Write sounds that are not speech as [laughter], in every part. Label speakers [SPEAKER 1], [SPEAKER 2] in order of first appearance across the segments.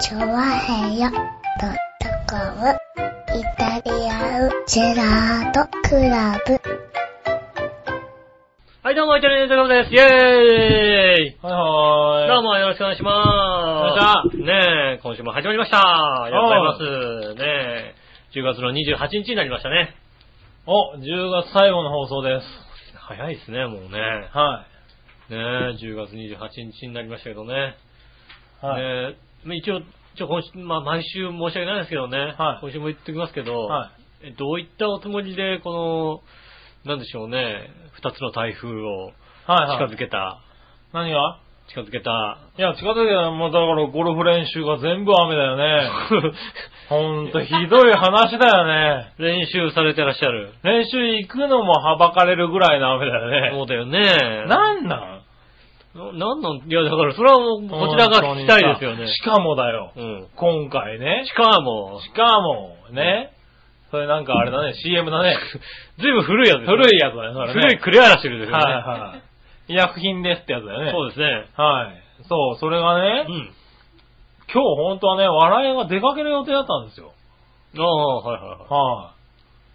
[SPEAKER 1] チョワヘヨドットコムイタリアンジェラートクラブ。
[SPEAKER 2] はい、どうも、イタリアンジェラートクラブです。イェーイ
[SPEAKER 3] はいはーい。
[SPEAKER 2] どうもよろしくお願いします。ねえ、今週も始まりました。ありがとうございます。ねえ、10月の28日になりましたね。
[SPEAKER 3] お、10月最後の放送です。
[SPEAKER 2] 早いですね、もうね。
[SPEAKER 3] は
[SPEAKER 2] ねえ、10月28日になりましたけどね。
[SPEAKER 3] い。はい。
[SPEAKER 2] ねえ、一応、ちょ、今週、まあ、毎週申し訳ないですけどね。
[SPEAKER 3] はい
[SPEAKER 2] 今週も言っておきますけど、
[SPEAKER 3] は
[SPEAKER 2] えどういったおつもりで、この、なんでしょうね、二つの台風を
[SPEAKER 3] い。はい、
[SPEAKER 2] 近
[SPEAKER 3] はい
[SPEAKER 2] づ。けた、
[SPEAKER 3] 何が
[SPEAKER 2] 近づけた、
[SPEAKER 3] いや、近づけたら、もうだからゴルフ練習が全部雨だ
[SPEAKER 2] [laughs]
[SPEAKER 3] よね。ほんと、ひどい話だよね。
[SPEAKER 2] 練習されてらっしゃる。
[SPEAKER 3] 練習行くのもはばかれるぐらいの雨だ
[SPEAKER 2] そ
[SPEAKER 3] よ
[SPEAKER 2] うだよね。
[SPEAKER 3] ね。なんなん
[SPEAKER 2] な、なんなん、いや、だから、それはもう、こちらが聞きたいですよね。
[SPEAKER 3] しかもだよ。
[SPEAKER 2] うん。
[SPEAKER 3] 今回ね
[SPEAKER 2] し。かも、
[SPEAKER 3] しかも、ね。それなんかあれだね、CM
[SPEAKER 2] [laughs]
[SPEAKER 3] だね。
[SPEAKER 2] ずいぶん古いやつですね
[SPEAKER 3] 古いやつだね、それね。
[SPEAKER 2] 古いクレアラシルですよね。
[SPEAKER 3] はいはい。医薬品ですってやつだよね。
[SPEAKER 2] そうですね。
[SPEAKER 3] はい。そう、それがね。
[SPEAKER 2] うん。
[SPEAKER 3] 今日本当はね、笑いが出かける予定だったんですよ。
[SPEAKER 2] ああ、はいはいは
[SPEAKER 3] は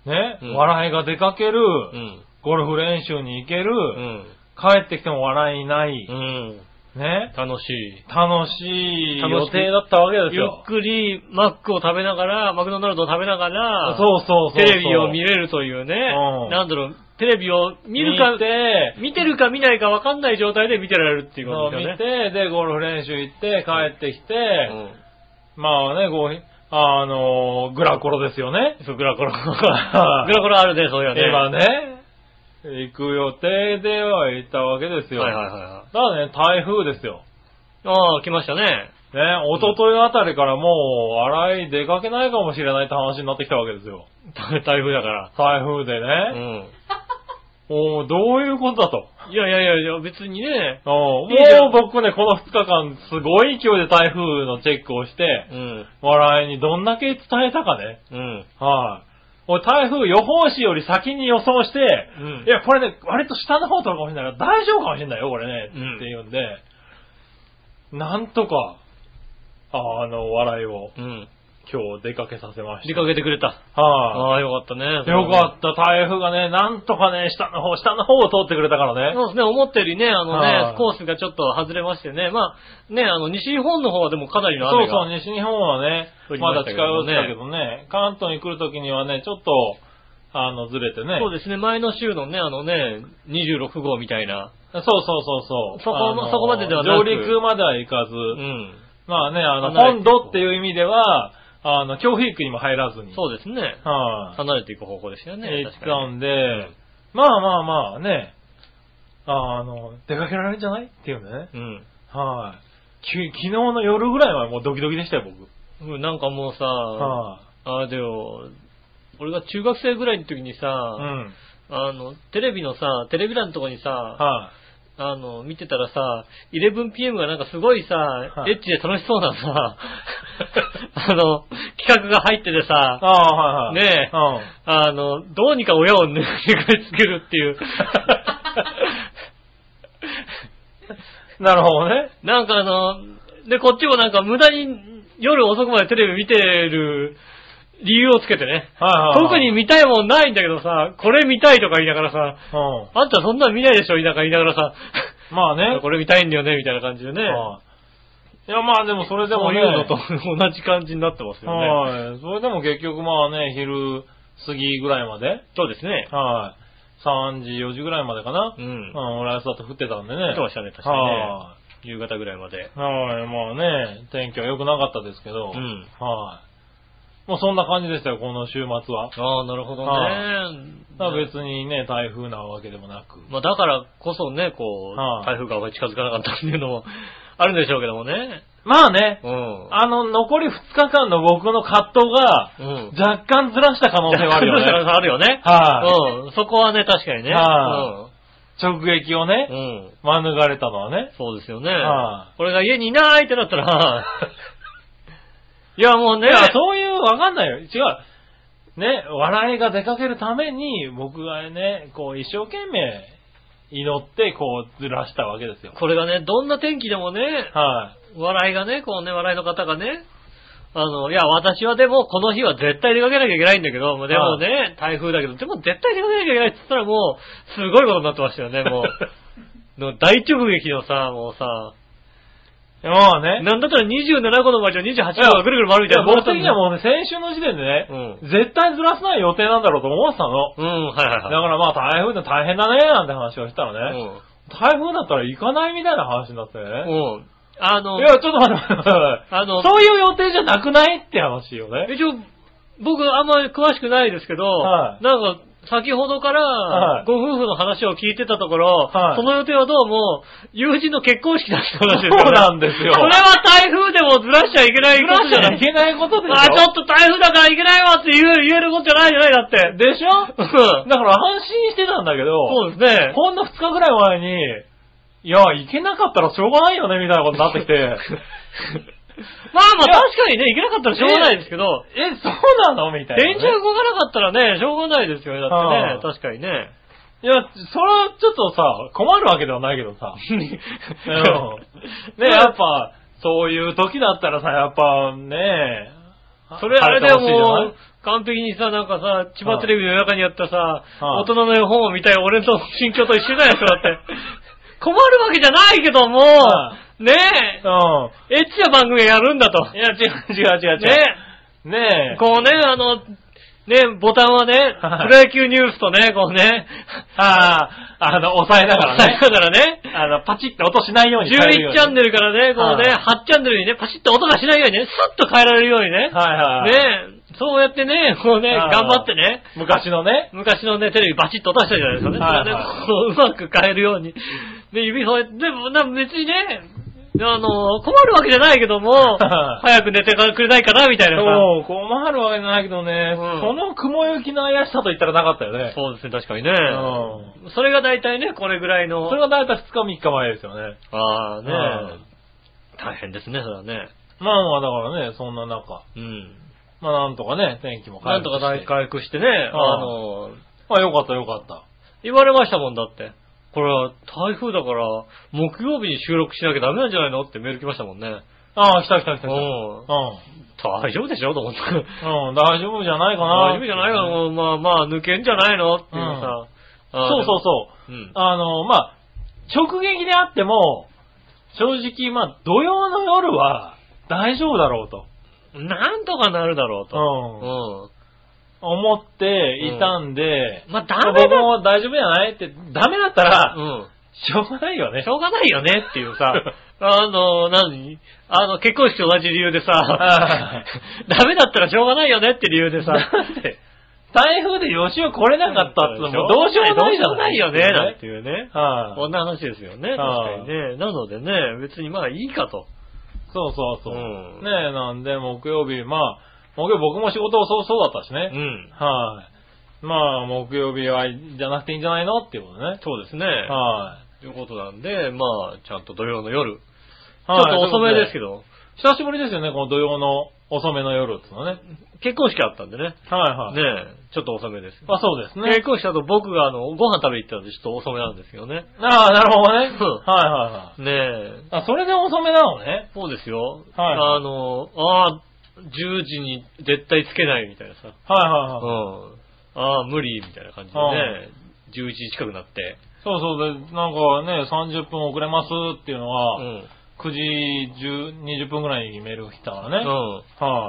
[SPEAKER 3] い、ね、
[SPEAKER 2] うん
[SPEAKER 3] 笑いが出かける、
[SPEAKER 2] い。うん。
[SPEAKER 3] ゴルフ練習に行ける、
[SPEAKER 2] うん。
[SPEAKER 3] 帰ってきても笑いない、
[SPEAKER 2] うん。
[SPEAKER 3] ね、
[SPEAKER 2] 楽しい。
[SPEAKER 3] 楽しい
[SPEAKER 2] 楽しい
[SPEAKER 3] 予定だったわけです
[SPEAKER 2] ゆ
[SPEAKER 3] よ
[SPEAKER 2] っ。くり、マックを食べながら、マクドナルドを食べながら、
[SPEAKER 3] そうそうそうそう。
[SPEAKER 2] テレビを見れるというね、
[SPEAKER 3] うん
[SPEAKER 2] なんだろう、テレビを見るか、
[SPEAKER 3] 見て、
[SPEAKER 2] 見てるか見ないか分かんない状態で見てられるっていう
[SPEAKER 3] そ
[SPEAKER 2] こ
[SPEAKER 3] う
[SPEAKER 2] とですよ
[SPEAKER 3] 見
[SPEAKER 2] ね。
[SPEAKER 3] て、で、ゴルフ練習行って、帰ってきて、
[SPEAKER 2] うん
[SPEAKER 3] まあね、こう、あのーグラコロですよね。 [laughs]
[SPEAKER 2] そう、グラコロ。グ
[SPEAKER 3] は
[SPEAKER 2] ラ
[SPEAKER 3] い
[SPEAKER 2] コロあるね、そういうね。
[SPEAKER 3] 今。ね、行く予定では行ったわけですよ。
[SPEAKER 2] はいはいはいはい。
[SPEAKER 3] ただね、台風ですよ。
[SPEAKER 2] ああ、来ましたね。
[SPEAKER 3] ね、一昨日あたりからもう、笑い出かけないかもしれないって話になってきたわけですよ。
[SPEAKER 2] [laughs] 台風だから。
[SPEAKER 3] 台風で
[SPEAKER 2] う
[SPEAKER 3] ね。
[SPEAKER 2] ん。
[SPEAKER 3] おーどういうことだと。
[SPEAKER 2] いやいやいやいや、別にね。
[SPEAKER 3] おー
[SPEAKER 2] いいじゃん
[SPEAKER 3] もう僕ね、この2日間、すごい勢いで台風のチェックをして
[SPEAKER 2] う、ん。
[SPEAKER 3] 笑いにどんだけ伝えたかね。
[SPEAKER 2] うん。
[SPEAKER 3] はい、俺、台風予報士より先に予想して、
[SPEAKER 2] うん
[SPEAKER 3] いや、これね、割と下の方取るかもしれないから、大丈夫かもしれないよ、これね。
[SPEAKER 2] うん
[SPEAKER 3] って言うんで、なんとか、あの、笑いを
[SPEAKER 2] うん。
[SPEAKER 3] 今日出かけさせました。
[SPEAKER 2] 出かけてくれた。
[SPEAKER 3] はい、
[SPEAKER 2] ああ、よかったね。
[SPEAKER 3] よかった、台風がね、なんとかね、下の方、下の方を通ってくれたからね。
[SPEAKER 2] そうですね、思ったよりね、あの
[SPEAKER 3] は
[SPEAKER 2] ね、
[SPEAKER 3] い
[SPEAKER 2] コースがちょっと外れましてね。まあ、ね、あの、西日本の方はでもかなりの
[SPEAKER 3] そう
[SPEAKER 2] 雨が。
[SPEAKER 3] そ
[SPEAKER 2] う
[SPEAKER 3] う、西日本はね
[SPEAKER 2] 降、り
[SPEAKER 3] ま
[SPEAKER 2] まし
[SPEAKER 3] だ
[SPEAKER 2] たけ
[SPEAKER 3] 近
[SPEAKER 2] どね
[SPEAKER 3] 寄ってたけどね、関東に来るときにはね、ちょっと、あの、ずれてね。
[SPEAKER 2] そうですね、前の週のね、あのね、26号みたいな。
[SPEAKER 3] そうそうそうそう。
[SPEAKER 2] そこ
[SPEAKER 3] あの
[SPEAKER 2] そこまでではなく
[SPEAKER 3] 上陸までは行かず、
[SPEAKER 2] うん。
[SPEAKER 3] まあね、あの、
[SPEAKER 2] 離れて
[SPEAKER 3] 本土っていう意味では、あの、強風域にも入らずに。
[SPEAKER 2] そうですね。
[SPEAKER 3] はい、
[SPEAKER 2] 離れていく方向でしたよね。
[SPEAKER 3] 行っ
[SPEAKER 2] 確か
[SPEAKER 3] た
[SPEAKER 2] に。
[SPEAKER 3] んで、まあまあまあね、あの、出かけられるんじゃないっていうんでね。
[SPEAKER 2] うん。
[SPEAKER 3] はい、き昨日の夜ぐらいはもうドキドキでしたよ、僕。
[SPEAKER 2] うんなんかもうさ、
[SPEAKER 3] は
[SPEAKER 2] あれだよ、俺が中学生ぐらいの時にさ、
[SPEAKER 3] い、うん。
[SPEAKER 2] あの、テレビのさ、テレビ欄のとこにさ、
[SPEAKER 3] は
[SPEAKER 2] あの、見てたらさ、11pm がなんかすごいさ、
[SPEAKER 3] い
[SPEAKER 2] エッチで楽しそうなさ、 [laughs] あの、企画が入ってて
[SPEAKER 3] い。
[SPEAKER 2] さ、
[SPEAKER 3] ああ、はいはい。
[SPEAKER 2] ねえ
[SPEAKER 3] う
[SPEAKER 2] あの、どうにか親をね、くりつけるっていう。 [laughs]
[SPEAKER 3] ん。なるほどね。
[SPEAKER 2] なんかあの、で、こっちもなんか無駄に夜遅くまでテレビ見てる理由をつけてね。
[SPEAKER 3] はいはい。
[SPEAKER 2] 特に見たいもんないんだけどさ、これ見たいとか言いながらさ、
[SPEAKER 3] う
[SPEAKER 2] あんたそんなん見ないでしょ、なんか言いながらさ、
[SPEAKER 3] ん。まあ
[SPEAKER 2] [laughs]
[SPEAKER 3] ね。
[SPEAKER 2] これ見たいんだよね、みたいな感じでね。
[SPEAKER 3] はいいや、まあでもそれで
[SPEAKER 2] そ
[SPEAKER 3] も
[SPEAKER 2] う
[SPEAKER 3] ね。
[SPEAKER 2] いうのと同じ感じになってますよね。
[SPEAKER 3] はい。それでも結局まあね、昼過ぎぐらいまで。
[SPEAKER 2] そうですね。
[SPEAKER 3] はい。3時、4時ぐらいまでかな。
[SPEAKER 2] う
[SPEAKER 3] うんん、。俺はそうやって降ってたんでね。
[SPEAKER 2] やってましたね、確かにね。
[SPEAKER 3] は
[SPEAKER 2] 夕方ぐらいまで。
[SPEAKER 3] い。はい、まあね、天気は良くなかったですけど。
[SPEAKER 2] うん。
[SPEAKER 3] はい。もうそんな感じでしたよ、この週末は。
[SPEAKER 2] ああ、なるほど
[SPEAKER 3] は
[SPEAKER 2] ね。
[SPEAKER 3] だから別にね、台風なわけでもなく。
[SPEAKER 2] まあだからこそね、こう、
[SPEAKER 3] はい
[SPEAKER 2] 台風があまり近づかなかったっていうのも [laughs] あるんでしょうけどもね。
[SPEAKER 3] まあね、
[SPEAKER 2] うん。
[SPEAKER 3] あの、残り2日間の僕の葛藤が、
[SPEAKER 2] うん。
[SPEAKER 3] 若干ずらした可能性はあるよね。
[SPEAKER 2] あるよね。
[SPEAKER 3] は
[SPEAKER 2] うん。そこはね、確かにね。
[SPEAKER 3] は直撃を
[SPEAKER 2] う
[SPEAKER 3] ね、
[SPEAKER 2] ん。うん。
[SPEAKER 3] 免れたのはね。
[SPEAKER 2] そうですよね
[SPEAKER 3] は。
[SPEAKER 2] これが家にいないってなった
[SPEAKER 3] [laughs]
[SPEAKER 2] ら、いやもう
[SPEAKER 3] い
[SPEAKER 2] ね、
[SPEAKER 3] や、そういう、わかんないよ。違う。ね、笑いが出かけるために、僕がね、こう、一生懸命、祈って、こう、ずらしたわけですよ。
[SPEAKER 2] これがね、どんな天気でもね、
[SPEAKER 3] は
[SPEAKER 2] 笑いがね、こうね、笑いの方がね、あの、いや、私はでも、この日は絶対出かけなきゃいけないんだけど、もうでもね、台風だけど、でも絶対出かけなきゃいけないって言ったらもう、すごいことになってましたよね、も
[SPEAKER 3] [laughs]
[SPEAKER 2] う。の大直撃のさ、もうさ、
[SPEAKER 3] まあね。
[SPEAKER 2] なんだったら27個の街を28個がぐるぐる回るみ
[SPEAKER 3] い
[SPEAKER 2] たい
[SPEAKER 3] や、
[SPEAKER 2] な。
[SPEAKER 3] 僕的にはもうね、先週の時点でね、
[SPEAKER 2] う
[SPEAKER 3] 絶対ずらさない予定なんだろうと思ってたの。
[SPEAKER 2] うん、はいはい
[SPEAKER 3] だか
[SPEAKER 2] は
[SPEAKER 3] らまあ台風で大変だね、なんて話をした
[SPEAKER 2] い。
[SPEAKER 3] らね、台風だったら行かないみたいな話になって
[SPEAKER 2] う
[SPEAKER 3] ね。
[SPEAKER 2] ん。うん。あの
[SPEAKER 3] い、や、ちょっと待って待って待って。
[SPEAKER 2] あの、
[SPEAKER 3] そういう予定じゃなくないって話よね。
[SPEAKER 2] 一応、僕あんまり詳しくないですけど、
[SPEAKER 3] はい
[SPEAKER 2] なんか、先ほどから
[SPEAKER 3] い、
[SPEAKER 2] ご夫婦の話を聞いてたところ、
[SPEAKER 3] はい
[SPEAKER 2] その予定はどうも、友人の結婚式だって話ですよね。
[SPEAKER 3] そうなんですよ
[SPEAKER 2] それは台風でもずらしちゃいけない
[SPEAKER 3] ず
[SPEAKER 2] こ
[SPEAKER 3] ら
[SPEAKER 2] と
[SPEAKER 3] し
[SPEAKER 2] じ
[SPEAKER 3] ち
[SPEAKER 2] ゃ
[SPEAKER 3] ゃ
[SPEAKER 2] ない
[SPEAKER 3] い。けないことでしょ。
[SPEAKER 2] あ、ちょっと台風だからいけないわって言う、言えることじゃないじゃないだ
[SPEAKER 3] [laughs]
[SPEAKER 2] って。
[SPEAKER 3] でしょ
[SPEAKER 2] うん
[SPEAKER 3] だから安心してたんだけど、
[SPEAKER 2] そうですね。
[SPEAKER 3] ほんの2日ぐらい前に、いや、行けなかったらしょうがないよね、みたいなことにな
[SPEAKER 2] [laughs]
[SPEAKER 3] ってきて、
[SPEAKER 2] まあまあ
[SPEAKER 3] いや
[SPEAKER 2] 確かにね、いけなかったらしょうがないですけど、
[SPEAKER 3] え、そうなのみたいなね、
[SPEAKER 2] 電車が動かなかったらね、しょうがないですよね、だ
[SPEAKER 3] は
[SPEAKER 2] っ
[SPEAKER 3] い
[SPEAKER 2] てね、確かにね。
[SPEAKER 3] いや、それはちょっとさ、困るわけでは [laughs] ないけど
[SPEAKER 2] [laughs]
[SPEAKER 3] さ。うん。ね、やっぱ、そういう時だったらさ、やっぱね、
[SPEAKER 2] それあれだよ、
[SPEAKER 3] 晴てほしいじゃない
[SPEAKER 2] もう、完璧にさ、なんかさ、千葉テレビの中にあったさ、
[SPEAKER 3] はい
[SPEAKER 2] 大人の絵本を見たい俺の心境と一緒だよ、それだって。
[SPEAKER 3] [laughs]
[SPEAKER 2] 困るわけじゃないけども、
[SPEAKER 3] は
[SPEAKER 2] ね
[SPEAKER 3] うん。
[SPEAKER 2] え、エッチな番組やるんだと。
[SPEAKER 3] いや、違う違う違う違う。
[SPEAKER 2] ね
[SPEAKER 3] ねえ。
[SPEAKER 2] こうね、あの、ね、ボタンはね、
[SPEAKER 3] はい
[SPEAKER 2] プロ野球ニュースとね、こうね、
[SPEAKER 3] ああ、あの、抑えながらね。
[SPEAKER 2] だからね、
[SPEAKER 3] あの、パチって音しないように変えるよ
[SPEAKER 2] 11
[SPEAKER 3] うに
[SPEAKER 2] チャンネルからね、こうね、
[SPEAKER 3] はい
[SPEAKER 2] 8チャンネルにね、パシッと音がしないようにね、スッと変えられるようにね、
[SPEAKER 3] はいはい。
[SPEAKER 2] ねえ、そうやってね、こうね、
[SPEAKER 3] はい
[SPEAKER 2] 頑張ってね、
[SPEAKER 3] 昔のね。
[SPEAKER 2] 昔のね、テレビバチッと落としたじゃないですかね。
[SPEAKER 3] はいはい
[SPEAKER 2] それをねこううまく変えるように。で、指添えて、でもな別にね、あの、困るわけじゃないけども、
[SPEAKER 3] は
[SPEAKER 2] 早く寝てくれないかな、みたいなさ。
[SPEAKER 3] そう、困るわけじゃないけどね、
[SPEAKER 2] うん
[SPEAKER 3] その雲行きの怪しさと言ったらなかったよね。
[SPEAKER 2] そうですね、確かにね。
[SPEAKER 3] うん。
[SPEAKER 2] それが大体ね、これぐらいの
[SPEAKER 3] そ。れがだいたい2日3日前ですよね。
[SPEAKER 2] ああね、
[SPEAKER 3] うん
[SPEAKER 2] 大変ですね、それはね。
[SPEAKER 3] まあまあだからね、そんな中。
[SPEAKER 2] うん。
[SPEAKER 3] まあなんとかね、天気も
[SPEAKER 2] な
[SPEAKER 3] 回
[SPEAKER 2] んと
[SPEAKER 3] 復して
[SPEAKER 2] か大回復してね、
[SPEAKER 3] ん
[SPEAKER 2] あの、
[SPEAKER 3] あ、よかったよかった。
[SPEAKER 2] 言われましたもんだって。これは台風だから、木曜日に収録しなきゃダメなんじゃないのってメール来ましたもんね。
[SPEAKER 3] ああ、来た来た来た来た。
[SPEAKER 2] う
[SPEAKER 3] うんん。
[SPEAKER 2] 大丈夫でしょと思った。
[SPEAKER 3] うん、大丈夫じゃないか
[SPEAKER 2] 大
[SPEAKER 3] な。
[SPEAKER 2] 丈夫じゃないかな、まあまあ、抜けんじゃないのっていうさ。あー
[SPEAKER 3] そうそうそう。
[SPEAKER 2] でもうん。
[SPEAKER 3] あの、まあ、直撃であっても、正直、まあ、土曜の夜は大丈夫だろうと、
[SPEAKER 2] なんとかなるだろう
[SPEAKER 3] う
[SPEAKER 2] と。
[SPEAKER 3] ん、
[SPEAKER 2] うん。
[SPEAKER 3] 思っていたんで、
[SPEAKER 2] まあ、ダメ
[SPEAKER 3] 僕
[SPEAKER 2] だ。
[SPEAKER 3] も大丈夫じゃないって、ダメだったら、
[SPEAKER 2] うん。
[SPEAKER 3] しょうがないよね
[SPEAKER 2] し。ょうがないよねっていうさ、 [laughs] あの、何あの、結婚式と同じ理由でさ
[SPEAKER 3] あ、
[SPEAKER 2] [laughs] ダメだったらしょうがないよねって理由でさ、
[SPEAKER 3] 台風で予習来れなかったってのもどうしようもないじゃ
[SPEAKER 2] どうしようもないよね、なんていうね。
[SPEAKER 3] はい、
[SPEAKER 2] こんな話ですよね、確かにね。なのでね、別にまあいいかと。
[SPEAKER 3] そうそうそう。
[SPEAKER 2] うん
[SPEAKER 3] ねえ、なんで、木曜日、まあ、木曜日僕も仕事そうそうだったしね。
[SPEAKER 2] うん。
[SPEAKER 3] はい、まあ、木曜日は、じゃなくていいんじゃないのっていうことね。
[SPEAKER 2] そうですね。
[SPEAKER 3] はい、
[SPEAKER 2] ということなんで、まあ、ちゃんと土曜の夜、ちょ
[SPEAKER 3] はい
[SPEAKER 2] っと遅めですけど、
[SPEAKER 3] 久しぶりですよね、この土曜の遅めの夜ってのはね。
[SPEAKER 2] 結婚式あったんでね、
[SPEAKER 3] はいはい。
[SPEAKER 2] ねえちょっと遅めです。
[SPEAKER 3] まあそうです
[SPEAKER 2] 結
[SPEAKER 3] ね。
[SPEAKER 2] 婚式だと僕があの、ご飯食べに行ったのでちょっと遅めなんですよね。
[SPEAKER 3] ああ、なるほどね。はい
[SPEAKER 2] うん
[SPEAKER 3] はいは
[SPEAKER 2] ねえ
[SPEAKER 3] い。あ、それで遅めなのね。
[SPEAKER 2] そうですよ。
[SPEAKER 3] はい
[SPEAKER 2] あの、ああ、10時に絶対つけないみたいなさ。
[SPEAKER 3] はいは
[SPEAKER 2] う
[SPEAKER 3] いはい。
[SPEAKER 2] ん。ああ、無理みたいな感じでね、11時近くなって。
[SPEAKER 3] そうそうで、なんかね、30分遅れますっていうの
[SPEAKER 2] う
[SPEAKER 3] は、
[SPEAKER 2] ん。
[SPEAKER 3] 9時10 20分ぐらいにメールが来たからね。
[SPEAKER 2] う
[SPEAKER 3] は
[SPEAKER 2] ん。
[SPEAKER 3] い、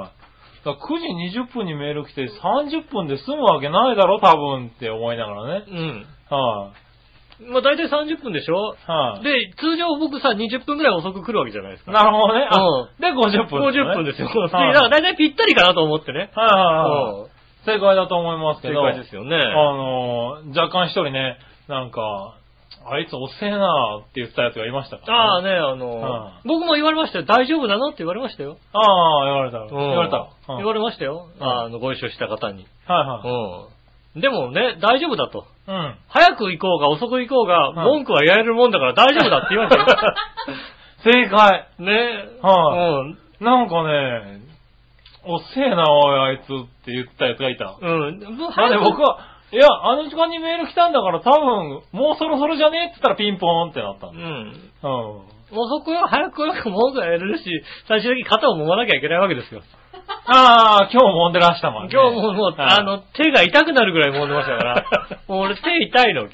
[SPEAKER 3] だから9時20分にメール来て30分で済むわけないだろ、多分って思いながらね。
[SPEAKER 2] うん。
[SPEAKER 3] はい、
[SPEAKER 2] まあ大体30分でしょ
[SPEAKER 3] はい、
[SPEAKER 2] で、通常僕さ、20分くらい遅く来るわけじゃないですか。
[SPEAKER 3] なるほどね。あ、で50分、
[SPEAKER 2] 50分ですよ。
[SPEAKER 3] はい
[SPEAKER 2] だから大体ぴったりかなと思ってね。
[SPEAKER 3] はいはいはい。
[SPEAKER 2] うん
[SPEAKER 3] 正解だと思いますけ
[SPEAKER 2] 正
[SPEAKER 3] ど。
[SPEAKER 2] 解ですよね。
[SPEAKER 3] あのー、若干一人ね、なんか、あいつ遅えなって言ってたやつがいましたから、
[SPEAKER 2] ああね、あの
[SPEAKER 3] は、
[SPEAKER 2] 僕も言われましたよ。大丈夫なのって言われましたよ。
[SPEAKER 3] ああ、言われた。言われた。
[SPEAKER 2] うん
[SPEAKER 3] うん
[SPEAKER 2] 言われましたよ。
[SPEAKER 3] うん
[SPEAKER 2] あの、ご一緒した方に。
[SPEAKER 3] は
[SPEAKER 2] うん。でもね、大丈夫だと。
[SPEAKER 3] いはい。うん。
[SPEAKER 2] 早く行こうが遅く行こうが、
[SPEAKER 3] はい
[SPEAKER 2] 文句はやれるもんだから大丈夫だって言われた。
[SPEAKER 3] [laughs] 正解。
[SPEAKER 2] ね
[SPEAKER 3] は
[SPEAKER 2] うん。
[SPEAKER 3] なんかね、遅えな、おい、あいつって言ったやつがいた。
[SPEAKER 2] うん。もう
[SPEAKER 3] なん
[SPEAKER 2] 早
[SPEAKER 3] で
[SPEAKER 2] く
[SPEAKER 3] 僕は、いや、あの時間にメール来たんだから多分、もうそろそろじゃねえって言ったらピンポーンってなった
[SPEAKER 2] うん
[SPEAKER 3] だ。
[SPEAKER 2] ん。
[SPEAKER 3] うん。
[SPEAKER 2] 遅くよ、早くよく文句はやれるし、最終的に肩を揉まなきゃいけないわけですよ。
[SPEAKER 3] ああ、今日揉んでらしたもんね。
[SPEAKER 2] 今日ももう、
[SPEAKER 3] はい
[SPEAKER 2] あの、手が痛くなるぐらい揉んでましたから。
[SPEAKER 3] [laughs]
[SPEAKER 2] もう俺手痛いの、今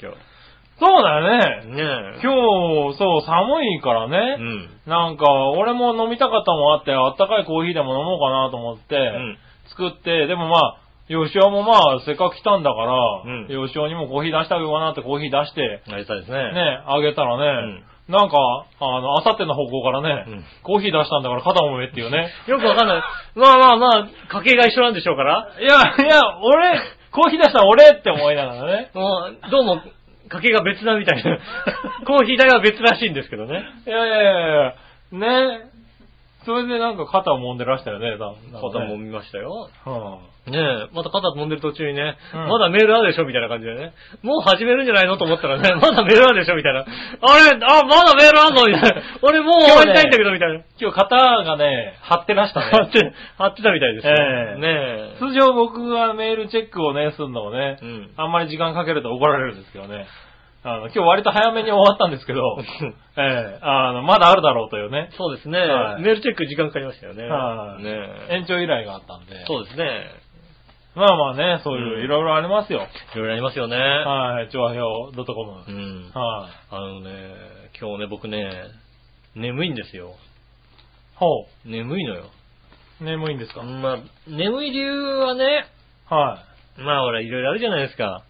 [SPEAKER 3] そうだよ
[SPEAKER 2] 日。
[SPEAKER 3] ね。
[SPEAKER 2] ねえ。
[SPEAKER 3] 今日、そう、寒いからね。
[SPEAKER 2] うん。
[SPEAKER 3] なんか、俺も飲みたかったもんあって、あったかいコーヒーでも飲もうかなと思って、
[SPEAKER 2] うん。
[SPEAKER 3] 作って、でもまあ、吉尾もまあ、せっかく来たんだから、
[SPEAKER 2] うん
[SPEAKER 3] 吉尾にもコーヒー出してあげようかなってコーヒー出して、
[SPEAKER 2] なりたいです
[SPEAKER 3] ね
[SPEAKER 2] ね。、
[SPEAKER 3] あげたらね、なんか、あの、あさっての方向からね、
[SPEAKER 2] うん
[SPEAKER 3] コーヒー出したんだから肩もめっていうね。
[SPEAKER 2] よくわかんない。まあまあまあ、家計が一緒なんでしょうから。
[SPEAKER 3] いや、いや、俺、コーヒー出したの俺って思いながらね。
[SPEAKER 2] もう、どうも、家計が別だみたい
[SPEAKER 3] [laughs]
[SPEAKER 2] な。コーヒー代は別らしいんですけどね。
[SPEAKER 3] いやいやいやいや、ね。それでなんか肩を揉んでらしたよね、多分
[SPEAKER 2] 肩も見ましたよ。
[SPEAKER 3] は
[SPEAKER 2] ねえ、また肩揉んでる途中にね、
[SPEAKER 3] うん
[SPEAKER 2] まだメールあるでしょみたいな感じでね。もう始めるんじゃないのと思ったらね、 [laughs] まだメールあるでしょみたいな。あれあ、まだメールあんのみたいな。俺もう終わりたいんだけどみたいな。
[SPEAKER 3] 今日肩がね、張って
[SPEAKER 2] [laughs]
[SPEAKER 3] らしたね。
[SPEAKER 2] 貼って、貼ってたみたいですよ。
[SPEAKER 3] ええ
[SPEAKER 2] ねえ。
[SPEAKER 3] 通常僕はメールチェックをね、するのをね、
[SPEAKER 2] うん
[SPEAKER 3] あんまり時間かけると怒られるんですけどね。あの、今日割と早めに終わったんで
[SPEAKER 2] [laughs]
[SPEAKER 3] すけど、ええあの、まだあるだろうというね、
[SPEAKER 2] そうですね、
[SPEAKER 3] はい
[SPEAKER 2] メールチェック時間かかりましたよね。
[SPEAKER 3] はい
[SPEAKER 2] ねえ
[SPEAKER 3] 延長依頼があったんで。
[SPEAKER 2] そうですね。
[SPEAKER 3] まあまあね、そう
[SPEAKER 2] う
[SPEAKER 3] い
[SPEAKER 2] ん
[SPEAKER 3] う、いろいろありますよ。
[SPEAKER 2] いろいろありますよね。
[SPEAKER 3] はい、調和表 .com。はい、
[SPEAKER 2] うん。
[SPEAKER 3] あ。
[SPEAKER 2] あのね、今日ね、僕ね、眠いんですよ。
[SPEAKER 3] ほ
[SPEAKER 2] 眠いのよ。
[SPEAKER 3] う。眠いんですか、
[SPEAKER 2] まあ、眠い理由はね、
[SPEAKER 3] はい。
[SPEAKER 2] まあ、ほら、いろいろあるじゃないですか。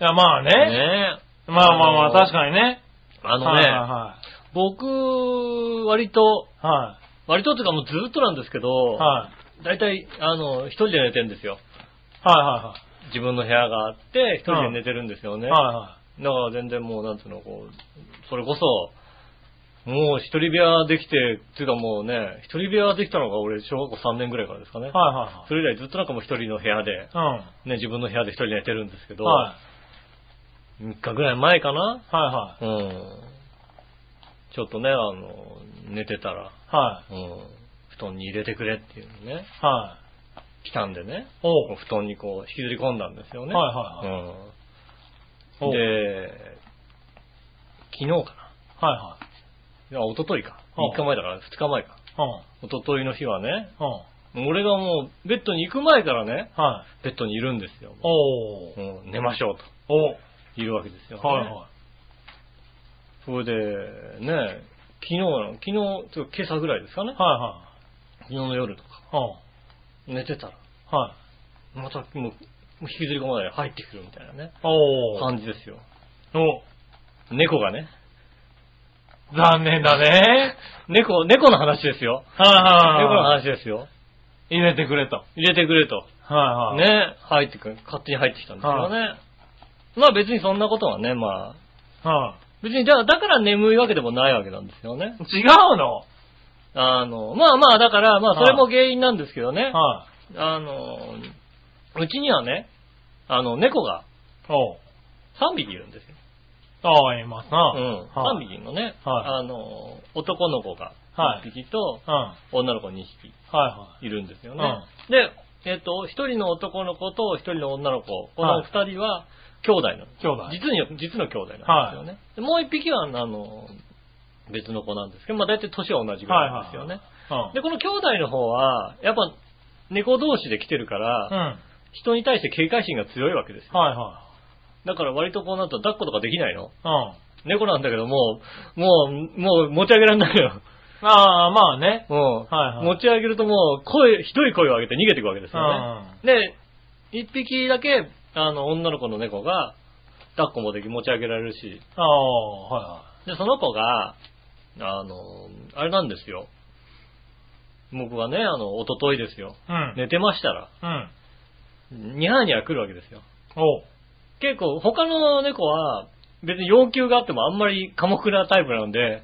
[SPEAKER 3] いや、まあね。
[SPEAKER 2] ねえ。
[SPEAKER 3] まあまあまあ、
[SPEAKER 2] あのー
[SPEAKER 3] 確かにね。
[SPEAKER 2] あの
[SPEAKER 3] はい
[SPEAKER 2] ね、
[SPEAKER 3] は
[SPEAKER 2] 僕、割と、
[SPEAKER 3] いは
[SPEAKER 2] 割とっていうかもうずっとなんですけど、
[SPEAKER 3] い。はい。
[SPEAKER 2] 大体、あの、一人で寝てるんですよ。
[SPEAKER 3] は
[SPEAKER 2] 自分の部屋があって、一人で寝てるんですよ
[SPEAKER 3] いはいは
[SPEAKER 2] ね。
[SPEAKER 3] い。はいは
[SPEAKER 2] だから全然もう、なんつうの、こう、それこそ、もう一人部屋できて、っていうかもうね、一人部屋できたのが俺、小学校3年ぐらいからですかね
[SPEAKER 3] い。。は
[SPEAKER 2] それ以来ずっとなんかもう一人の部屋で、
[SPEAKER 3] いはい。
[SPEAKER 2] ね、自分の部屋で一人で寝てるんですけ
[SPEAKER 3] うん。
[SPEAKER 2] ど、
[SPEAKER 3] はい。
[SPEAKER 2] 3日ぐらい前かな
[SPEAKER 3] はいは
[SPEAKER 2] うん。ちょっとね、あの、寝てたら、
[SPEAKER 3] い。は
[SPEAKER 2] うん、布団に入れてくれっていうのね、
[SPEAKER 3] い。はい。
[SPEAKER 2] 来たんでね、
[SPEAKER 3] おう。
[SPEAKER 2] 布団にこう引きずり込んだんですよね。
[SPEAKER 3] はいはいは
[SPEAKER 2] う
[SPEAKER 3] お
[SPEAKER 2] ん、
[SPEAKER 3] う
[SPEAKER 2] で、昨日か
[SPEAKER 3] はいは
[SPEAKER 2] な。いや、一昨日か。
[SPEAKER 3] おう
[SPEAKER 2] 3日前だから、2日前か。
[SPEAKER 3] い。うん。
[SPEAKER 2] 一昨日の日はね、
[SPEAKER 3] うん。
[SPEAKER 2] 俺がもうベッドに行く前からね、
[SPEAKER 3] はい。
[SPEAKER 2] ベッドにいるんですよ。
[SPEAKER 3] おー。
[SPEAKER 2] うん寝ましょう
[SPEAKER 3] おはい
[SPEAKER 2] と。いるわけですよ、ね。
[SPEAKER 3] は
[SPEAKER 2] それで、ね、昨日の、昨日、ちょっと今朝ぐらいですかね
[SPEAKER 3] い。。は
[SPEAKER 2] 昨日の夜とか、
[SPEAKER 3] いはい。
[SPEAKER 2] 寝てたら、
[SPEAKER 3] うん。はい。
[SPEAKER 2] またもう、引きずり込まないで入ってくるみたいなね、
[SPEAKER 3] おー。
[SPEAKER 2] 感じですよ。
[SPEAKER 3] お
[SPEAKER 2] 猫がね、
[SPEAKER 3] 残念だね。
[SPEAKER 2] 猫、猫の話ですよ。
[SPEAKER 3] はい
[SPEAKER 2] 猫の
[SPEAKER 3] はい。
[SPEAKER 2] 話ですよ。
[SPEAKER 3] 入れてくれと。
[SPEAKER 2] 入れてくれと。
[SPEAKER 3] はいはい。。
[SPEAKER 2] ね、入ってくる、勝手に入ってきたんですよね。まあ別にそんなことはね、まあ、
[SPEAKER 3] は
[SPEAKER 2] 別にだ、だから眠いわけでもないわけなんですよね。
[SPEAKER 3] い。違うの
[SPEAKER 2] あの、まあまあ、だから、まあそれも原因なんですけどね。
[SPEAKER 3] は
[SPEAKER 2] あの、うちにはね、あの、猫が
[SPEAKER 3] い。おう。
[SPEAKER 2] 3匹いるんですよ。
[SPEAKER 3] ああ、いますな。
[SPEAKER 2] うん。
[SPEAKER 3] は
[SPEAKER 2] 3
[SPEAKER 3] い。
[SPEAKER 2] 匹のね、
[SPEAKER 3] はい
[SPEAKER 2] あの、男の子が
[SPEAKER 3] はい
[SPEAKER 2] 1匹と、
[SPEAKER 3] うん。はい
[SPEAKER 2] 女の子2匹
[SPEAKER 3] はい
[SPEAKER 2] るんですよね。
[SPEAKER 3] うん
[SPEAKER 2] で、えっ、と、1人の男の子と1人の女の子、この
[SPEAKER 3] はい
[SPEAKER 2] 2人は兄弟なんです。
[SPEAKER 3] 兄弟
[SPEAKER 2] 実に、実の兄弟なんですよね。でもう1匹は、あの、別の子なんですけど、まあ大体年は同じ
[SPEAKER 3] い。
[SPEAKER 2] ぐらいなんですよね。
[SPEAKER 3] はい。
[SPEAKER 2] で、この兄弟の方は、やっぱ猫同士で来てるか
[SPEAKER 3] うん。う
[SPEAKER 2] ら、
[SPEAKER 3] ん。
[SPEAKER 2] 人に対して警戒心が強いわけですよ。
[SPEAKER 3] はいは
[SPEAKER 2] だから割とこうなると抱っことかできないの
[SPEAKER 3] い。うん。
[SPEAKER 2] 猫なんだけどもう、もう、もう持ち上げられないよ。
[SPEAKER 3] ああ、まあね。
[SPEAKER 2] もう、
[SPEAKER 3] はいはい
[SPEAKER 2] 持ち上げるともう声、ひどい声を上げて逃げていくわけですよね。で、一匹だけ、あの、女の子の猫が、抱っこもでき、持ち上げられるし、
[SPEAKER 3] ああ、は
[SPEAKER 2] で、その子が、あの、あれなんですよ。僕はね、あの、おとといですよ。
[SPEAKER 3] いはい。うん。
[SPEAKER 2] 寝てましたら、
[SPEAKER 3] うん。
[SPEAKER 2] ニャーニャー来るわけですよ。
[SPEAKER 3] おう。
[SPEAKER 2] 結構、他の猫は、別に要求があってもあんまり寡黙なタイプなんで、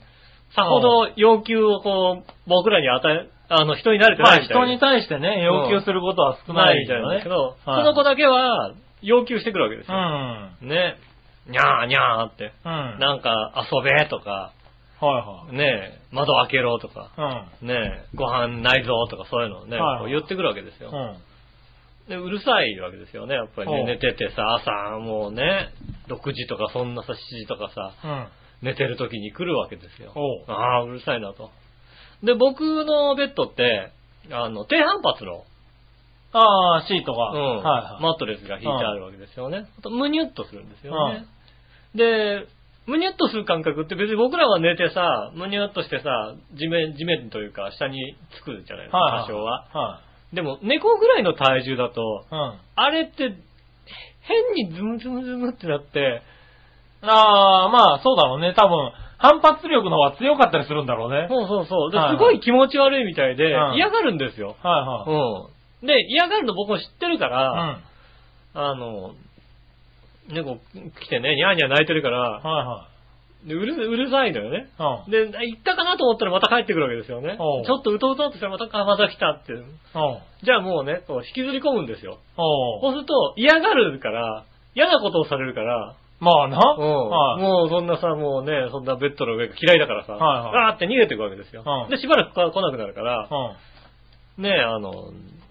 [SPEAKER 2] さほど要求をこう、僕らに与え、あの、人に慣れて
[SPEAKER 3] ま
[SPEAKER 2] ない
[SPEAKER 3] あ
[SPEAKER 2] みたいな。
[SPEAKER 3] 人に対してね、要求することは少な
[SPEAKER 2] ない
[SPEAKER 3] い
[SPEAKER 2] みたいなんですけど、そ
[SPEAKER 3] はい
[SPEAKER 2] の子だけは、要求してくるわけです
[SPEAKER 3] う
[SPEAKER 2] よ。
[SPEAKER 3] ん。
[SPEAKER 2] ね。にゃーにゃーって。
[SPEAKER 3] うん。
[SPEAKER 2] なんか、遊べとか、
[SPEAKER 3] はい
[SPEAKER 2] ねえ、窓開けろとか、
[SPEAKER 3] はい。
[SPEAKER 2] ねえ、ご飯ないぞとかそういうのをね、
[SPEAKER 3] はい
[SPEAKER 2] こう言ってくるわけですよ。
[SPEAKER 3] うん。うん。
[SPEAKER 2] で、うるさいわけですよね、やっぱり
[SPEAKER 3] う
[SPEAKER 2] ね。
[SPEAKER 3] ん
[SPEAKER 2] 寝ててさ、朝、もうね、6時とかそんなさ、7時とかさ、
[SPEAKER 3] うん。
[SPEAKER 2] 寝てる時に来るわけですよ。
[SPEAKER 3] おう
[SPEAKER 2] ああ、うるさいなと。で、僕のベッドって、あの、低反発の、
[SPEAKER 3] ああ、シートが。
[SPEAKER 2] うん
[SPEAKER 3] はいはい。
[SPEAKER 2] マットレスが引いてあるわけですよね。あと、むにゅっとするんですよ
[SPEAKER 3] は
[SPEAKER 2] ね
[SPEAKER 3] い。
[SPEAKER 2] で、むにゅっとする感覚って別に僕らは寝てさ、むにゅっとしてさ、地面、地面というか下につくじゃないです
[SPEAKER 3] はい
[SPEAKER 2] か、
[SPEAKER 3] い
[SPEAKER 2] 多少は。。
[SPEAKER 3] は
[SPEAKER 2] でも、猫ぐらいの体重だと、
[SPEAKER 3] い。うん。
[SPEAKER 2] あれって、変にズムズムズムってなって、
[SPEAKER 3] ああ、まあ、そうだろうね。多分、反発力の方が強かったりするんだろうね。
[SPEAKER 2] そうそうそう。で
[SPEAKER 3] はいは
[SPEAKER 2] す
[SPEAKER 3] い
[SPEAKER 2] ごい気持ち悪いみたいで
[SPEAKER 3] う、ん
[SPEAKER 2] 嫌がるんですよ。
[SPEAKER 3] はいはい。
[SPEAKER 2] うん。で、嫌がるの僕も知ってるか
[SPEAKER 3] う
[SPEAKER 2] ら、
[SPEAKER 3] ん。
[SPEAKER 2] あの、猫来てね、ニャーニャー泣いてるから、
[SPEAKER 3] は
[SPEAKER 2] でうるうるさいのよね。
[SPEAKER 3] いはい。うん。
[SPEAKER 2] で、行ったかなと思ったらまた帰ってくるわけですよね。
[SPEAKER 3] おう
[SPEAKER 2] ちょっとうとうとうとしたらまた、あ、また来たって。
[SPEAKER 3] おう
[SPEAKER 2] じゃあもうね、こう引きずり込むんですよ。
[SPEAKER 3] お
[SPEAKER 2] そううすると嫌がるから、嫌なことをされるから、
[SPEAKER 3] まあ
[SPEAKER 2] [laughs]
[SPEAKER 3] な。
[SPEAKER 2] うん
[SPEAKER 3] はい。
[SPEAKER 2] もうそんなさ、もうね、そんなベッドの上が嫌いだからさ、
[SPEAKER 3] はいはい
[SPEAKER 2] わーって逃げていくわけですよ。
[SPEAKER 3] うん
[SPEAKER 2] で、しばらく来来なくなるから
[SPEAKER 3] う、ん。
[SPEAKER 2] ねえ、あの、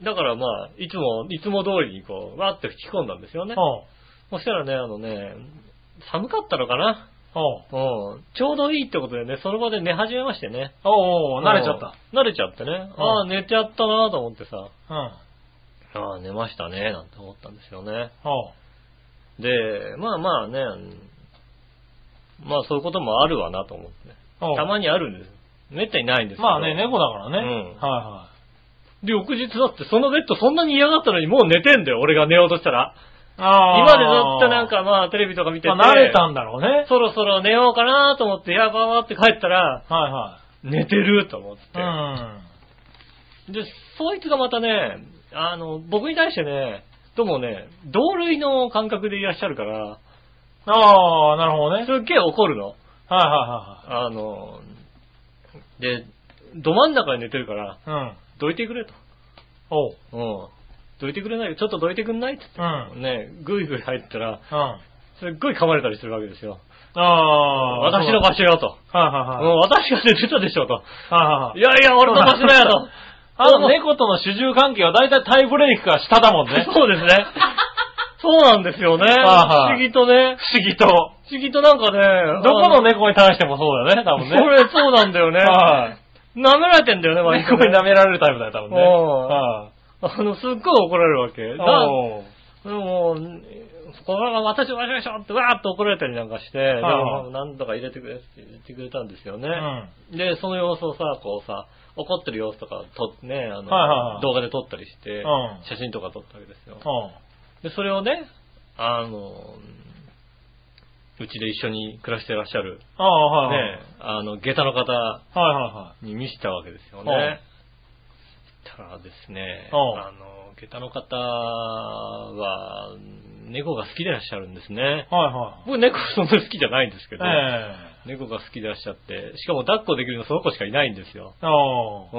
[SPEAKER 2] だからまあ、いつも、いつも通りにこう、わーって吹き込んだんですよね。
[SPEAKER 3] おう
[SPEAKER 2] そしたらね、あのね、寒かったのかな
[SPEAKER 3] おう
[SPEAKER 2] うん。ちょうどいいってことでね、その場で寝始めましてね。
[SPEAKER 3] おうおう慣れちゃった。
[SPEAKER 2] た。慣れちゃってね。ああ、寝ちゃったなと思ってさ、
[SPEAKER 3] うん。
[SPEAKER 2] ああ、寝ましたね、なんて思ったんですよね。
[SPEAKER 3] おう
[SPEAKER 2] で、まあまあね、まあそういうこともあるわなと思ってね。
[SPEAKER 3] おう
[SPEAKER 2] たまにあるんです。めったにないんですけど。
[SPEAKER 3] まあね、。猫だからね。
[SPEAKER 2] うん
[SPEAKER 3] は
[SPEAKER 2] で、翌日だってそのベッドそんなに嫌がったのにもう寝てんだよ、俺が寝ようとしたら。
[SPEAKER 3] いはい。あ
[SPEAKER 2] 今
[SPEAKER 3] あ。
[SPEAKER 2] までだってなん、かまあテレビとか見てて。
[SPEAKER 3] まあ、慣れたんだろうね。
[SPEAKER 2] そろそろ寝ようかなと思って、やばばって帰ったら、
[SPEAKER 3] はいは
[SPEAKER 2] 寝てると思っ
[SPEAKER 3] い。
[SPEAKER 2] て。で、そいつがまたね、あの、僕に対してね、どうもね、同類の感覚でいらっしゃるから、
[SPEAKER 3] うん。ああ、なるほどね。はいはい
[SPEAKER 2] すっげえ怒るの。
[SPEAKER 3] は
[SPEAKER 2] あの、で、ど真ん中に寝てるから、
[SPEAKER 3] いはい。うん。
[SPEAKER 2] どいてくれと。
[SPEAKER 3] おう。
[SPEAKER 2] うん。どいてくれないちょっとどいてくんないって言って、
[SPEAKER 3] う
[SPEAKER 2] ね、ぐいぐい入ったら、
[SPEAKER 3] うん。あ
[SPEAKER 2] すっごい噛まれたりするわけですよ。
[SPEAKER 3] あ。
[SPEAKER 2] 私の場所よと。
[SPEAKER 3] 所。はいはいはい。
[SPEAKER 2] うん私が寝てたでしょと。
[SPEAKER 3] はいはいはい
[SPEAKER 2] い。やいや、俺の場所だよと。
[SPEAKER 3] あの猫との主従関係は大体タイブレークが下だもん [laughs] ね。
[SPEAKER 2] [laughs] そうですね。そうなんですよね。
[SPEAKER 3] あ
[SPEAKER 2] 不
[SPEAKER 3] あ
[SPEAKER 2] 思議とね。
[SPEAKER 3] 不思議と。
[SPEAKER 2] 不思議となんかね。
[SPEAKER 3] どこの
[SPEAKER 2] ね、
[SPEAKER 3] 猫に対してもそうだよね、多分ね。
[SPEAKER 2] そ [laughs] れそうなんだよね。
[SPEAKER 3] [laughs] はい
[SPEAKER 2] 舐められてんだよね、割と
[SPEAKER 3] 猫
[SPEAKER 2] ね
[SPEAKER 3] に舐められるタイプだよ、多分ね。
[SPEAKER 2] おう
[SPEAKER 3] は
[SPEAKER 2] あの、すっごい怒られるわけ。
[SPEAKER 3] い
[SPEAKER 2] だ
[SPEAKER 3] おう
[SPEAKER 2] でも、これが私の場所でしょってわーっと怒られたりなんかして、で
[SPEAKER 3] ああ
[SPEAKER 2] もなんとか入れてくれって言ってくれたんですよね。
[SPEAKER 3] うん。
[SPEAKER 2] で、その様子をさ、こうさ、怒ってる様子とか撮ってね、あの、
[SPEAKER 3] はいはいはい
[SPEAKER 2] 動画で撮ったりして、
[SPEAKER 3] うん
[SPEAKER 2] 写真とか撮ったわけですよ。
[SPEAKER 3] おう
[SPEAKER 2] で、それをね、あの、うちで一緒に暮らしてらっしゃる、
[SPEAKER 3] ああ、はいはい。
[SPEAKER 2] ね、あの、下駄の方
[SPEAKER 3] はいはいは
[SPEAKER 2] に見せたわけですよ
[SPEAKER 3] うん
[SPEAKER 2] ね。たらですね、
[SPEAKER 3] うん
[SPEAKER 2] あの、下駄の方は、猫が好きでらっしゃるんですね。
[SPEAKER 3] い。はいは
[SPEAKER 2] 僕猫そんな好きじゃないんですけ
[SPEAKER 3] い。
[SPEAKER 2] ど、
[SPEAKER 3] え
[SPEAKER 2] 猫が好きでらっしゃって、しかも抱っこできるのその子しかいないんですよ。
[SPEAKER 3] え。おう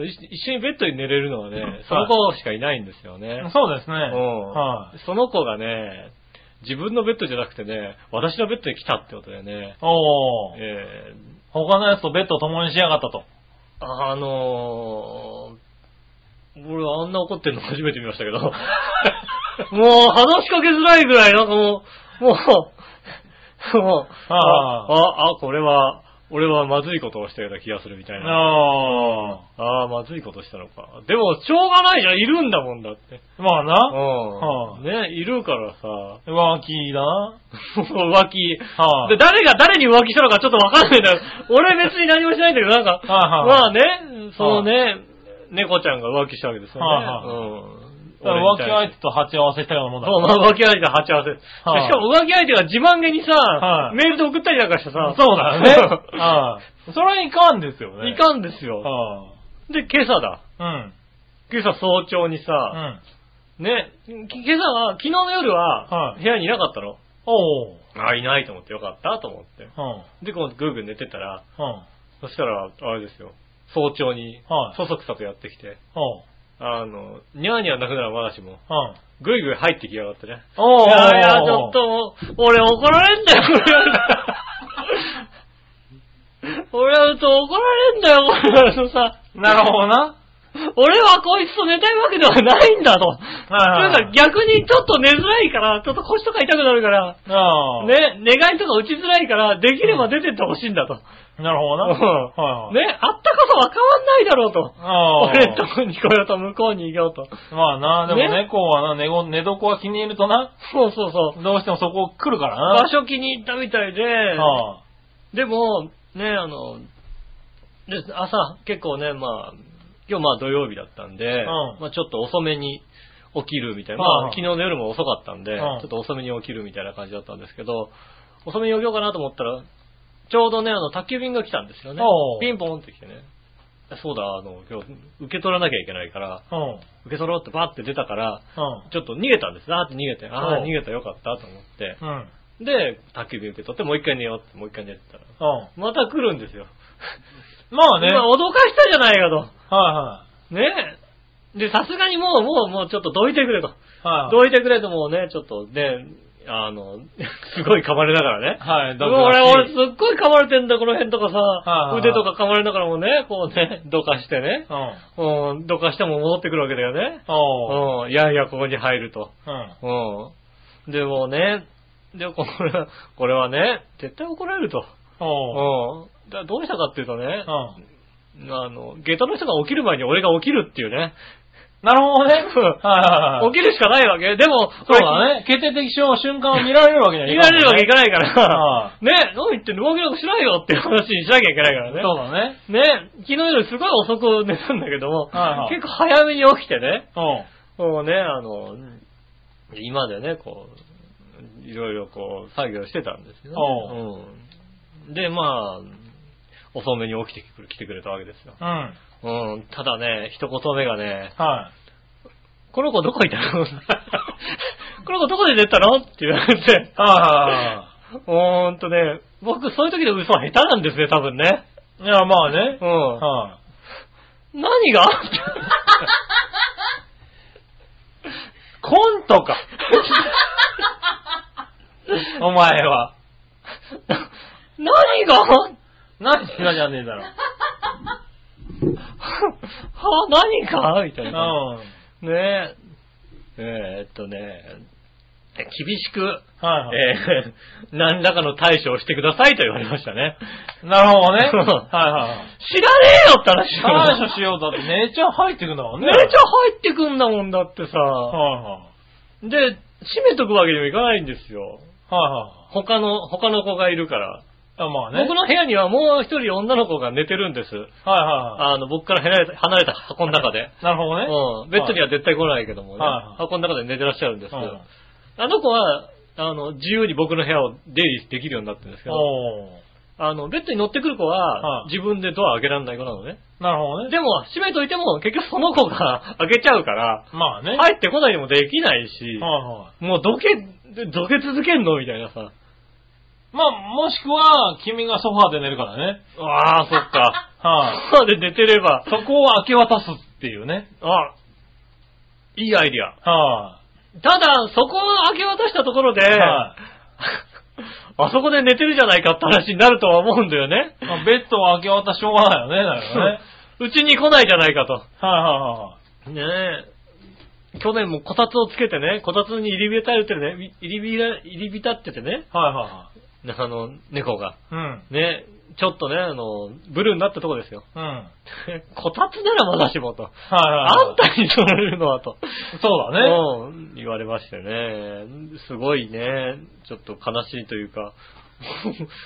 [SPEAKER 2] うん。い一緒にベッドに寝れるのはね
[SPEAKER 3] い、
[SPEAKER 2] その子しかいないんですよね。
[SPEAKER 3] そうですね。
[SPEAKER 2] うん
[SPEAKER 3] はい。
[SPEAKER 2] その子がね、自分のベッドじゃなくてね、私のベッドに来たってことでね、
[SPEAKER 3] おう
[SPEAKER 2] え
[SPEAKER 3] 他のやつとベッドを共にしやがったと。
[SPEAKER 2] ー、あのー、俺あんな怒ってんの初めて見ましたけ
[SPEAKER 3] [laughs]
[SPEAKER 2] ど、もう話しかけづらいぐらい、なんかもう、もう、もう、
[SPEAKER 3] ああ
[SPEAKER 2] あ、あ、これは、俺はまずいことをしたような気がするみたいな。
[SPEAKER 3] あ
[SPEAKER 2] ああ、まずいことしたのか。でも、しょうがないじゃん、いるんだもんだって。
[SPEAKER 3] あ。まあな。
[SPEAKER 2] う
[SPEAKER 3] は
[SPEAKER 2] ん。
[SPEAKER 3] い
[SPEAKER 2] ね、いるから
[SPEAKER 3] [laughs]
[SPEAKER 2] さ、
[SPEAKER 3] 浮気だな。
[SPEAKER 2] もう浮気。
[SPEAKER 3] はい
[SPEAKER 2] で、誰が誰に浮気したのかちょっとわかんないんだよ。俺別に何もしないんだけど、なんか、
[SPEAKER 3] はい
[SPEAKER 2] ま
[SPEAKER 3] は
[SPEAKER 2] あね、そのね、猫ちゃんが浮気したわけですよ
[SPEAKER 3] はい
[SPEAKER 2] ね。
[SPEAKER 3] はだ
[SPEAKER 2] うん。
[SPEAKER 3] から
[SPEAKER 2] 俺
[SPEAKER 3] 浮
[SPEAKER 2] に
[SPEAKER 3] 気
[SPEAKER 2] 対
[SPEAKER 3] 相
[SPEAKER 2] して
[SPEAKER 3] 手と鉢合わせしたようなもんだ
[SPEAKER 2] そう、まあ浮気相手と鉢合わせ。し
[SPEAKER 3] はい
[SPEAKER 2] かも浮気相手が自慢げにさ
[SPEAKER 3] は、い
[SPEAKER 2] メールで送ったりなんかしてさ。
[SPEAKER 3] そうだよ
[SPEAKER 2] [laughs]
[SPEAKER 3] ね。うん。それはいかんですよね。
[SPEAKER 2] いかんですよ。
[SPEAKER 3] は
[SPEAKER 2] で、今朝だ。
[SPEAKER 3] あうん。
[SPEAKER 2] 今朝早朝に
[SPEAKER 3] う
[SPEAKER 2] さ、
[SPEAKER 3] ん。
[SPEAKER 2] ね、き今朝は、昨日の夜は、
[SPEAKER 3] はい
[SPEAKER 2] 部屋にいなかったの。
[SPEAKER 3] おう。
[SPEAKER 2] あ、いないと思ってよかったと思って。
[SPEAKER 3] うん。
[SPEAKER 2] で、こうぐーぐー寝てたら、
[SPEAKER 3] うん。
[SPEAKER 2] そしたら、あれですよ、早朝に、
[SPEAKER 3] はい
[SPEAKER 2] そそくさとやってきて、
[SPEAKER 3] おう。
[SPEAKER 2] あの、にゃーにゃーなくならまだしも、
[SPEAKER 3] うん。
[SPEAKER 2] ぐいぐい入ってきやがってね。
[SPEAKER 3] お
[SPEAKER 2] いやいや、ちょっ。ともう、俺怒られんだよ、これ。
[SPEAKER 3] [laughs]
[SPEAKER 2] 俺はと怒られんだよ、これ。あのさ。
[SPEAKER 3] なるほどな。
[SPEAKER 2] [laughs] 俺はこいつと寝たいわけではないんだと。
[SPEAKER 3] はいは
[SPEAKER 2] な
[SPEAKER 3] い
[SPEAKER 2] んか逆にちょっと寝づらいから、ちょっと腰とか痛くなるから、
[SPEAKER 3] ああ。。
[SPEAKER 2] ね、寝返りとか打ちづらいから、できれば出てってほしいんだと。
[SPEAKER 3] なるほどな。
[SPEAKER 2] うん
[SPEAKER 3] はいはい。。
[SPEAKER 2] ね、あったかさは変わんないだろうと。
[SPEAKER 3] ああ。
[SPEAKER 2] 俺んとこに来ようと向こうに行こうと。
[SPEAKER 3] まあな、でも
[SPEAKER 2] ね
[SPEAKER 3] 猫はな、寝ご、寝床が気に入るとな、
[SPEAKER 2] そうそうそう。
[SPEAKER 3] どうしてもそこ来るからな。
[SPEAKER 2] 場所気に入ったみたいで、
[SPEAKER 3] ああ
[SPEAKER 2] でも、ね、あの、で朝、結構ね、まあ、今日まあ土曜日だったんで、
[SPEAKER 3] ん
[SPEAKER 2] まあちょっと遅めに起きるみたいな、
[SPEAKER 3] はい
[SPEAKER 2] ま
[SPEAKER 3] は
[SPEAKER 2] あ
[SPEAKER 3] い
[SPEAKER 2] 昨日の夜も遅かったんで、
[SPEAKER 3] うん
[SPEAKER 2] ちょっと遅めに起きるみたいな感じだったんですけど、遅めに起きようかなと思ったら、ちょうどね、あの、宅急便が来たんですよね
[SPEAKER 3] お。う
[SPEAKER 2] ピンポンって来てね。そうだ、あの、今日、受け取らなきゃいけないから、
[SPEAKER 3] うん。うん。
[SPEAKER 2] 受け取ろうってバって出たから、ちょっと逃げたんです。あーって逃げて、あ
[SPEAKER 3] お
[SPEAKER 2] あ、
[SPEAKER 3] う
[SPEAKER 2] 逃げたよかったと思って。
[SPEAKER 3] うん。うん。
[SPEAKER 2] で、宅急便受け取って、もう一回寝ようって、もう一回寝てたら。また来るんですよ。
[SPEAKER 3] まあね。
[SPEAKER 2] 今
[SPEAKER 3] はい
[SPEAKER 2] 脅かしたじゃないか
[SPEAKER 3] は
[SPEAKER 2] と。ねえ。で、さすがにもう、もう、もうちょっとどいてくれと。
[SPEAKER 3] い。はい。
[SPEAKER 2] どいてくれともうね、ちょっとね、あの、 [laughs] すごい噛まれながらね。
[SPEAKER 3] はい、
[SPEAKER 2] もう俺、俺
[SPEAKER 3] う
[SPEAKER 2] すっごい噛まれてんだ、この辺とか
[SPEAKER 3] はい
[SPEAKER 2] さ。
[SPEAKER 3] はい
[SPEAKER 2] 腕とか噛まれながらもね、こうね、どかしてね。
[SPEAKER 3] ん。
[SPEAKER 2] うん、どかしても戻ってくるわけだよね。
[SPEAKER 3] おう。
[SPEAKER 2] うん、いやいや、ここに入ると。
[SPEAKER 3] うん。
[SPEAKER 2] うん。でもうね、で、これは、これはね、絶対怒られると。
[SPEAKER 3] おう。
[SPEAKER 2] うん。だどうしたかっていうとね
[SPEAKER 3] う、ん。
[SPEAKER 2] あの、下駄の人が起きる前に俺が起きるっていうね。
[SPEAKER 3] なるほど
[SPEAKER 2] [laughs]
[SPEAKER 3] ね。はいはいはい。
[SPEAKER 2] 起きるしかないわけ。でも、
[SPEAKER 3] そうだね。決定的瞬間を見られるわけにはい
[SPEAKER 2] 見られるわけい
[SPEAKER 3] か
[SPEAKER 2] かないから
[SPEAKER 3] は、
[SPEAKER 2] [laughs] ね、何言ってんの動きなくしないよっていう話にしなきゃいけないからね。
[SPEAKER 3] そうだね。
[SPEAKER 2] ね、昨日よりすごい遅く寝たんだけども、
[SPEAKER 3] はいはい
[SPEAKER 2] 結構早めに起きてね、
[SPEAKER 3] おう。
[SPEAKER 2] もうね、あの、今までね、こう、いろいろこう、作業してたんですよ、ね。うんで、まあ、遅めに起きてくる、来てくれたわけですよ。
[SPEAKER 3] うん。はい。
[SPEAKER 2] うん、ただね、一言目がね、
[SPEAKER 3] あ
[SPEAKER 2] この子どこいたの [laughs] この子どこで寝たのって言われて。 [laughs]
[SPEAKER 3] あ。
[SPEAKER 2] うーんとね、僕そういう時の嘘は下手なんですね、多分ね。
[SPEAKER 3] いや、まあね
[SPEAKER 2] う。ん。
[SPEAKER 3] は
[SPEAKER 2] 何がコントか。
[SPEAKER 3] い。お前は。
[SPEAKER 2] 何がは、
[SPEAKER 3] 何しかじゃねえだろ。
[SPEAKER 2] 何かみたいな。
[SPEAKER 3] うん。
[SPEAKER 2] ねえ。えーっとね、厳しく、
[SPEAKER 3] はいはい。
[SPEAKER 2] えー何らかの対処をしてくださいと言われましたね。
[SPEAKER 3] なるほど [laughs] ね。
[SPEAKER 2] そう
[SPEAKER 3] はいはいはい。
[SPEAKER 2] 知らねえよって話
[SPEAKER 3] 対処しようだって、姉ちゃん入ってくんだもんね。
[SPEAKER 2] めっちゃ入ってくんだもんだってさ。
[SPEAKER 3] はいは
[SPEAKER 2] で、閉めとくわけにもいかないんですよ。
[SPEAKER 3] い。はいは
[SPEAKER 2] 他の、他の子がいるから。
[SPEAKER 3] い。あまあね。
[SPEAKER 2] 僕の部屋にはもう一人女の子が寝てるんです。
[SPEAKER 3] はいはいは
[SPEAKER 2] あの、僕から離れた、離れた箱の中で。
[SPEAKER 3] い。なるほどね。
[SPEAKER 2] うん。ベッドには絶対来ないけどもね。
[SPEAKER 3] はいはい
[SPEAKER 2] 箱の中で寝てらっしゃるんです。
[SPEAKER 3] はいはい
[SPEAKER 2] あの子は、あの、自由に僕の部屋を出入りできるようになってるんですけど、
[SPEAKER 3] お
[SPEAKER 2] あの、ベッドに乗ってくる子
[SPEAKER 3] は
[SPEAKER 2] は、
[SPEAKER 3] い
[SPEAKER 2] 自分でドア開けられない子なのね。
[SPEAKER 3] ーなるほどね。
[SPEAKER 2] でも、閉めといても、結局その子が [laughs] 開けちゃうから、
[SPEAKER 3] まあね。はい
[SPEAKER 2] 入ってこないにもできないし、
[SPEAKER 3] は
[SPEAKER 2] もうどけ、どけ続けんのみたいなさ。
[SPEAKER 3] い。まあ、もしくは、君がソファーで寝るからね。
[SPEAKER 2] ああ、そ
[SPEAKER 3] [laughs]
[SPEAKER 2] っか。
[SPEAKER 3] は
[SPEAKER 2] そうで寝てれば
[SPEAKER 3] い。、そこを明け渡すっていうね。
[SPEAKER 2] あ、いいアイディア。
[SPEAKER 3] は
[SPEAKER 2] ただ、そこを明け渡したところで、
[SPEAKER 3] い。はい。
[SPEAKER 2] あそこで寝てるじゃないかって話になるとは思うんだよね。
[SPEAKER 3] まあ、ベッドを明け渡しょうがないよね、だからね。
[SPEAKER 2] [laughs] うちに来ないじゃないかと。
[SPEAKER 3] はいはいはい。
[SPEAKER 2] ねえ。去年もこたつをつけてね、こたつに入り浸ってるね、入り浸入り浸っててね、
[SPEAKER 3] はいは
[SPEAKER 2] あの、猫が。
[SPEAKER 3] いはい。
[SPEAKER 2] ね、ちょっとね、あの、ブルーになったとこですよ。 [laughs]
[SPEAKER 3] うん。うん。はい
[SPEAKER 2] こたつならまだしもと。
[SPEAKER 3] はいはい。
[SPEAKER 2] あんたに取れるのはと。
[SPEAKER 3] そうだね。
[SPEAKER 2] うん、言われましたよね。すごいね、ちょっと悲しいというか。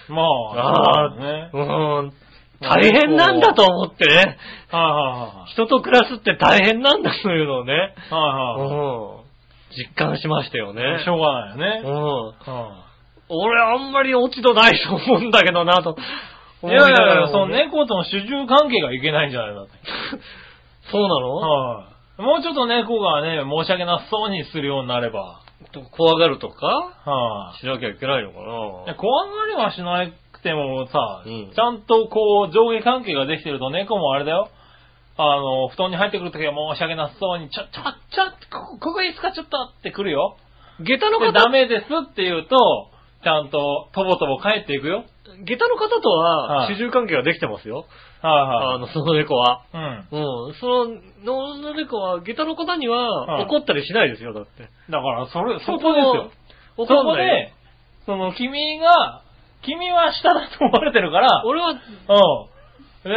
[SPEAKER 3] ま [laughs] あ、
[SPEAKER 2] あ
[SPEAKER 3] そ
[SPEAKER 2] あ
[SPEAKER 3] うだね。
[SPEAKER 2] うん、大変なんだと思ってね。
[SPEAKER 3] はい
[SPEAKER 2] 人と暮らすって大変なんだというのをね。
[SPEAKER 3] はいはい。はい
[SPEAKER 2] う
[SPEAKER 3] は
[SPEAKER 2] ん、実感しましたよね
[SPEAKER 3] い。し。ょうがな
[SPEAKER 2] う
[SPEAKER 3] いよね。
[SPEAKER 2] ん、
[SPEAKER 3] うん
[SPEAKER 2] 俺あんまり落ち度ないと思うんだけどなと。
[SPEAKER 3] いやいやいや、その
[SPEAKER 2] ね。
[SPEAKER 3] 猫との主従関係がいけないんじゃないのだって。
[SPEAKER 2] そうなの、
[SPEAKER 3] はい。もうちょっと猫がね、申し訳なさそうにするようになれば。
[SPEAKER 2] と怖がるとか
[SPEAKER 3] は
[SPEAKER 2] しなきゃいけないの
[SPEAKER 3] い。い
[SPEAKER 2] か
[SPEAKER 3] や
[SPEAKER 2] な
[SPEAKER 3] 怖がりはしなくてもさ、
[SPEAKER 2] うん
[SPEAKER 3] ちゃんとこう上下関係ができてると猫もあれだよ。あの、布団に入ってくるときは申し訳なさそうに、ちょ、ちょ、ちょ、ここここいいですかちょっとって来るよ。
[SPEAKER 2] 下駄の
[SPEAKER 3] で
[SPEAKER 2] 方
[SPEAKER 3] ダメですって言うと、ちゃんと、とぼとぼ帰っていくよ。
[SPEAKER 2] 下駄の方とは、
[SPEAKER 3] はい
[SPEAKER 2] 主従関係ができてますよ。あ
[SPEAKER 3] は
[SPEAKER 2] の、その猫は。
[SPEAKER 3] いはい。うん。
[SPEAKER 2] うん。その、の猫は、下駄の方には
[SPEAKER 3] はい
[SPEAKER 2] 怒ったりしないですよ、だって。
[SPEAKER 3] だから、それ、そこ
[SPEAKER 2] こ
[SPEAKER 3] ですよ。そ
[SPEAKER 2] 怒
[SPEAKER 3] こ
[SPEAKER 2] んない
[SPEAKER 3] で
[SPEAKER 2] よ。、
[SPEAKER 3] その、君が、君は下だと思われてるから、
[SPEAKER 2] 俺は、
[SPEAKER 3] うん。ね、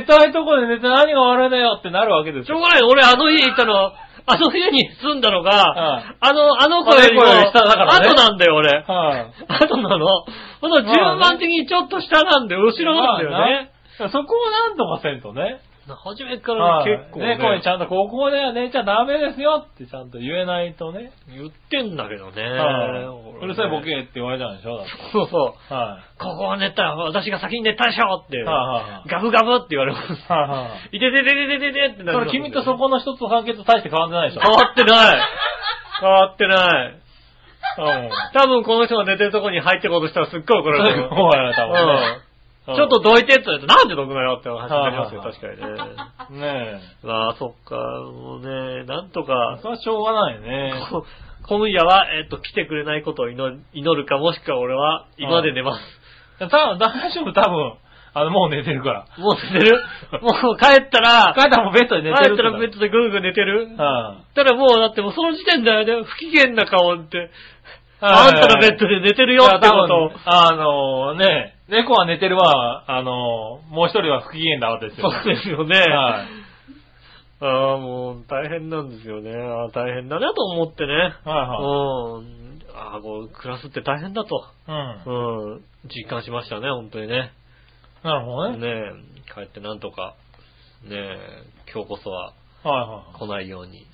[SPEAKER 3] 寝たいとこで寝て何が悪いんだよってなるわけです
[SPEAKER 2] しょう
[SPEAKER 3] よ。
[SPEAKER 2] がない。俺、あの家行ったのは、あの家に住んだの
[SPEAKER 3] は
[SPEAKER 2] が、あの、あの子よりも、
[SPEAKER 3] あの子より下だからね
[SPEAKER 2] 後なんだよ、俺。
[SPEAKER 3] はい。
[SPEAKER 2] 後なの。この順番的にちょっと下なんで、後ろなんだよね。
[SPEAKER 3] まあなそこをなんとかせんとね。
[SPEAKER 2] 初めからね結構
[SPEAKER 3] はい猫にち
[SPEAKER 2] ね、
[SPEAKER 3] ゃんとここでは寝ちゃダメですよってちゃんと言えないとね。
[SPEAKER 2] 言ってんだけどね。
[SPEAKER 3] はい
[SPEAKER 2] 俺ね
[SPEAKER 3] うるさいボケって言われちゃうんでしょだって
[SPEAKER 2] そうそう。
[SPEAKER 3] は
[SPEAKER 2] ここは寝たら、私が先に寝たでしょって
[SPEAKER 3] い。、はいはい
[SPEAKER 2] ガブガブって言われます。
[SPEAKER 3] はいはいはい。
[SPEAKER 2] いてててててててってな
[SPEAKER 3] そ
[SPEAKER 2] る
[SPEAKER 3] れ君とそこの一つの関係と大して変わってないでしょ
[SPEAKER 2] 変わってない。変わってない。
[SPEAKER 3] うん。
[SPEAKER 2] 多分この人が寝てるとこに入ってこうとしたらすっごい怒られる
[SPEAKER 3] [laughs]
[SPEAKER 2] よ。
[SPEAKER 3] 怒られたもんね
[SPEAKER 2] うん。ちょっとどいてって言われて、なんでどくなよって話になりますよ、
[SPEAKER 3] [laughs] はい
[SPEAKER 2] 確かにね。
[SPEAKER 3] と。ねえ。
[SPEAKER 2] ああ、そっか、もうね、なんとか
[SPEAKER 3] そ、れはしょうがないね。
[SPEAKER 2] こ今夜は、えっと、来てくれないことを祈る祈るか、もしくは俺は、今で寝ます。
[SPEAKER 3] 多分大丈夫、多分。あの、もう寝てるから。
[SPEAKER 2] もう寝てるもう帰ったら、
[SPEAKER 3] 帰ったらもうベッドで寝て
[SPEAKER 2] 帰
[SPEAKER 3] る
[SPEAKER 2] ったらベッドでぐるぐる寝てる
[SPEAKER 3] ら
[SPEAKER 2] たらもうだってもうその時点だよね、不機嫌な顔って、
[SPEAKER 3] はい
[SPEAKER 2] あんたのベッドで寝てる
[SPEAKER 3] うん。
[SPEAKER 2] よってこ
[SPEAKER 3] 多
[SPEAKER 2] とを
[SPEAKER 3] 分、あのね、猫は寝てるわ、あのもう一人は不機嫌だわですよ。
[SPEAKER 2] そうですよね。
[SPEAKER 3] はい
[SPEAKER 2] ああ、もう大変なんですよね。ああ、大変だなと思ってね。
[SPEAKER 3] は
[SPEAKER 2] うん。ああ、こう、暮らすって大変だと。
[SPEAKER 3] いはい。う。
[SPEAKER 2] うんん。実感しましたね、本当にね。
[SPEAKER 3] なるほどね。
[SPEAKER 2] ねえ、帰ってなんとか、ねえ、今日こそは
[SPEAKER 3] はいは
[SPEAKER 2] 来ないように、
[SPEAKER 3] い。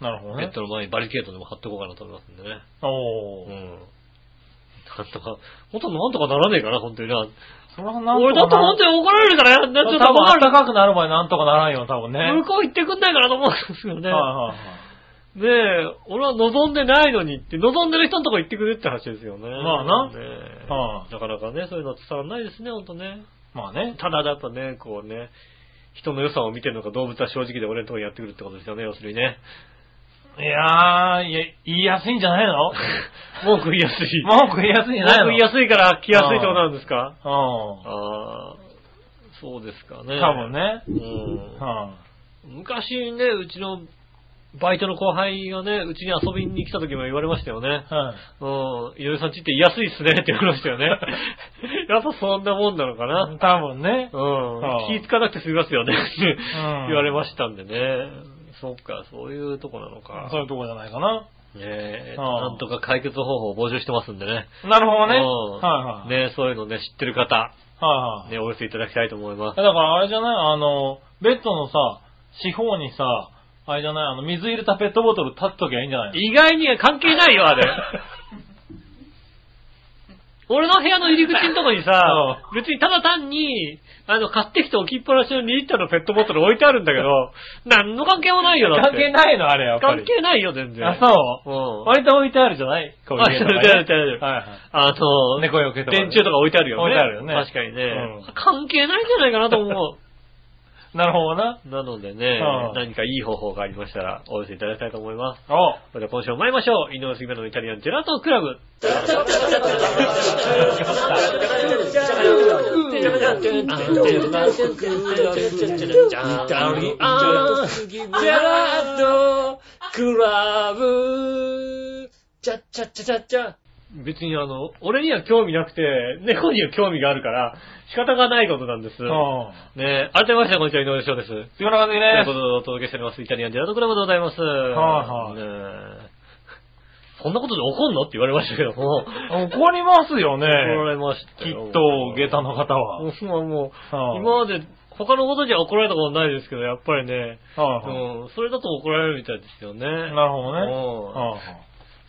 [SPEAKER 3] なるほど
[SPEAKER 2] ベ
[SPEAKER 3] ね
[SPEAKER 2] ッ。ドの前にバリケードでも貼っておこうかなと思いますんでね。
[SPEAKER 3] お
[SPEAKER 2] う
[SPEAKER 3] ー。
[SPEAKER 2] ん。なんとか、本当なんとかならねえかな、本当にな。
[SPEAKER 3] それはなんとかな
[SPEAKER 2] 俺だって本当に怒られるからやんな、ちょっと
[SPEAKER 3] 多分
[SPEAKER 2] わかる。
[SPEAKER 3] 高くなる前なんとかならんよ、多分ね。
[SPEAKER 2] 向こう行ってくんないかなと思うんですよね。
[SPEAKER 3] はいはいはい。
[SPEAKER 2] ねえ、俺は望んでないのにって、望んでる人のとこ行ってくれって話ですよね。
[SPEAKER 3] まあな
[SPEAKER 2] ねえ
[SPEAKER 3] は
[SPEAKER 2] なかなかね、そういうの伝わらないですね、ほんとね。
[SPEAKER 3] まあね。
[SPEAKER 2] ただやっぱね、こうね、人の良さを見てるのか動物は正直で俺のとこにやってくるってことですよね、要するに
[SPEAKER 3] [laughs]
[SPEAKER 2] ね。
[SPEAKER 3] いやー、いや、言いやすいんじゃないの
[SPEAKER 2] 文句言いやすい。
[SPEAKER 3] 文句言いやすいんじゃない
[SPEAKER 2] 文
[SPEAKER 3] の
[SPEAKER 2] 句言いやすいから来やすいってことなんですか
[SPEAKER 3] うん。
[SPEAKER 2] ああ、そうですかね。
[SPEAKER 3] 多分ね。
[SPEAKER 2] うん。
[SPEAKER 3] うん。
[SPEAKER 2] 昔ね、うちのバイトの後輩がね、うちに遊びに来た時も言われましたよね。
[SPEAKER 3] はい。
[SPEAKER 2] うん、井上さんちって安いっすねって言われましたよ
[SPEAKER 3] [laughs]
[SPEAKER 2] ね。やっぱそんなもんなのかな。
[SPEAKER 3] 多分ね。
[SPEAKER 2] うん
[SPEAKER 3] は、い
[SPEAKER 2] 気ぃつかなくて済みますよね、って言われましたんでね。そっか、そういうとこなのか。
[SPEAKER 3] そういうとこじゃないかな。
[SPEAKER 2] ねえ、
[SPEAKER 3] はあ
[SPEAKER 2] なんとか解決方法を募集してますんでね。
[SPEAKER 3] なるほどね。
[SPEAKER 2] うん
[SPEAKER 3] はいはい。
[SPEAKER 2] ねえそういうのね、知ってる方、
[SPEAKER 3] はいはい。
[SPEAKER 2] ね、お寄せいただきたいと思います
[SPEAKER 3] だ。からあれじゃないあの、ベッドのさ、四方にさ、あれじゃないあの、水入れたペットボトル立っときゃいいんじゃないの
[SPEAKER 2] 意外に関係ないよ、あ
[SPEAKER 3] [laughs]
[SPEAKER 2] れ。俺の部屋の入り口のとこにさ、別にただ単に、あの、買ってきて置きっぱなしの2リットルのペットボトル置いてあるんだけど、
[SPEAKER 3] [laughs]
[SPEAKER 2] 何の関係もないよ、だっ
[SPEAKER 3] 関係
[SPEAKER 2] て。
[SPEAKER 3] ないのあれやっぱり
[SPEAKER 2] 関。係ないよ、全然。。
[SPEAKER 3] あ、そうう。
[SPEAKER 2] ん。
[SPEAKER 3] 割と置いてあるじゃないこういうのがね
[SPEAKER 2] 置いてある置いてある置いて
[SPEAKER 3] はいはい。
[SPEAKER 2] あの、
[SPEAKER 3] 猫よけとかね
[SPEAKER 2] 電柱とか置いてあるよね。
[SPEAKER 3] 置いてあるよね
[SPEAKER 2] 確かにね。
[SPEAKER 3] うん
[SPEAKER 2] 関係ないんじゃないかなと思
[SPEAKER 3] [laughs] なるほどな。
[SPEAKER 2] う。なのでね
[SPEAKER 3] は、い
[SPEAKER 2] 何かいい方法がありましたら、お寄せいただきたいと思います。
[SPEAKER 3] お
[SPEAKER 2] それでは今週も参りましょう。井上杉村のイタリアンジェラートクラブ。別にあの、俺には興味なくて、猫には興味があるから、仕方がないことなんです。
[SPEAKER 3] うん。
[SPEAKER 2] ねえ、改めまして、こんにちは、井上翔です。という
[SPEAKER 3] 杉村和樹
[SPEAKER 2] こ
[SPEAKER 3] で
[SPEAKER 2] とでお届けしております、イタリアンジェラートクラブでございます。
[SPEAKER 3] はい
[SPEAKER 2] はい。そんなことで怒んのって言われましたけども、
[SPEAKER 3] す。怒りますよね。
[SPEAKER 2] 怒られました
[SPEAKER 3] き
[SPEAKER 2] よ
[SPEAKER 3] っと、下駄の方は。
[SPEAKER 2] もうもうもう
[SPEAKER 3] はあ
[SPEAKER 2] 今まで他のことには怒られたことないですけど、やっぱりね、
[SPEAKER 3] はいは
[SPEAKER 2] うん、それだと怒られるみたいですよね。
[SPEAKER 3] いなるほどね。
[SPEAKER 2] うん
[SPEAKER 3] はい
[SPEAKER 2] ね
[SPEAKER 3] は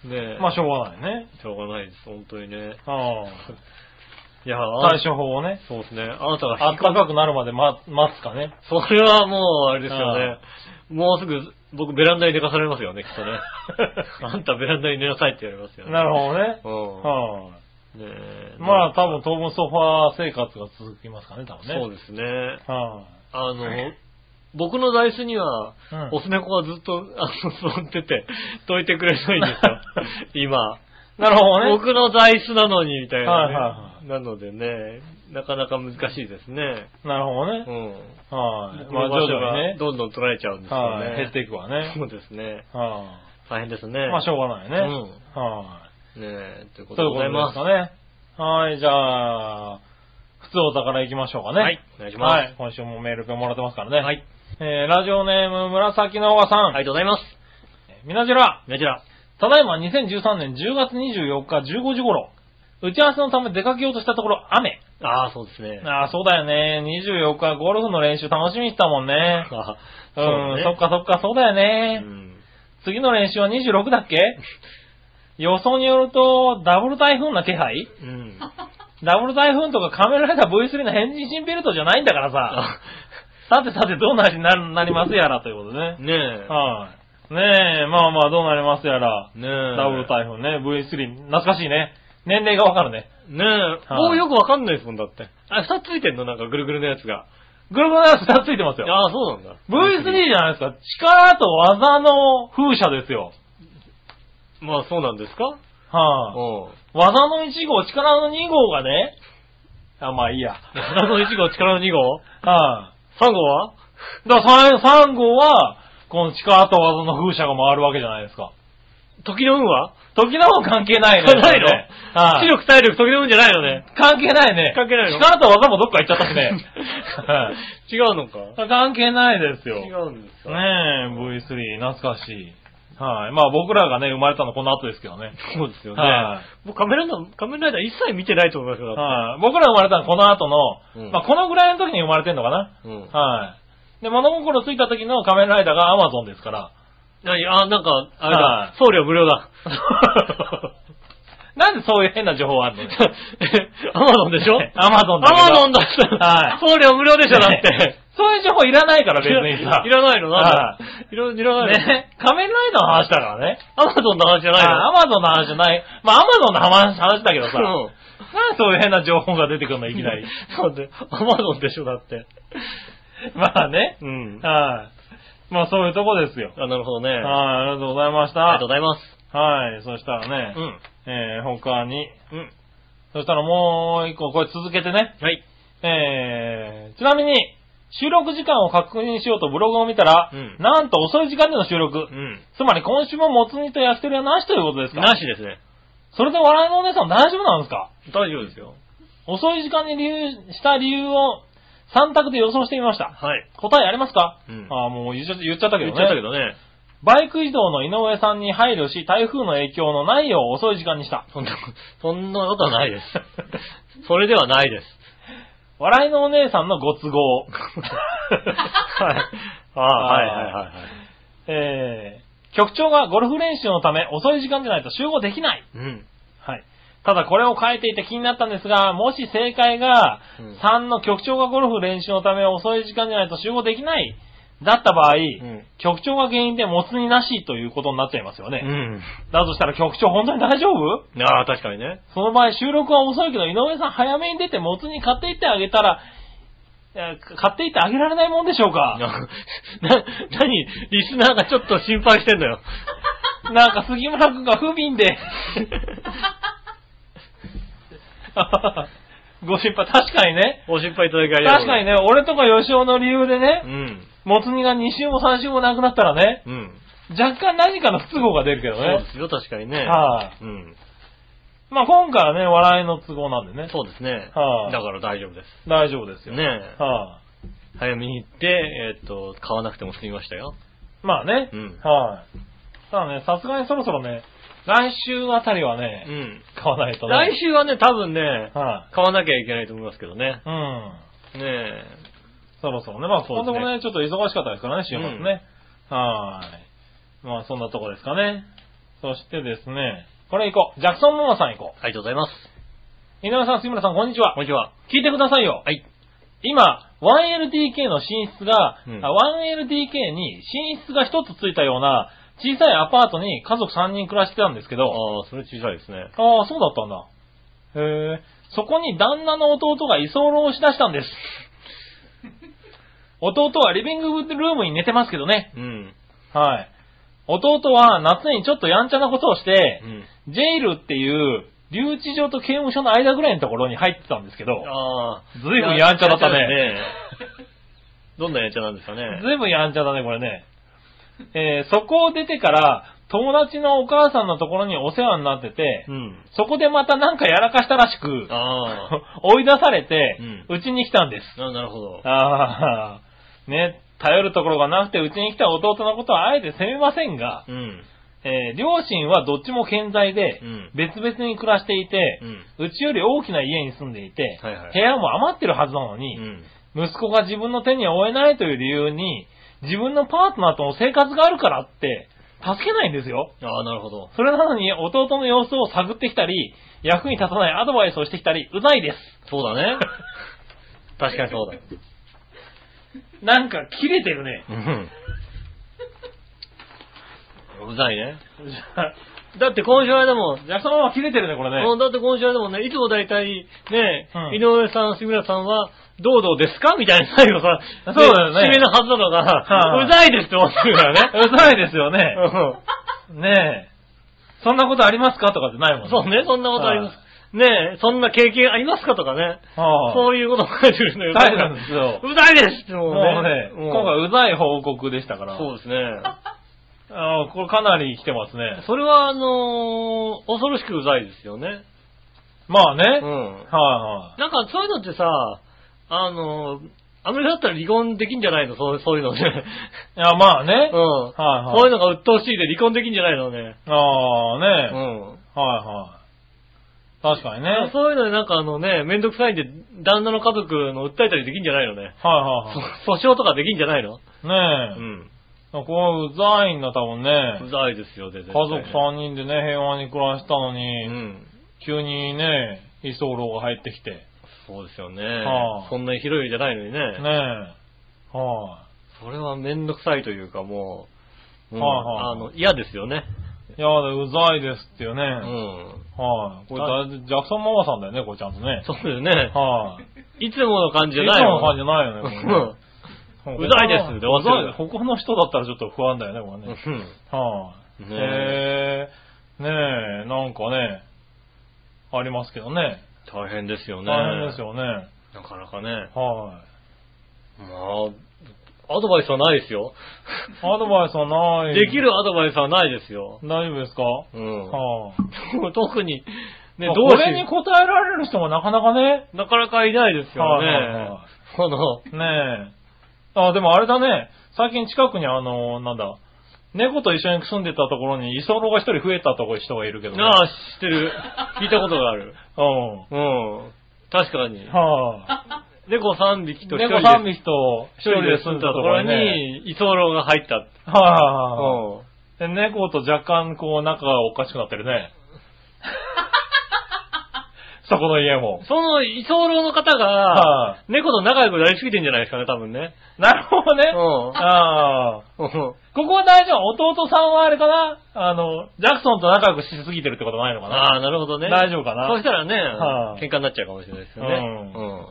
[SPEAKER 2] え
[SPEAKER 3] い [laughs] まあ、しょうがないね。
[SPEAKER 2] しょうがないです、本当にね。
[SPEAKER 3] はい
[SPEAKER 2] いや、
[SPEAKER 3] 対処法をね。
[SPEAKER 2] そうですね。あなたが
[SPEAKER 3] あ
[SPEAKER 2] 引
[SPEAKER 3] っ
[SPEAKER 2] っか
[SPEAKER 3] た
[SPEAKER 2] か
[SPEAKER 3] かくなるまでま待つかね。
[SPEAKER 2] それはもう、あれですよ
[SPEAKER 3] は
[SPEAKER 2] ね。もうすぐ、僕ベランダに寝かされますよね、きっ
[SPEAKER 3] [laughs]
[SPEAKER 2] とね。あんたベランダに寝なさいって言われますよね。
[SPEAKER 3] なるほどね。
[SPEAKER 2] ほ
[SPEAKER 3] は
[SPEAKER 2] ど。ねえ
[SPEAKER 3] い。まあ、多分、当分ソファー生活が続きますかね、多分ね。
[SPEAKER 2] そうですね。
[SPEAKER 3] は
[SPEAKER 2] あの、僕の座椅子には、
[SPEAKER 3] い。うん [laughs]
[SPEAKER 2] オス猫がずっと、あの、座ってて、どいてくれないんですよ。今。
[SPEAKER 3] なるほどね。
[SPEAKER 2] 僕の座椅子なのに、みたい
[SPEAKER 3] はいはい
[SPEAKER 2] な
[SPEAKER 3] は
[SPEAKER 2] ね。なのでね、なかなか難しいですね。
[SPEAKER 3] なるほど
[SPEAKER 2] う
[SPEAKER 3] ね。
[SPEAKER 2] ん。
[SPEAKER 3] はい。ま
[SPEAKER 2] ま
[SPEAKER 3] あ
[SPEAKER 2] あ、
[SPEAKER 3] 徐
[SPEAKER 2] 徐
[SPEAKER 3] 々
[SPEAKER 2] 々
[SPEAKER 3] に
[SPEAKER 2] に
[SPEAKER 3] ね
[SPEAKER 2] ね。。どんどん取られちゃうんですよ
[SPEAKER 3] は
[SPEAKER 2] ね。
[SPEAKER 3] い。減っていくわね。
[SPEAKER 2] そうですね。
[SPEAKER 3] は
[SPEAKER 2] 大変です
[SPEAKER 3] い。
[SPEAKER 2] ね。
[SPEAKER 3] まあしょうがないよね。
[SPEAKER 2] う
[SPEAKER 3] は
[SPEAKER 2] ねえ、という
[SPEAKER 3] い。
[SPEAKER 2] こと
[SPEAKER 3] そう
[SPEAKER 2] で
[SPEAKER 3] いう
[SPEAKER 2] ご
[SPEAKER 3] こ
[SPEAKER 2] ざ
[SPEAKER 3] と
[SPEAKER 2] い
[SPEAKER 3] で
[SPEAKER 2] ます
[SPEAKER 3] す。かね。はい、じゃあ、普通お宝行きましょうかね。
[SPEAKER 2] はい。お願いします。
[SPEAKER 3] はい。今週もメールがもらってますからね。
[SPEAKER 2] はい。
[SPEAKER 3] えー、ラジオネーム紫のおばさん。
[SPEAKER 2] ありがとうございます。
[SPEAKER 3] みなじら、
[SPEAKER 2] こちら。
[SPEAKER 3] ただいま2013年10月24日15時頃、打ち合わせのため出かけようとしたところ雨。
[SPEAKER 2] ああ、そうですね。
[SPEAKER 3] ああ、そうだよね。24日ゴルフの練習楽しみにしたもんね。
[SPEAKER 2] あ
[SPEAKER 3] う
[SPEAKER 2] そうだ
[SPEAKER 3] ん、
[SPEAKER 2] ね
[SPEAKER 3] そっかそっか、そうだよ
[SPEAKER 2] う
[SPEAKER 3] ね。
[SPEAKER 2] ん。
[SPEAKER 3] 次の練習は26だっけ予想によると、ダブル台風な気配
[SPEAKER 2] うん。
[SPEAKER 3] ダブル台風とかカメラライダー V3 の変人新ベルトじゃないんだからさ。さてさてどうなりななりますやらということでね。
[SPEAKER 2] ねえ。
[SPEAKER 3] はい。ねえ、まあまあどうなりますやら。
[SPEAKER 2] ねえ。
[SPEAKER 3] ダブル台風ね、V3、懐かしいね。年齢がわかるね。
[SPEAKER 2] ねえ。もうよくわかんないですもん、だって。あ、二つついてんのなんかぐるぐるのやつが。
[SPEAKER 3] グループのやつ2ついてますよ。
[SPEAKER 2] ああ、そうなんだ。
[SPEAKER 3] V3 じゃないですか。力と技の風車ですよ。
[SPEAKER 2] まあ、そうなんですか
[SPEAKER 3] はい、
[SPEAKER 2] うん。
[SPEAKER 3] 技の1号、力の2号がね。あ、まあいいや。
[SPEAKER 2] 力の1号、力の2号
[SPEAKER 3] は、
[SPEAKER 2] ?3 号はい
[SPEAKER 3] だから3、3号は、この力と技の風車が回るわけじゃないですか。
[SPEAKER 2] 時の運は
[SPEAKER 3] 時の方関係ないね。
[SPEAKER 2] ないの
[SPEAKER 3] ねは
[SPEAKER 2] 知
[SPEAKER 3] い
[SPEAKER 2] 力、体力、時の運じゃないのね。
[SPEAKER 3] 関係ないね。
[SPEAKER 2] 関係ないの
[SPEAKER 3] 力と技もどっか行っちゃったしね。 [laughs] はい
[SPEAKER 2] 違うのか
[SPEAKER 3] 関係ないですよ。
[SPEAKER 2] 違うんですか
[SPEAKER 3] ねえ、V3、懐かしい。はい。まあ僕らがね、生まれたのこの後ですけどね。
[SPEAKER 2] そうですよ
[SPEAKER 3] は
[SPEAKER 2] ね。僕カメラの、カメラライダー一切見てないと思いますよ。だっ
[SPEAKER 3] はい。僕ら生まれたのこの後の、
[SPEAKER 2] うん
[SPEAKER 3] まあこのぐらいの時に生まれてんのかな。
[SPEAKER 2] てうん。
[SPEAKER 3] はい。で、物心ついた時の仮面ライダーが Amazon ですから。
[SPEAKER 2] 何あ、なんか、あれ
[SPEAKER 3] は
[SPEAKER 2] だ
[SPEAKER 3] い。
[SPEAKER 2] 送料無料
[SPEAKER 3] [laughs]
[SPEAKER 2] だ。
[SPEAKER 3] なんでそういう変な情報ある
[SPEAKER 2] [laughs]
[SPEAKER 3] の
[SPEAKER 2] アマゾンでしょ
[SPEAKER 3] [laughs] ?Amazon だけど。
[SPEAKER 2] アマゾンだって。
[SPEAKER 3] はい
[SPEAKER 2] 送料無料でしょ、だって。
[SPEAKER 3] そういう情報いらないから別
[SPEAKER 2] いら
[SPEAKER 3] にさ。
[SPEAKER 2] いらないのな
[SPEAKER 3] は
[SPEAKER 2] んだいらいらないの
[SPEAKER 3] ね。仮面ライダーの話だからね。
[SPEAKER 2] アマゾンの話じゃないの
[SPEAKER 3] アマゾンの話じゃない。まあ、アマゾンの話話だけどさ。
[SPEAKER 2] うん
[SPEAKER 3] なんで [laughs] そういう変な情報が出てくるの、いきなり。
[SPEAKER 2] [laughs] そうで、アマゾンでしょ、だって。
[SPEAKER 3] [laughs] まあね。
[SPEAKER 2] うん。
[SPEAKER 3] はい。まあ、そういうとこですよ。
[SPEAKER 2] あ、なるほどね。あ
[SPEAKER 3] はい、ありがとうございまし
[SPEAKER 2] りがとう
[SPEAKER 3] た。
[SPEAKER 2] ございます。
[SPEAKER 3] はい、そしたらね、
[SPEAKER 2] うん。
[SPEAKER 3] えー、他に、
[SPEAKER 2] うん。
[SPEAKER 3] そしたらもう一個、これ続けてね、
[SPEAKER 2] はい。
[SPEAKER 3] えー、ちなみに、収録時間を確認しようとブログを見たら、
[SPEAKER 2] うん
[SPEAKER 3] なんと遅い時間での収録。
[SPEAKER 2] うん。
[SPEAKER 3] つまり今週ももつ煮と焼き鳥はなしということですか
[SPEAKER 2] なしですね。
[SPEAKER 3] それで笑いのお姉さん大丈夫なんですか
[SPEAKER 2] 大丈夫ですよ。
[SPEAKER 3] 遅い時間に理由した理由を3択で予想してみました。
[SPEAKER 2] はい。
[SPEAKER 3] 答えありますか、
[SPEAKER 2] うん
[SPEAKER 3] ああ、もう言っちゃ言っちゃったけど
[SPEAKER 2] 言
[SPEAKER 3] ね。
[SPEAKER 2] っちゃったけどね。
[SPEAKER 3] バイク移動の井上さんに配慮し、台風の影響のないよう遅い時間にした。
[SPEAKER 2] そんな、そんなことはないです。それではないです。
[SPEAKER 3] [laughs] 笑いのお姉さんのご
[SPEAKER 2] [laughs]
[SPEAKER 3] 都合。
[SPEAKER 2] はい。
[SPEAKER 3] [laughs]
[SPEAKER 2] あはいはいはいはい。
[SPEAKER 3] えー、局長がゴルフ練習のため遅い時間でないと集合できない。
[SPEAKER 2] うん。
[SPEAKER 3] はい。ただこれを変えていて気になったんですが、もし正解が
[SPEAKER 2] うん
[SPEAKER 3] 3の局長がゴルフ練習のため遅い時間でないと集合できないだった場合、
[SPEAKER 2] ん
[SPEAKER 3] 局長が原因でもつになしということになっちゃいますよね。
[SPEAKER 2] う
[SPEAKER 3] だとしたら局長本当に大丈夫
[SPEAKER 2] ん。ああ、確かにね。
[SPEAKER 3] その場合収録は遅いけど、井上さん早めに出て、もつに買っていってあげたら、えー買っていってあげられないもんでしょうか
[SPEAKER 2] な、な、何リスナーがちょっと心配してんの
[SPEAKER 3] [laughs]
[SPEAKER 2] よ。
[SPEAKER 3] なんか杉村くんが不
[SPEAKER 2] [laughs]
[SPEAKER 3] 憫で。ご心配、確かにね。
[SPEAKER 2] ご心配いただきありがとう
[SPEAKER 3] 確かにね、俺とか吉尾の理由で
[SPEAKER 2] う
[SPEAKER 3] ね、
[SPEAKER 2] ん。
[SPEAKER 3] もつにが2週も3週もなくなったらね、
[SPEAKER 2] うん。
[SPEAKER 3] 若干何かの不都合が出るけど
[SPEAKER 2] そう
[SPEAKER 3] ね
[SPEAKER 2] で。すよ、確かにね。
[SPEAKER 3] はい
[SPEAKER 2] うん。
[SPEAKER 3] まあ今回はね、笑いの都合なんでね。
[SPEAKER 2] そうですね。
[SPEAKER 3] はい
[SPEAKER 2] だから大丈夫です。
[SPEAKER 3] 大丈夫ですよ。
[SPEAKER 2] ね
[SPEAKER 3] はい
[SPEAKER 2] 早めに行って、えーっと、買わなくても済みましたよ。
[SPEAKER 3] まあね。
[SPEAKER 2] うん
[SPEAKER 3] はい。ただね、さすがにそろそろね、来週あたりは
[SPEAKER 2] う
[SPEAKER 3] ね、
[SPEAKER 2] ん。
[SPEAKER 3] 買わないとね。
[SPEAKER 2] 来週はね、多分ね、
[SPEAKER 3] は
[SPEAKER 2] 買わなきゃいけないと思いますけどね。
[SPEAKER 3] い。うん。
[SPEAKER 2] ねえ。
[SPEAKER 3] そろそろね。まあ、
[SPEAKER 2] そうです
[SPEAKER 3] こ
[SPEAKER 2] ね
[SPEAKER 3] のとこね、ちょっと忙しかったですからね、週末ね。はーい。まあ、そんなとこですかね。そしてですね、これ行こう。ジャクソンママさん行こ
[SPEAKER 2] ありがとうございます。
[SPEAKER 3] う。井上さん、杉村さん、こんにちは
[SPEAKER 2] こん。にちは。
[SPEAKER 3] 聞いてくださいよ。
[SPEAKER 2] はい。
[SPEAKER 3] 今、1LDK の寝室が、
[SPEAKER 2] うん
[SPEAKER 3] あ 1LDK に寝室が一つついたような小さいアパートに家族3人暮らしてたんですけど、
[SPEAKER 2] ああ、それ小さいですね。
[SPEAKER 3] ああ、そうだったんだ。へえ。そこに旦那の弟が居候をしだした
[SPEAKER 2] [laughs]
[SPEAKER 3] んです。弟はリビングルームに寝てますけどね。
[SPEAKER 2] うん。
[SPEAKER 3] はい。弟は夏にちょっとやんちゃなことをして
[SPEAKER 2] う、ん。
[SPEAKER 3] ジェイルっていう、留置場と刑務所の間ぐらいのところに入ってたんですけど、
[SPEAKER 2] ああ。
[SPEAKER 3] ずいぶんやんちゃ
[SPEAKER 2] [laughs]
[SPEAKER 3] だったね
[SPEAKER 2] やんちゃですね。どんなやんちゃなんですかね。
[SPEAKER 3] ずいぶんやんちゃだね、これね。えーそこを出てから、友達のお母さんのところにお世話になってて、
[SPEAKER 2] うん。
[SPEAKER 3] そこでまたなんかやらかしたらしく、
[SPEAKER 2] あ
[SPEAKER 3] [laughs] 追い出されて
[SPEAKER 2] うん、
[SPEAKER 3] うち、に来たんです。
[SPEAKER 2] あ。ななるほど。
[SPEAKER 3] ああ、ね、頼るところがなくてうちに来た弟のことはあえて責めませんが、
[SPEAKER 2] うん。
[SPEAKER 3] えー両親はどっちも健在で
[SPEAKER 2] うん、
[SPEAKER 3] 別々に暮らしていて
[SPEAKER 2] う、ん。
[SPEAKER 3] うちより大きな家に住んでいて
[SPEAKER 2] はいはい、
[SPEAKER 3] 部屋も余ってるはずなの
[SPEAKER 2] う
[SPEAKER 3] に、
[SPEAKER 2] ん。
[SPEAKER 3] 息子が自分の手に負えないという理由に、自分のパートナーとの生活があるからって、助けないんですよ。
[SPEAKER 2] ああ、なるほど。
[SPEAKER 3] それなのに弟の様子を探ってきたり、役に立たないアドバイスをしてきたり、うざいです。
[SPEAKER 2] そうだ [laughs] ね。確かにそうだ。
[SPEAKER 3] なんか切れてるね。
[SPEAKER 2] うん。うざいね。 [laughs] だって今週あれだもん。
[SPEAKER 3] じゃあそのまま切れてるね、これね。
[SPEAKER 2] うんだって今週あれだもんね、いつも大体、ね、
[SPEAKER 3] うん
[SPEAKER 2] 井上さん、杉村さんは、どうどうですかみたいな最後さ、
[SPEAKER 3] そうだよね
[SPEAKER 2] 締めのはずなのが、
[SPEAKER 3] はいう
[SPEAKER 2] ざいですって思ってるからね。
[SPEAKER 3] [laughs] うざいですよね。
[SPEAKER 2] う
[SPEAKER 3] ねえ。そんなことありますかとかってないもん
[SPEAKER 2] ん [laughs] そうね、そんなことあります。ねえ、そんな経験ありますかとかね。
[SPEAKER 3] はあ
[SPEAKER 2] そういうことを書いてるんだよ。
[SPEAKER 3] 書いてあるんですよ
[SPEAKER 2] うざいですってもう
[SPEAKER 3] もう
[SPEAKER 2] ね
[SPEAKER 3] ね、。今回うざい報告でしたから。
[SPEAKER 2] そうですね。
[SPEAKER 3] ああこれかなり来てますね。
[SPEAKER 2] それは、あのー恐ろしくうざいですよね。
[SPEAKER 3] まあね。
[SPEAKER 2] う
[SPEAKER 3] はい
[SPEAKER 2] ん。
[SPEAKER 3] は
[SPEAKER 2] なんかそういうのってさ、あのーアメリカだったら離婚できんじゃないのそうそういうの
[SPEAKER 3] [laughs]
[SPEAKER 2] ね。
[SPEAKER 3] い。いや、まあね
[SPEAKER 2] うん。。
[SPEAKER 3] はいはい。
[SPEAKER 2] そういうのが鬱陶しいで離婚できんじゃないのね。
[SPEAKER 3] ああね
[SPEAKER 2] う、ん。
[SPEAKER 3] はいはい。確かにね。はい
[SPEAKER 2] そういうのでなんかあのね、めんどくさいんで、旦那の家族の訴えたりできんじゃないのね。
[SPEAKER 3] はいはい。
[SPEAKER 2] そ訴訟とかできんじゃないのう
[SPEAKER 3] ね
[SPEAKER 2] ん。
[SPEAKER 3] え。これうざいんだ、多分
[SPEAKER 2] う
[SPEAKER 3] ね。
[SPEAKER 2] ざいですよ、全
[SPEAKER 3] 家
[SPEAKER 2] 然。
[SPEAKER 3] 族3人でね、平和に暮らしたのに、
[SPEAKER 2] うん。
[SPEAKER 3] 急にね、居候が入ってきて。ね
[SPEAKER 2] そうですよね。
[SPEAKER 3] はあ
[SPEAKER 2] そんなに広い家じゃないのにね。
[SPEAKER 3] え。は
[SPEAKER 2] それはめんどくさいというかもう、うん
[SPEAKER 3] はいはい
[SPEAKER 2] あの、嫌ですよね。
[SPEAKER 3] い。いやだ、うざいですっていう
[SPEAKER 2] う
[SPEAKER 3] ね。
[SPEAKER 2] ん。
[SPEAKER 3] はい。これだ、ジャクソンママさんだよね、これちゃんとね。
[SPEAKER 2] そうですね。
[SPEAKER 3] はい。
[SPEAKER 2] いつもの感じじゃない
[SPEAKER 3] つ
[SPEAKER 2] も
[SPEAKER 3] も
[SPEAKER 2] ん
[SPEAKER 3] の感じじゃないよね。こ
[SPEAKER 2] ん
[SPEAKER 3] れね
[SPEAKER 2] うざいですで終わってる
[SPEAKER 3] うざいここの人だったらちょっと不安だよね、これね。はい。
[SPEAKER 2] ね
[SPEAKER 3] へえ。ねえ、なんかね、ありますけどね。
[SPEAKER 2] 大変ですよね。
[SPEAKER 3] 大変です。よね。
[SPEAKER 2] なかなかね。
[SPEAKER 3] は
[SPEAKER 2] まあ、アドバイスはないですよ。
[SPEAKER 3] い。アドバイスはない。
[SPEAKER 2] できるアドバイスはないですよ。
[SPEAKER 3] 大丈夫ですか
[SPEAKER 2] うん。
[SPEAKER 3] はい。
[SPEAKER 2] 特に、ね、
[SPEAKER 3] まあ
[SPEAKER 2] どうし
[SPEAKER 3] これに答えられる人もなかなかね。
[SPEAKER 2] なかなかいないですよ
[SPEAKER 3] はいはい
[SPEAKER 2] ね
[SPEAKER 3] は。
[SPEAKER 2] この、
[SPEAKER 3] ねえ。あ、でもあれだね。最近近くにあの、なんだ、猫と一緒に住んでたところに居候が一人増えたとこ人がいるけどね。
[SPEAKER 2] ああ、知ってる。聞いたことがある。
[SPEAKER 3] うん。
[SPEAKER 2] うん。確かに。
[SPEAKER 3] はあ。
[SPEAKER 2] 猫3匹と一
[SPEAKER 3] 猫
[SPEAKER 2] 人で
[SPEAKER 3] 3匹と一
[SPEAKER 2] 一人
[SPEAKER 3] 人で
[SPEAKER 2] で
[SPEAKER 3] 住
[SPEAKER 2] 住
[SPEAKER 3] ん
[SPEAKER 2] ん
[SPEAKER 3] で
[SPEAKER 2] でたと
[SPEAKER 3] たとこ
[SPEAKER 2] こ
[SPEAKER 3] ろ
[SPEAKER 2] ろ
[SPEAKER 3] にね。
[SPEAKER 2] に、居候が入った。
[SPEAKER 3] はあ。
[SPEAKER 2] うん。
[SPEAKER 3] で猫と若干こう仲がおかしくなってるね。そこの家も。
[SPEAKER 2] その居候の方
[SPEAKER 3] は
[SPEAKER 2] が、猫と仲良くなりすぎてんじゃないですかね、多分ね。
[SPEAKER 3] なるほどね。
[SPEAKER 2] う
[SPEAKER 3] ああ。
[SPEAKER 2] ん。
[SPEAKER 3] ここは大丈夫。弟さんはあれかなあの、ジャクソンと仲良くしすぎてるってことないのかな
[SPEAKER 2] ああ、なるほどね。
[SPEAKER 3] 大丈夫かな
[SPEAKER 2] そうしたらね、
[SPEAKER 3] はい
[SPEAKER 2] 喧嘩になっちゃうかもしれないですよね。
[SPEAKER 3] うん
[SPEAKER 2] うん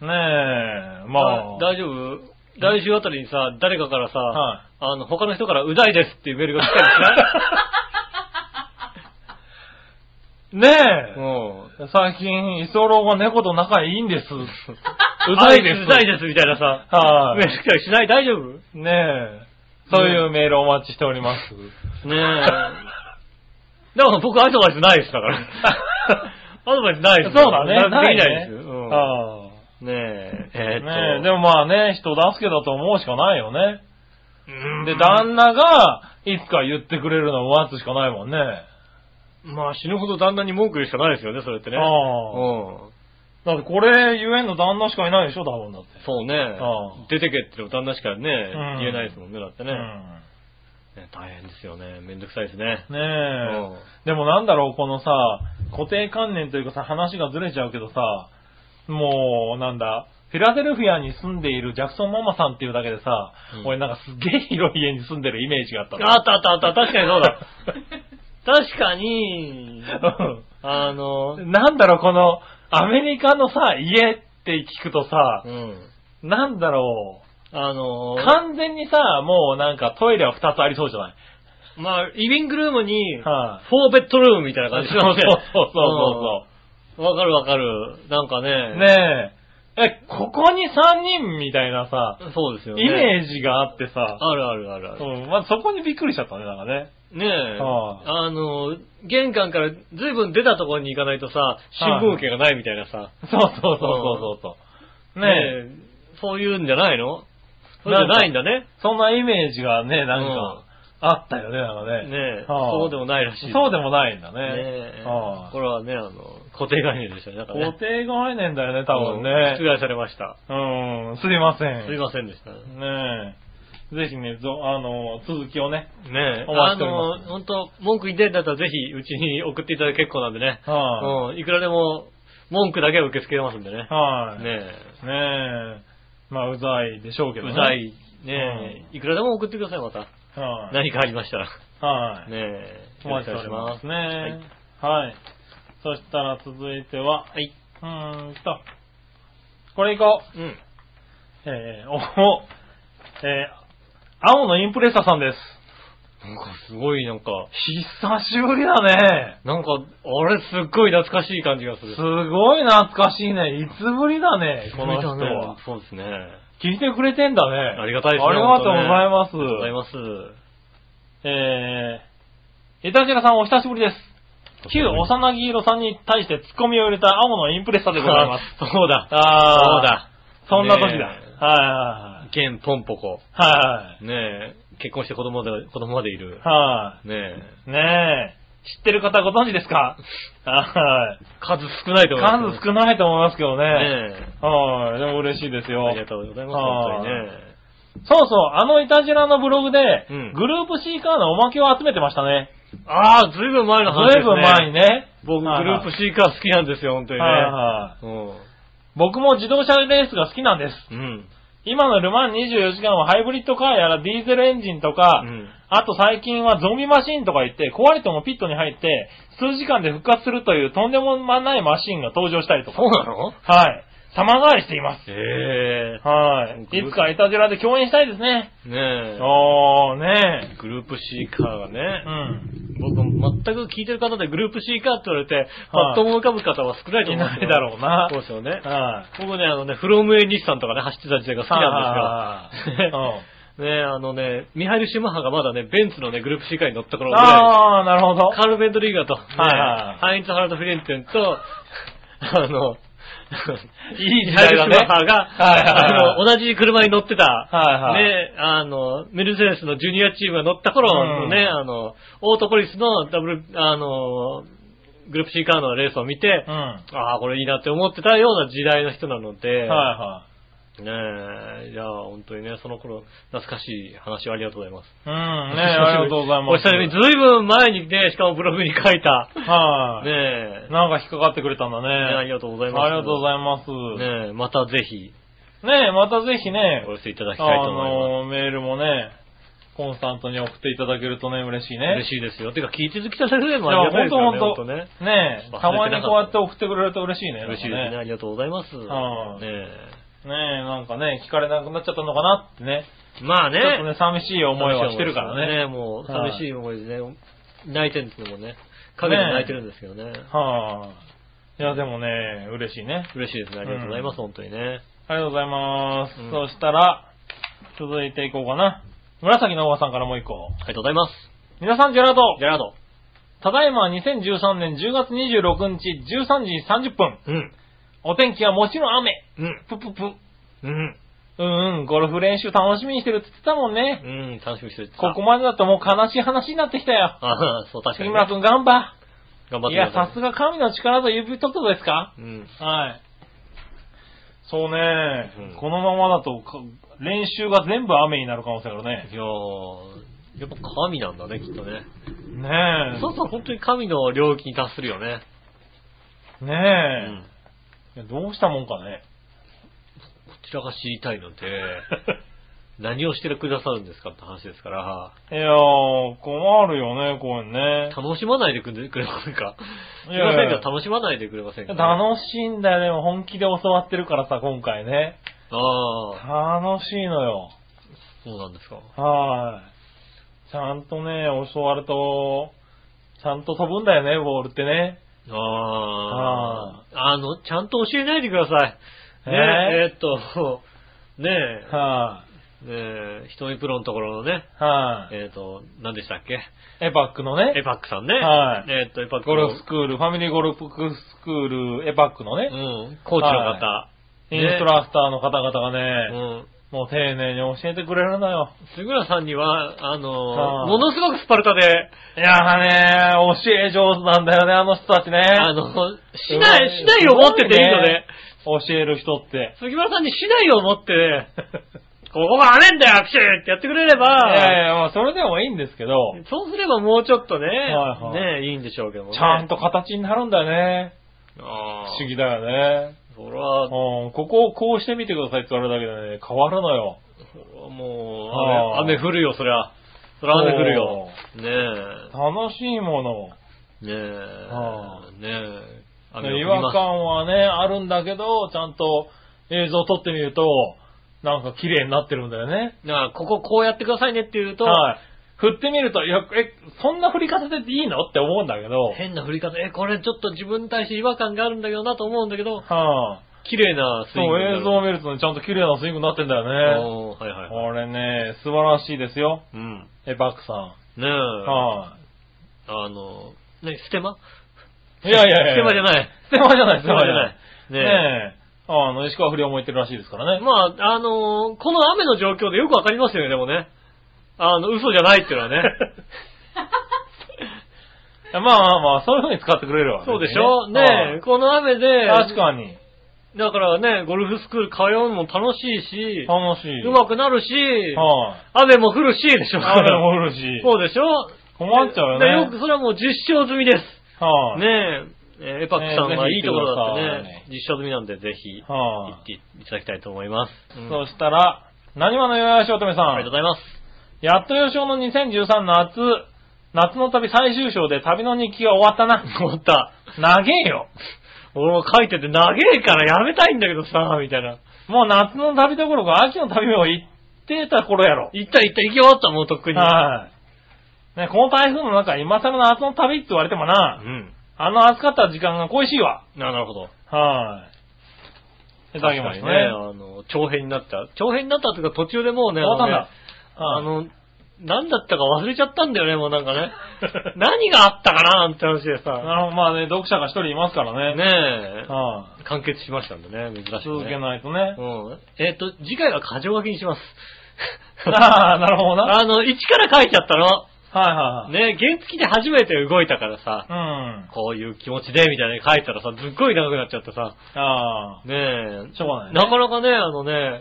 [SPEAKER 3] ねえ、まあ。
[SPEAKER 2] だ大丈夫来週あたりにさ、誰かからさ、
[SPEAKER 3] はい
[SPEAKER 2] あの、他の人からうざいですっていうメールが来たりしない
[SPEAKER 3] ねえ、 [laughs]
[SPEAKER 2] うん。
[SPEAKER 3] 最近、居候が猫と仲いいん [laughs] です。う
[SPEAKER 2] う
[SPEAKER 3] ざいです。
[SPEAKER 2] うざいですみたいなさ、
[SPEAKER 3] はい
[SPEAKER 2] メール来たりしない大丈夫
[SPEAKER 3] ねえ、そういうメールお待ちしております。
[SPEAKER 2] ねえ。 [laughs] だから僕アドバイスないですだ [laughs] から。アドバイスないです
[SPEAKER 3] そうだね。
[SPEAKER 2] なできないです
[SPEAKER 3] ね
[SPEAKER 2] よ。
[SPEAKER 3] あ
[SPEAKER 2] うん、ねえ。え
[SPEAKER 3] あ
[SPEAKER 2] ーっと。
[SPEAKER 3] ねえ、でもまあね、人助けだと思うしかないよね。
[SPEAKER 2] うん
[SPEAKER 3] で、旦那が、いつか言ってくれるのを待つしかないもんね。
[SPEAKER 2] まあ死ぬほど旦那に文句言うしかないですよね、それってね。
[SPEAKER 3] ああ。
[SPEAKER 2] うん。
[SPEAKER 3] だってこれ、ゆえんの旦那しかいないでしょ、多分だって。
[SPEAKER 2] そうね
[SPEAKER 3] あ。
[SPEAKER 2] 出てけって旦那しかね、
[SPEAKER 3] ん
[SPEAKER 2] 言えないですもんね、だってね。
[SPEAKER 3] うん
[SPEAKER 2] ね大変ですよね。めんどくさいですね。
[SPEAKER 3] ね
[SPEAKER 2] う
[SPEAKER 3] え。
[SPEAKER 2] ん。
[SPEAKER 3] でもなんだろう、このさ、固定観念というかさ、話がずれちゃうけどさ、もう、なんだ、フィラデルフィアに住んでいるジャクソンママさんっていうだけでさ、
[SPEAKER 2] うん
[SPEAKER 3] 俺なんかすげえ広い家に住んでるイメージがあったの
[SPEAKER 2] あったあったあった、確かにそう [laughs] だ。確か [laughs] に、あの
[SPEAKER 3] う、ん [laughs] なんだろう、この、アメリカのさ、家って聞くとさ
[SPEAKER 2] う、ん。
[SPEAKER 3] なんだろ
[SPEAKER 2] あ
[SPEAKER 3] う、
[SPEAKER 2] の、
[SPEAKER 3] 完全にさ、もうなんかトイレは2つありそうじゃない
[SPEAKER 2] まあ、リビングルームに、フ
[SPEAKER 3] は
[SPEAKER 2] ォーベッドルームみたいな感
[SPEAKER 3] い。
[SPEAKER 2] じ
[SPEAKER 3] そう
[SPEAKER 2] な
[SPEAKER 3] そ
[SPEAKER 2] の
[SPEAKER 3] う
[SPEAKER 2] で。。
[SPEAKER 3] そうそう
[SPEAKER 2] わかるわかる。なんか
[SPEAKER 3] う。
[SPEAKER 2] ね。。
[SPEAKER 3] ねえ。え、ここに3人みたいなさ、
[SPEAKER 2] そうですよね。
[SPEAKER 3] イメージがあってさ、
[SPEAKER 2] あるあるあるある。
[SPEAKER 3] うん、まあ、そこにびっくりしちゃったね、なんかね。
[SPEAKER 2] ねえ。
[SPEAKER 3] は
[SPEAKER 2] あの、玄関から随分出たところに行かないとさ、新聞受けがないみたいなさ。
[SPEAKER 3] そうそうそうそうそうそう。ねえ、
[SPEAKER 2] ねえ。そういうんじゃないのそういうんじゃないんだね。
[SPEAKER 3] そんなイメージがね、なんか、あったよね、なんかね。
[SPEAKER 2] ねえ。
[SPEAKER 3] はあ
[SPEAKER 2] そうでもないらしい。
[SPEAKER 3] そうで
[SPEAKER 2] も
[SPEAKER 3] もないんだね。
[SPEAKER 2] ねえ。
[SPEAKER 3] は
[SPEAKER 2] これはね、あの、固定概念でしたね。なんか
[SPEAKER 3] い固
[SPEAKER 2] ね。
[SPEAKER 3] 定概念だよね、多分
[SPEAKER 2] うん
[SPEAKER 3] ね
[SPEAKER 2] 覆。害されました。
[SPEAKER 3] うん、すいません。
[SPEAKER 2] すいませんでしたね。
[SPEAKER 3] ねえ。ぜひね、ぞあの、続きをね。
[SPEAKER 2] ねえ、
[SPEAKER 3] お待ち
[SPEAKER 2] あ
[SPEAKER 3] しておりま
[SPEAKER 2] の、
[SPEAKER 3] す
[SPEAKER 2] 本当文句言いたいんだったらぜひ、うちに送っていただける結構なんでね。
[SPEAKER 3] は
[SPEAKER 2] うん、いくらでも、文句だけは受け付けますんでね
[SPEAKER 3] い。。はい。ね
[SPEAKER 2] ね
[SPEAKER 3] え。まあ、うざいでしょう
[SPEAKER 2] え、
[SPEAKER 3] けどね。
[SPEAKER 2] うざ。い。ねえ、いくらでも送ってください、また。
[SPEAKER 3] はい。
[SPEAKER 2] 何かありましたら。
[SPEAKER 3] はい。
[SPEAKER 2] ねえ、
[SPEAKER 3] お待ちしております
[SPEAKER 2] お
[SPEAKER 3] ね。
[SPEAKER 2] 願いし
[SPEAKER 3] はい。そしたら続いて
[SPEAKER 2] は
[SPEAKER 3] は、
[SPEAKER 2] い。
[SPEAKER 3] うーんと、これいこう。
[SPEAKER 2] うん。
[SPEAKER 3] えー、おお、えー、青のインプレッサーさんです。
[SPEAKER 2] なんかすごい、なんか、
[SPEAKER 3] 久しぶりだね。
[SPEAKER 2] なんか、あれすっごい懐かしい感じがする。
[SPEAKER 3] すごい懐かしいね。いつぶりだね、この人
[SPEAKER 2] 久々だ
[SPEAKER 3] は
[SPEAKER 2] ね。そうですね。
[SPEAKER 3] 聞いてくれてんだね。
[SPEAKER 2] ありがたいですね
[SPEAKER 3] ありがとうございます。
[SPEAKER 2] ありがとうございます。
[SPEAKER 3] えー、イタジラさんお久しぶりです。旧幼木色さんに対してツッコミを入れた青のインプレッサーでございます。
[SPEAKER 2] [laughs] す。そうだ。そう
[SPEAKER 3] あ
[SPEAKER 2] だ。
[SPEAKER 3] ー、そんな時だ。
[SPEAKER 2] ね
[SPEAKER 3] はい
[SPEAKER 2] 現ポンポコ。
[SPEAKER 3] はいはい。はい
[SPEAKER 2] ねえ、結婚して子供で、子供までいる。
[SPEAKER 3] はい。
[SPEAKER 2] ねえ、
[SPEAKER 3] ねえ。知ってる方ご存知ですかはい。
[SPEAKER 2] 数少ないと思います。
[SPEAKER 3] 数少ないと思いますけどね。
[SPEAKER 2] ねえ。
[SPEAKER 3] はい。でも嬉しいですよ
[SPEAKER 2] あ。りがとうございます、
[SPEAKER 3] はい
[SPEAKER 2] 本当にね。
[SPEAKER 3] そうそう、あのイタジラのブログで、
[SPEAKER 2] うん
[SPEAKER 3] グループシーカーのおまけを集めてましたね。
[SPEAKER 2] ああ、ずいぶん前の話ですね。
[SPEAKER 3] ずいぶん前にね。
[SPEAKER 2] 僕、グ
[SPEAKER 3] はい
[SPEAKER 2] ル
[SPEAKER 3] は
[SPEAKER 2] ープ
[SPEAKER 3] い
[SPEAKER 2] シーカー好きなんですよ、本当にね。
[SPEAKER 3] はいはい
[SPEAKER 2] うん。
[SPEAKER 3] 僕も自動車レースが好きなんです。
[SPEAKER 2] うん。
[SPEAKER 3] 今のルマン24時間はハイブリッドカーやらディーゼルエンジンとか、
[SPEAKER 2] うん
[SPEAKER 3] あと最近はゾンビマシンとか言って、壊れてもピットに入って、数時間で復活するというとんでもないマシンが登場したりとか。
[SPEAKER 2] そうなの
[SPEAKER 3] はい。様変わりしていま
[SPEAKER 2] え
[SPEAKER 3] す。はい。いつかイタジラで共演したいですね。
[SPEAKER 2] えね
[SPEAKER 3] おー、ね
[SPEAKER 2] え。グループシーカーが
[SPEAKER 3] え。
[SPEAKER 2] ね
[SPEAKER 3] う、ん。
[SPEAKER 2] 僕全く聞いてる方でグループシーカーって言われて、
[SPEAKER 3] は
[SPEAKER 2] パ
[SPEAKER 3] い
[SPEAKER 2] ッと思い浮かぶ方は少ないと思うんですよ
[SPEAKER 3] いないだろうな
[SPEAKER 2] そうですよね。
[SPEAKER 3] はい。
[SPEAKER 2] 僕ね、あのね、フロムエニスさんとかね、走ってた時代が好きなんです
[SPEAKER 3] は
[SPEAKER 2] が [laughs]
[SPEAKER 3] いはいはい、
[SPEAKER 2] ね、あのね、ミハイル・シュマッハがまだね、ベンツのね、グループ C カーに乗った頃ぐら
[SPEAKER 3] あー、なるほど
[SPEAKER 2] い、。カール・ベントリーガーと、ね
[SPEAKER 3] いはいはい
[SPEAKER 2] ハインツ・ハラルト・フィレンテンと、あの、
[SPEAKER 3] [laughs] い
[SPEAKER 2] ミ
[SPEAKER 3] い時
[SPEAKER 2] ハイ
[SPEAKER 3] 代
[SPEAKER 2] ル・シ
[SPEAKER 3] だ
[SPEAKER 2] ュ
[SPEAKER 3] ね
[SPEAKER 2] マッハが、
[SPEAKER 3] はいはいはい
[SPEAKER 2] あの、同じ車に乗ってた、
[SPEAKER 3] はいはい
[SPEAKER 2] ね、あの、メルセデスのジュニアチームが乗った頃のね、
[SPEAKER 3] うん
[SPEAKER 2] あの、オートポリスのダブル、あの、グループ C カーのレースを見て、
[SPEAKER 3] うん。は
[SPEAKER 2] ああ、これいいなって思ってたような時代の人なので、
[SPEAKER 3] いは
[SPEAKER 2] ねえ、じゃあ本当にね、その頃、懐かしい話をありがとうございます。
[SPEAKER 3] い。うん、ねえ、ありがとうございま
[SPEAKER 2] お
[SPEAKER 3] す。
[SPEAKER 2] 久しぶり、ずいぶん前にね、しかもブログに書いた、
[SPEAKER 3] はい。
[SPEAKER 2] ねえ、ね
[SPEAKER 3] なんか引っかかってくれたんだね。
[SPEAKER 2] ありがとうございます。
[SPEAKER 3] ありがとうございます。ね
[SPEAKER 2] ねえ、またぜひ、
[SPEAKER 3] え、またぜひね
[SPEAKER 2] お、寄せいただき
[SPEAKER 3] あ
[SPEAKER 2] たいと思います。
[SPEAKER 3] の、メールもね、コンスタントに送っていただけるとね、嬉しいね。
[SPEAKER 2] 嬉しいですよ。てか、聞いてきただけで
[SPEAKER 3] い
[SPEAKER 2] もあり
[SPEAKER 3] や、
[SPEAKER 2] がたい
[SPEAKER 3] ほん
[SPEAKER 2] です
[SPEAKER 3] と
[SPEAKER 2] よ
[SPEAKER 3] ほ
[SPEAKER 2] ね、
[SPEAKER 3] ん
[SPEAKER 2] ほんと
[SPEAKER 3] と。
[SPEAKER 2] ね
[SPEAKER 3] ね。え、たまにこうやって送ってくれると嬉しいね。
[SPEAKER 2] 嬉しいですね。ありがとうございます。ね
[SPEAKER 3] ん
[SPEAKER 2] え。
[SPEAKER 3] ねえ、なんかね、聞かれなくなっちゃったのかなってね。
[SPEAKER 2] まあね
[SPEAKER 3] ちょっとね、寂しい思いはしてるからね。
[SPEAKER 2] ね。もう、寂しい思いでね、泣いてるんですけどもね。陰で泣いてるんですけどね。
[SPEAKER 3] はい、いや、でもね、嬉しいね。
[SPEAKER 2] 嬉しいですね。ありがとうございます、本当にね。
[SPEAKER 3] ありがとうございます。
[SPEAKER 2] うん
[SPEAKER 3] そしたら、続いていこうかな。紫のおばさんからもう一個。
[SPEAKER 2] ありがとうございます。
[SPEAKER 3] 皆さん、ジェラート
[SPEAKER 2] ジェラード。
[SPEAKER 3] ただいま2013年10月26日13時30分。
[SPEAKER 2] うん。
[SPEAKER 3] お天気はもちろん雨。
[SPEAKER 2] うん。
[SPEAKER 3] ぷぷぷ。
[SPEAKER 2] うん。
[SPEAKER 3] うんうん、ゴルフ練習楽しみにしてるって言ってたもんね。
[SPEAKER 2] うん、楽しみにしてるってさ
[SPEAKER 3] ここまでだともう悲しい話になってきたよ。
[SPEAKER 2] ああ、そう、確か
[SPEAKER 3] 杉
[SPEAKER 2] にね、
[SPEAKER 3] 村くん頑張。
[SPEAKER 2] 頑張っ
[SPEAKER 3] い
[SPEAKER 2] て
[SPEAKER 3] や、
[SPEAKER 2] くだ
[SPEAKER 3] さ
[SPEAKER 2] さ
[SPEAKER 3] すが神の力と指とっとですか
[SPEAKER 2] い。うん。
[SPEAKER 3] はい。そうね、
[SPEAKER 2] うん
[SPEAKER 3] このままだとか練習が全部雨になる可能性があるね。
[SPEAKER 2] いやー、やっぱ神なんだね、きっとね。
[SPEAKER 3] ねえ。
[SPEAKER 2] そうそう、本当に神の領域に達するよね。
[SPEAKER 3] ね
[SPEAKER 2] う
[SPEAKER 3] え、
[SPEAKER 2] ん。
[SPEAKER 3] いやどうしたもんかね。
[SPEAKER 2] こちらが知りたいので、何をしてくださるんですかって話ですから、
[SPEAKER 3] いやー、困るよね、これね。
[SPEAKER 2] 楽しまないでくれくれませんかす
[SPEAKER 3] い
[SPEAKER 2] い
[SPEAKER 3] や
[SPEAKER 2] ま
[SPEAKER 3] い
[SPEAKER 2] せ
[SPEAKER 3] や
[SPEAKER 2] んが、楽しまないでくれませんか、
[SPEAKER 3] 楽しいんだよね、でも本気で教わってるからさ、今回ね。
[SPEAKER 2] ああ、
[SPEAKER 3] 楽しいのよ。
[SPEAKER 2] そうなんですか。
[SPEAKER 3] はーい。ちゃんとね、教わると、ちゃんと飛ぶんだよね、ボールってね。
[SPEAKER 2] ああ。あの、ちゃんと教えないでください。ねえ
[SPEAKER 3] え、
[SPEAKER 2] えーっと、ねえ、
[SPEAKER 3] はい、
[SPEAKER 2] ねえ、瞳プロのところのね、
[SPEAKER 3] はい、
[SPEAKER 2] えーっと、何でしたっけ
[SPEAKER 3] エパックの
[SPEAKER 2] エ
[SPEAKER 3] ね、
[SPEAKER 2] パックさんね。
[SPEAKER 3] はい
[SPEAKER 2] えーっと、エパック
[SPEAKER 3] ゴ
[SPEAKER 2] の
[SPEAKER 3] ルフスクール、ファミリーゴルフスクール、エパックのね、
[SPEAKER 2] うん、コーチの方。
[SPEAKER 3] インストラクターの方々が
[SPEAKER 2] う
[SPEAKER 3] ね、
[SPEAKER 2] ん。
[SPEAKER 3] もう丁寧に教えてくれるんだよ。
[SPEAKER 2] 杉浦さんには、あの
[SPEAKER 3] は
[SPEAKER 2] ー、
[SPEAKER 3] い
[SPEAKER 2] ものすごくスパルタで、
[SPEAKER 3] いやーね教え上手なんだよね、あの人たちね。
[SPEAKER 2] あの、市内、
[SPEAKER 3] うん
[SPEAKER 2] 市内を持ってていいので、
[SPEAKER 3] 教える人って。
[SPEAKER 2] 杉村さんに市内を持って [laughs] ね、ここがあれんだよ、ピシーってやってくれれ
[SPEAKER 3] いやい
[SPEAKER 2] ば、
[SPEAKER 3] や、まあそれでもいいんですけど、
[SPEAKER 2] そうすればもうちょっとね、
[SPEAKER 3] はい
[SPEAKER 2] ね、いいんでしょうけどもね。
[SPEAKER 3] ちゃんと形になるんだよね。
[SPEAKER 2] あ
[SPEAKER 3] 不
[SPEAKER 2] あ。
[SPEAKER 3] 思議だよね。
[SPEAKER 2] それは、
[SPEAKER 3] うん、ここをこうしてみてくださいって言われるだけでね、変わるのよ。
[SPEAKER 2] もう
[SPEAKER 3] あ、ー
[SPEAKER 2] 雨雨降るよ、そりゃ。そりゃ雨降るよ。ね
[SPEAKER 3] 楽しいもの。
[SPEAKER 2] え。ね
[SPEAKER 3] あ
[SPEAKER 2] え。ねえ。雨
[SPEAKER 3] 違
[SPEAKER 2] を降りま
[SPEAKER 3] 和
[SPEAKER 2] す。
[SPEAKER 3] 感はね、あるんだけど、ちゃんと映像を撮ってみると、なんか綺麗になってるんだよね。
[SPEAKER 2] だから、こここうやってくださいねって言うと、
[SPEAKER 3] はい。振ってみると、いや、え、そんな振り方でいいのって思うんだけど、はい、
[SPEAKER 2] 変な振り方、え、これちょっと自分に対して違和感があるんだけどなと思うんだけど、綺麗なス
[SPEAKER 3] そ
[SPEAKER 2] イング
[SPEAKER 3] う、
[SPEAKER 2] になる。
[SPEAKER 3] 映像を見るとね、ちゃんと綺麗なスイングになってんだよね。
[SPEAKER 2] おーはいはいはい。
[SPEAKER 3] これね、素晴らしいですよ。
[SPEAKER 2] うん。ね
[SPEAKER 3] え、バックさん。
[SPEAKER 2] え。
[SPEAKER 3] は
[SPEAKER 2] あの、ね、ステマ
[SPEAKER 3] い。いやいやいや。
[SPEAKER 2] ステマじゃない。
[SPEAKER 3] ステマじゃない、
[SPEAKER 2] ステマじゃない。
[SPEAKER 3] ね
[SPEAKER 2] ね
[SPEAKER 3] え。あの、石川不良も言ってるらしいですから
[SPEAKER 2] え。
[SPEAKER 3] ね。
[SPEAKER 2] まあ、あのーこの雨の状況でよくわかりますよね、でもね。あの、嘘じゃないっていう
[SPEAKER 3] [laughs]
[SPEAKER 2] のはね。
[SPEAKER 3] まあまあまあ、そういう風に使ってくれるわけ
[SPEAKER 2] そう
[SPEAKER 3] ね
[SPEAKER 2] でしょねえ、この雨で、
[SPEAKER 3] はい確かに。
[SPEAKER 2] だからね、ゴルフスクール通うのも楽しいし、
[SPEAKER 3] 楽しい。
[SPEAKER 2] うまくなるし、
[SPEAKER 3] はい。
[SPEAKER 2] 雨も降るし、でしょ。
[SPEAKER 3] 雨も降るし。
[SPEAKER 2] そうでしょ
[SPEAKER 3] 困っちゃうよね
[SPEAKER 2] でよく、それはもう実証済みです。
[SPEAKER 3] はい。
[SPEAKER 2] ねえ、えーエパックさん
[SPEAKER 3] ねえ
[SPEAKER 2] はいいところだって
[SPEAKER 3] ぜ
[SPEAKER 2] ね、実証済みなんで、ぜひ、行
[SPEAKER 3] は
[SPEAKER 2] っていただきたいと思います。うん
[SPEAKER 3] そしたら、何話のよやしおとめさん。
[SPEAKER 2] ありがとうござい [laughs] ます。
[SPEAKER 3] やっとよしおの2013夏、夏の旅最終章で旅の日記が終わっ
[SPEAKER 2] [laughs]
[SPEAKER 3] たな。
[SPEAKER 2] 終わった。
[SPEAKER 3] 長えよ。
[SPEAKER 2] 俺も書いてて長えからやめたいんだけどさ、みたいな。
[SPEAKER 3] もう夏の旅どころか秋の旅も行ってた頃やろ。
[SPEAKER 2] 行った行った、行き終わった、もうとっくに。
[SPEAKER 3] はい。ね、この台風の中、今更夏の旅って言われても
[SPEAKER 2] う
[SPEAKER 3] な、
[SPEAKER 2] ん。
[SPEAKER 3] あの暑かった時間が恋しいわ。
[SPEAKER 2] ななるほど。
[SPEAKER 3] はい。いただきましたね。
[SPEAKER 2] あの、長編になった。長編になったというか途中でもうね、
[SPEAKER 3] 終わったんだ。
[SPEAKER 2] あ
[SPEAKER 3] はい
[SPEAKER 2] のね、あの、なんだったか忘れちゃったんだよね、もうなんかね。 [laughs] 何があったかななんて話でさ。
[SPEAKER 3] なるほどまあね、読者が一人いますからね。
[SPEAKER 2] ねえ。
[SPEAKER 3] はい。
[SPEAKER 2] 完結しましたんでね、珍しい、ね。
[SPEAKER 3] 続けないとね
[SPEAKER 2] う。ん。えっ、と、次回は過剰書きにします。
[SPEAKER 3] [laughs] ああ、なるほどな。はい
[SPEAKER 2] [laughs] あの、一から書いちゃったの。
[SPEAKER 3] はいはい。
[SPEAKER 2] ね、原付きで初めて動いたからさ、
[SPEAKER 3] うん。あ
[SPEAKER 2] こういう気持ちで、みたいなの書いたらさ、すっごい長くなっちゃってさ、
[SPEAKER 3] あ
[SPEAKER 2] ねえ、
[SPEAKER 3] ー、しょうがない、ね。
[SPEAKER 2] なかなかね、あのね、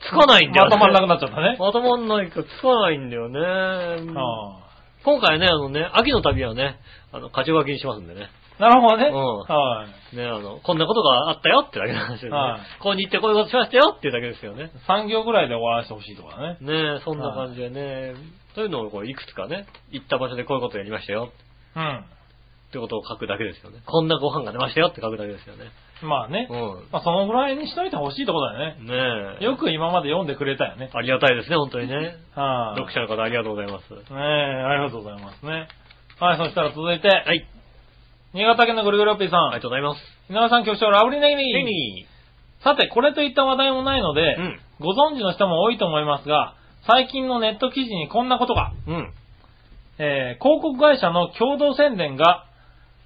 [SPEAKER 2] つ、つかないんだよ、
[SPEAKER 3] まとまらなくなっちゃったね。
[SPEAKER 2] まとまんないか、つかないんだよね。
[SPEAKER 3] あ
[SPEAKER 2] 今回ね、あのね、秋の旅はね、あの、過剰書きにしますんでね。
[SPEAKER 3] あなるほどね。
[SPEAKER 2] うん
[SPEAKER 3] はい。
[SPEAKER 2] ね、あの、こんなことがあったよってだけの話ですね
[SPEAKER 3] はい。
[SPEAKER 2] こうに行ってこういうことしましたよっていうだけですよね。
[SPEAKER 3] 3行ぐらいで終わらせてほしいとかね。
[SPEAKER 2] ねえ、そんな感じでね、そういうのをこういくつかね、行った場所でこういうことやりましたよ
[SPEAKER 3] う
[SPEAKER 2] ってことを書くだけですよね。こんなご飯が出ましたよって書くだけですよね。
[SPEAKER 3] ん。まあね。
[SPEAKER 2] う
[SPEAKER 3] まあそのぐらいにしといてほしいとこだよね。
[SPEAKER 2] ん。ねえ。
[SPEAKER 3] よく今まで読んでくれたよね。
[SPEAKER 2] ありがたいですね、本当にね。
[SPEAKER 3] はい、
[SPEAKER 2] 読者の方ありがとうございます。
[SPEAKER 3] ねえ、ありがとうございますね。はい、そしたら続いて、
[SPEAKER 2] はい。
[SPEAKER 3] 新潟県のぐるぐるおっぴーさん。
[SPEAKER 2] ありがとうございます。
[SPEAKER 3] 稲田さん局長、ラブリーネギ
[SPEAKER 2] テ
[SPEAKER 3] ネギ。
[SPEAKER 2] ニ
[SPEAKER 3] さて、これといった話題もないので、
[SPEAKER 2] うん
[SPEAKER 3] ご存知の人も多いと思いますが、最近のネット記事にこんなことが。
[SPEAKER 2] ー。うん。
[SPEAKER 3] えー広告会社の共同宣伝が、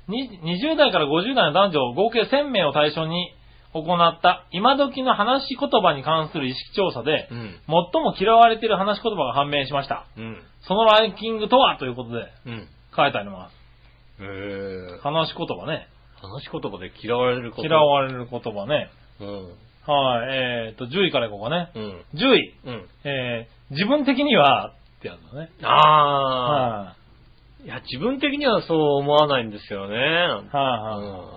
[SPEAKER 3] に20代から50代の男女合計1000名を対象に行った今時の話し言葉に関する意識調査で、
[SPEAKER 2] うん。
[SPEAKER 3] 最も嫌われている話し言葉が判明しました。
[SPEAKER 2] うん。
[SPEAKER 3] そのランキングとはということで
[SPEAKER 2] うん。
[SPEAKER 3] 書いてあります。
[SPEAKER 2] えー。
[SPEAKER 3] 話し言葉ね。
[SPEAKER 2] 話し言葉で嫌われること。
[SPEAKER 3] 嫌われる言葉ね。
[SPEAKER 2] うん。
[SPEAKER 3] はい、えーと、10位からいこうかね。
[SPEAKER 2] うん。
[SPEAKER 3] 10位、
[SPEAKER 2] うん。
[SPEAKER 3] えー自分的には、ってやるのね。
[SPEAKER 2] あ
[SPEAKER 3] は
[SPEAKER 2] ー。
[SPEAKER 3] い
[SPEAKER 2] いや、自分的にはそう思わないんですよね。
[SPEAKER 3] はいは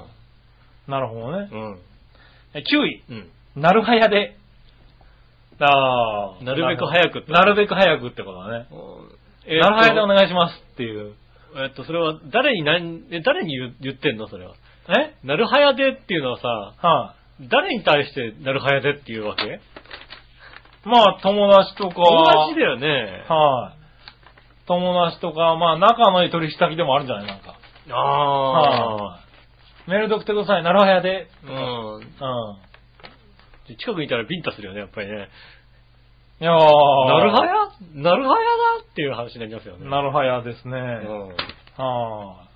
[SPEAKER 3] い。
[SPEAKER 2] う
[SPEAKER 3] なるほどね。
[SPEAKER 2] ん。うん。
[SPEAKER 3] え9位、
[SPEAKER 2] うん。
[SPEAKER 3] なるはやで。あー
[SPEAKER 2] なるべく早くって
[SPEAKER 3] なるべく早くってことだね。
[SPEAKER 2] え
[SPEAKER 3] なるはやでお
[SPEAKER 2] っ
[SPEAKER 3] 願いしますっていう。
[SPEAKER 2] と、えっと、それは、誰に何、え、誰に言う言ってんのそれは。
[SPEAKER 3] え
[SPEAKER 2] なるはやでっていうのはさ、
[SPEAKER 3] は
[SPEAKER 2] 誰に対してなるはやでっていうわけ
[SPEAKER 3] い。まあ、友達とか。
[SPEAKER 2] 友達だよね。
[SPEAKER 3] はい。友達とか、まあ仲のいい取引先でもあるんじゃないなんか。
[SPEAKER 2] ああ。
[SPEAKER 3] メールで送ってください、なるはやで。
[SPEAKER 2] う
[SPEAKER 3] とか
[SPEAKER 2] ん。
[SPEAKER 3] うん。
[SPEAKER 2] で近くにいたらビンタするよね、やっぱりね。
[SPEAKER 3] いやー。
[SPEAKER 2] なるはやなるはやだっていう話になりますよね。
[SPEAKER 3] なるはやですね。
[SPEAKER 2] うん。
[SPEAKER 3] あー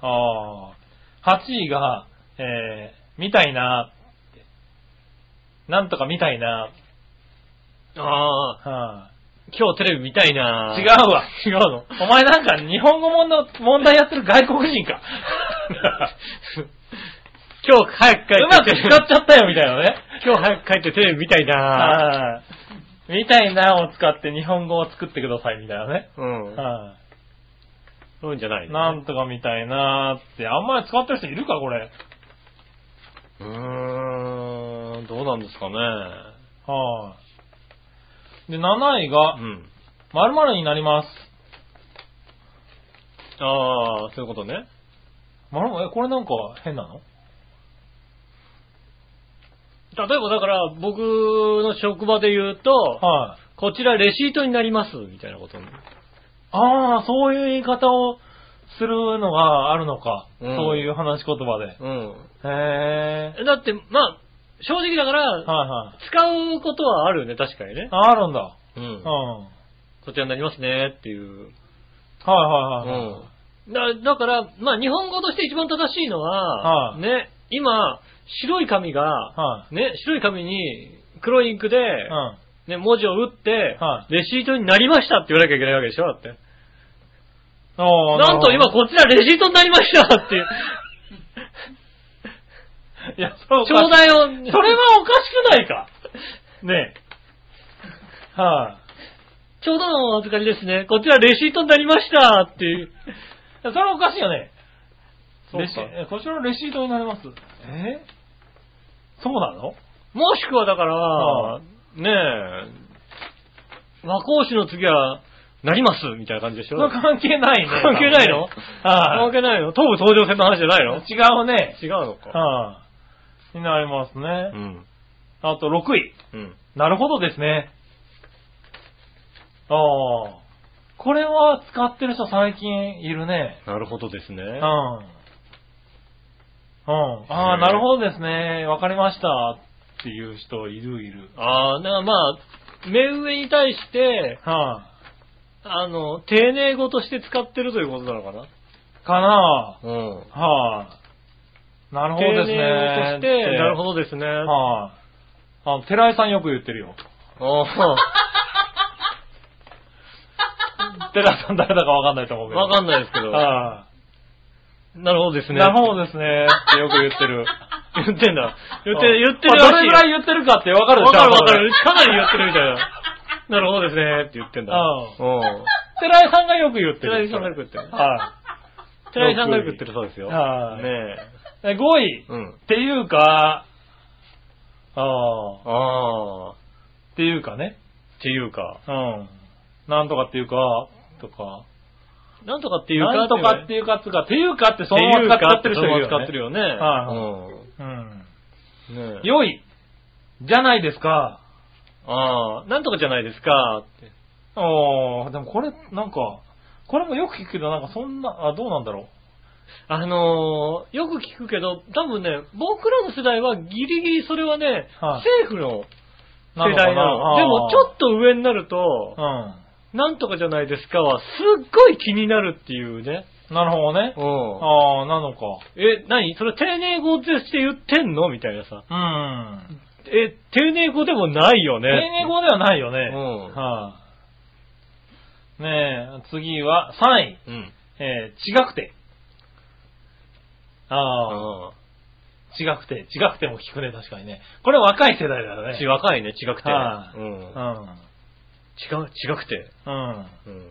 [SPEAKER 3] あー。8位が、えー、見たいなーってなんとか見たいな
[SPEAKER 2] ああ、
[SPEAKER 3] ーは
[SPEAKER 2] 今日テレビ見たいな
[SPEAKER 3] ー違うわ。
[SPEAKER 2] 違うの。
[SPEAKER 3] お前なんか日本語もの問題やってる外国
[SPEAKER 2] [laughs]
[SPEAKER 3] 人か。
[SPEAKER 2] 今日早く帰
[SPEAKER 3] うま
[SPEAKER 2] っ
[SPEAKER 3] く
[SPEAKER 2] て、
[SPEAKER 3] 使っちゃったよみたいなね。
[SPEAKER 2] [laughs] 今日早く帰ってテレビ見たいな
[SPEAKER 3] はい。見たいなを使って日本語を作ってくださいみたいなね。
[SPEAKER 2] うん。
[SPEAKER 3] は
[SPEAKER 2] そういうんじゃない
[SPEAKER 3] い。
[SPEAKER 2] の
[SPEAKER 3] なんとか見たいなーって、あんまり使ってる人いるか、これ。
[SPEAKER 2] うーん、どうなんですかね。
[SPEAKER 3] はい。で、7位が
[SPEAKER 2] う、ん。
[SPEAKER 3] 〇〇になります。
[SPEAKER 2] ああ、そういうことね。
[SPEAKER 3] 〇〇、え、これなんか変なの
[SPEAKER 2] 例えばだから、僕の職場で言うと、
[SPEAKER 3] はい。
[SPEAKER 2] こちらレシートになります、みたいなことに。
[SPEAKER 3] ああ、そういう言い方をするのがあるのか。
[SPEAKER 2] うん
[SPEAKER 3] そういう話し言葉で。
[SPEAKER 2] う
[SPEAKER 3] へえ。
[SPEAKER 2] ん。だって、まあ、正直だから、
[SPEAKER 3] はいはい。
[SPEAKER 2] 使うことはあるよね、確かにね。
[SPEAKER 3] ああるんだ。
[SPEAKER 2] う
[SPEAKER 3] うんん。は
[SPEAKER 2] こちらになりますね、っていう。
[SPEAKER 3] いはいはい。はい
[SPEAKER 2] だだから、まあ、日本語として一番正しいのは、
[SPEAKER 3] はい
[SPEAKER 2] ね、今、白い紙が、
[SPEAKER 3] は
[SPEAKER 2] ね、白い紙に黒いインクで、
[SPEAKER 3] うん。
[SPEAKER 2] ね、文字を打って、
[SPEAKER 3] は
[SPEAKER 2] レシートになりましたって言わなきゃいけないわけでしょだって。
[SPEAKER 3] ああ
[SPEAKER 2] なんと今
[SPEAKER 3] るほ
[SPEAKER 2] こちらレシートになりましたっていう。
[SPEAKER 3] [laughs] どいや、そう
[SPEAKER 2] ちょうだいを。
[SPEAKER 3] それはおかしくな
[SPEAKER 2] [laughs]
[SPEAKER 3] いか。ねえ。はい、
[SPEAKER 2] ちょうどのお預かりですね。こちらレシートになりましたっていう。
[SPEAKER 3] それはおかしいよね。
[SPEAKER 2] そうか
[SPEAKER 3] レシえこちらのレシートになります。えそうなの
[SPEAKER 2] もしくはだから、
[SPEAKER 3] は
[SPEAKER 2] ねえ、和光市の次は、なりますみたいな感じでし
[SPEAKER 3] そ
[SPEAKER 2] ょ
[SPEAKER 3] れは関係ないね。
[SPEAKER 2] 関係ないの
[SPEAKER 3] は
[SPEAKER 2] 関係ないの東武東上線の話じゃないの
[SPEAKER 3] い。違うね。
[SPEAKER 2] 違うのか。
[SPEAKER 3] はい、になりますね。
[SPEAKER 2] うん。
[SPEAKER 3] あと6位。
[SPEAKER 2] うん。
[SPEAKER 3] なるほどですね。ああ。これは使ってる人最近いるね。
[SPEAKER 2] なるほどですね。
[SPEAKER 3] うん。うん。ああ、
[SPEAKER 2] へえ
[SPEAKER 3] なるほどですね。わかりました。っていう人いるいる。
[SPEAKER 2] ああ、なまあ、目上に対して、
[SPEAKER 3] は
[SPEAKER 2] あの、丁寧語として使ってるということなのかな
[SPEAKER 3] あ、かな
[SPEAKER 2] うん。
[SPEAKER 3] あはあ。なるほどですね。
[SPEAKER 2] 丁寧語として、なる
[SPEAKER 3] ど。
[SPEAKER 2] ほどですね。
[SPEAKER 3] はあ。あの、寺井さんよく言ってるよ。
[SPEAKER 2] あ
[SPEAKER 3] 寺井さん誰だかわかんないと思う
[SPEAKER 2] あ
[SPEAKER 3] けど。
[SPEAKER 2] わかんないですけど。
[SPEAKER 3] はあ。
[SPEAKER 2] なるほどですね。
[SPEAKER 3] なるほどですね。ってよく言ってる。
[SPEAKER 2] 言ってんだ。言って、言ってる
[SPEAKER 3] ま
[SPEAKER 2] ら
[SPEAKER 3] あ
[SPEAKER 2] しい。
[SPEAKER 3] どれぐらい言ってるかってわかるでし
[SPEAKER 2] わ
[SPEAKER 3] ょ
[SPEAKER 2] かるわかる。かなり言ってるみたいな。 [laughs] なるほどですね。って言ってんだ。
[SPEAKER 3] う
[SPEAKER 2] うん。
[SPEAKER 3] 寺井さんがよく言って
[SPEAKER 2] 寺
[SPEAKER 3] る。
[SPEAKER 2] 井さんがよく言ってる。
[SPEAKER 3] は
[SPEAKER 2] 寺井さんがよく言ってるそうですよ。
[SPEAKER 3] はい
[SPEAKER 2] ね
[SPEAKER 3] い。5位
[SPEAKER 2] え。うん。
[SPEAKER 3] っていうか、ああ、っ
[SPEAKER 2] ああ。って
[SPEAKER 3] いうかね。
[SPEAKER 2] ていうか。
[SPEAKER 3] うん。なんとかっていうか、とか。
[SPEAKER 2] なんとかっていうか。
[SPEAKER 3] なんとかって
[SPEAKER 2] いう。
[SPEAKER 3] いうか、つうか、っていうかって
[SPEAKER 2] そ
[SPEAKER 3] そのま
[SPEAKER 2] う
[SPEAKER 3] ま使っちゃってる人いるよ、ね。
[SPEAKER 2] 使ってるよね。
[SPEAKER 3] はうん。
[SPEAKER 2] うん。ねえ
[SPEAKER 3] 良い。じゃないですか。
[SPEAKER 2] ああ。なんとかじゃないですか。って
[SPEAKER 3] ああ、でもこれ、なんか、これもよく聞くけど、なんかそんな、あ、どうなんだろ
[SPEAKER 2] あのー、よく聞くけど、多分ね、僕らの世代はギリギリそれはね、
[SPEAKER 3] はい
[SPEAKER 2] 政府の
[SPEAKER 3] う。な
[SPEAKER 2] 世代なの。でもちょ
[SPEAKER 3] っ
[SPEAKER 2] っと上になると、なんとかじゃないですかは、すっごい気になるっていうね。
[SPEAKER 3] うん。なるほどね。
[SPEAKER 2] うん。
[SPEAKER 3] ああ、なのか。
[SPEAKER 2] え、何それ丁寧語として言ってんのみたいなさ。
[SPEAKER 3] うん。
[SPEAKER 2] え、丁寧語でもないよね。
[SPEAKER 3] 丁寧語ではないよね。
[SPEAKER 2] うん
[SPEAKER 3] はい、ねえ、次は3位。
[SPEAKER 2] うん。
[SPEAKER 3] えー、違くて。ああ、
[SPEAKER 2] あ
[SPEAKER 3] 違くて、違くても聞くね、確かにね。これ若い世代だよ
[SPEAKER 2] あ。
[SPEAKER 3] ね。
[SPEAKER 2] ち、。若いね、違くて。。
[SPEAKER 3] はいううんん。
[SPEAKER 2] 違う、違くて。
[SPEAKER 3] うん。あ
[SPEAKER 2] うん。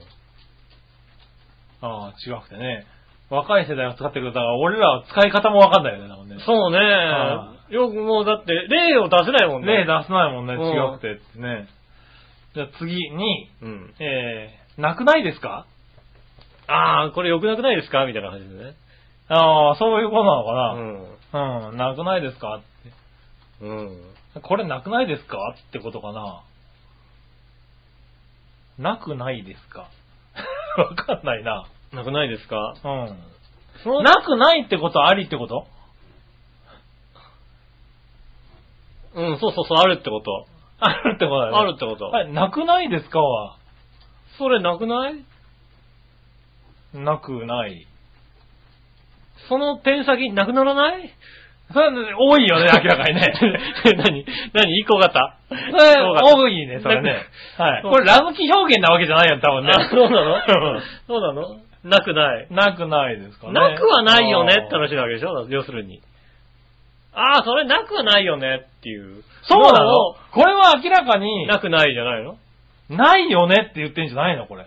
[SPEAKER 3] あ、違くてね。若い世代が使ってくれたから、俺らは使い方もわかんないよね、多分ね。
[SPEAKER 2] そうね
[SPEAKER 3] は。
[SPEAKER 2] よくもうだって、例を出せないもんね。
[SPEAKER 3] 例出さないもんね、
[SPEAKER 2] うん
[SPEAKER 3] 違くてってね。じゃあ次に、
[SPEAKER 2] うん。
[SPEAKER 3] えー、なくないですか
[SPEAKER 2] ああ、これ良くなくないですかみたいな感じでね。
[SPEAKER 3] ああ、そういうことなのかな。
[SPEAKER 2] ん。
[SPEAKER 3] うん、なくないですかっ
[SPEAKER 2] うん。
[SPEAKER 3] て。これなくないですかってことかな。なくないですか [laughs] わかんないな。
[SPEAKER 2] なくないですか
[SPEAKER 3] うん。なくないってことはありってこと
[SPEAKER 2] うん、そうそうそう、あるってこと。
[SPEAKER 3] あるってことだよね。
[SPEAKER 2] あるってこと。
[SPEAKER 3] はい、なくないですかは。
[SPEAKER 2] それなくない
[SPEAKER 3] なくない。
[SPEAKER 2] その点先なくならない
[SPEAKER 3] それは多いよね、明らかに [laughs] ね。
[SPEAKER 2] 何何一個型
[SPEAKER 3] それ多いね、それね。はい。
[SPEAKER 2] そう
[SPEAKER 3] これラムキ表現なわけじゃないよ、多分ね
[SPEAKER 2] あ。そうなのそうなのなくない。
[SPEAKER 3] うんなくないですかね。
[SPEAKER 2] なくはないよねって
[SPEAKER 3] あー
[SPEAKER 2] 話なわけでしょ要するに。ああ、それなくはないよねっていう。
[SPEAKER 3] そうな
[SPEAKER 2] の
[SPEAKER 3] の
[SPEAKER 2] を
[SPEAKER 3] これは明らかに、
[SPEAKER 2] なくないじゃないの
[SPEAKER 3] ないよねって言ってんじゃないのこれ。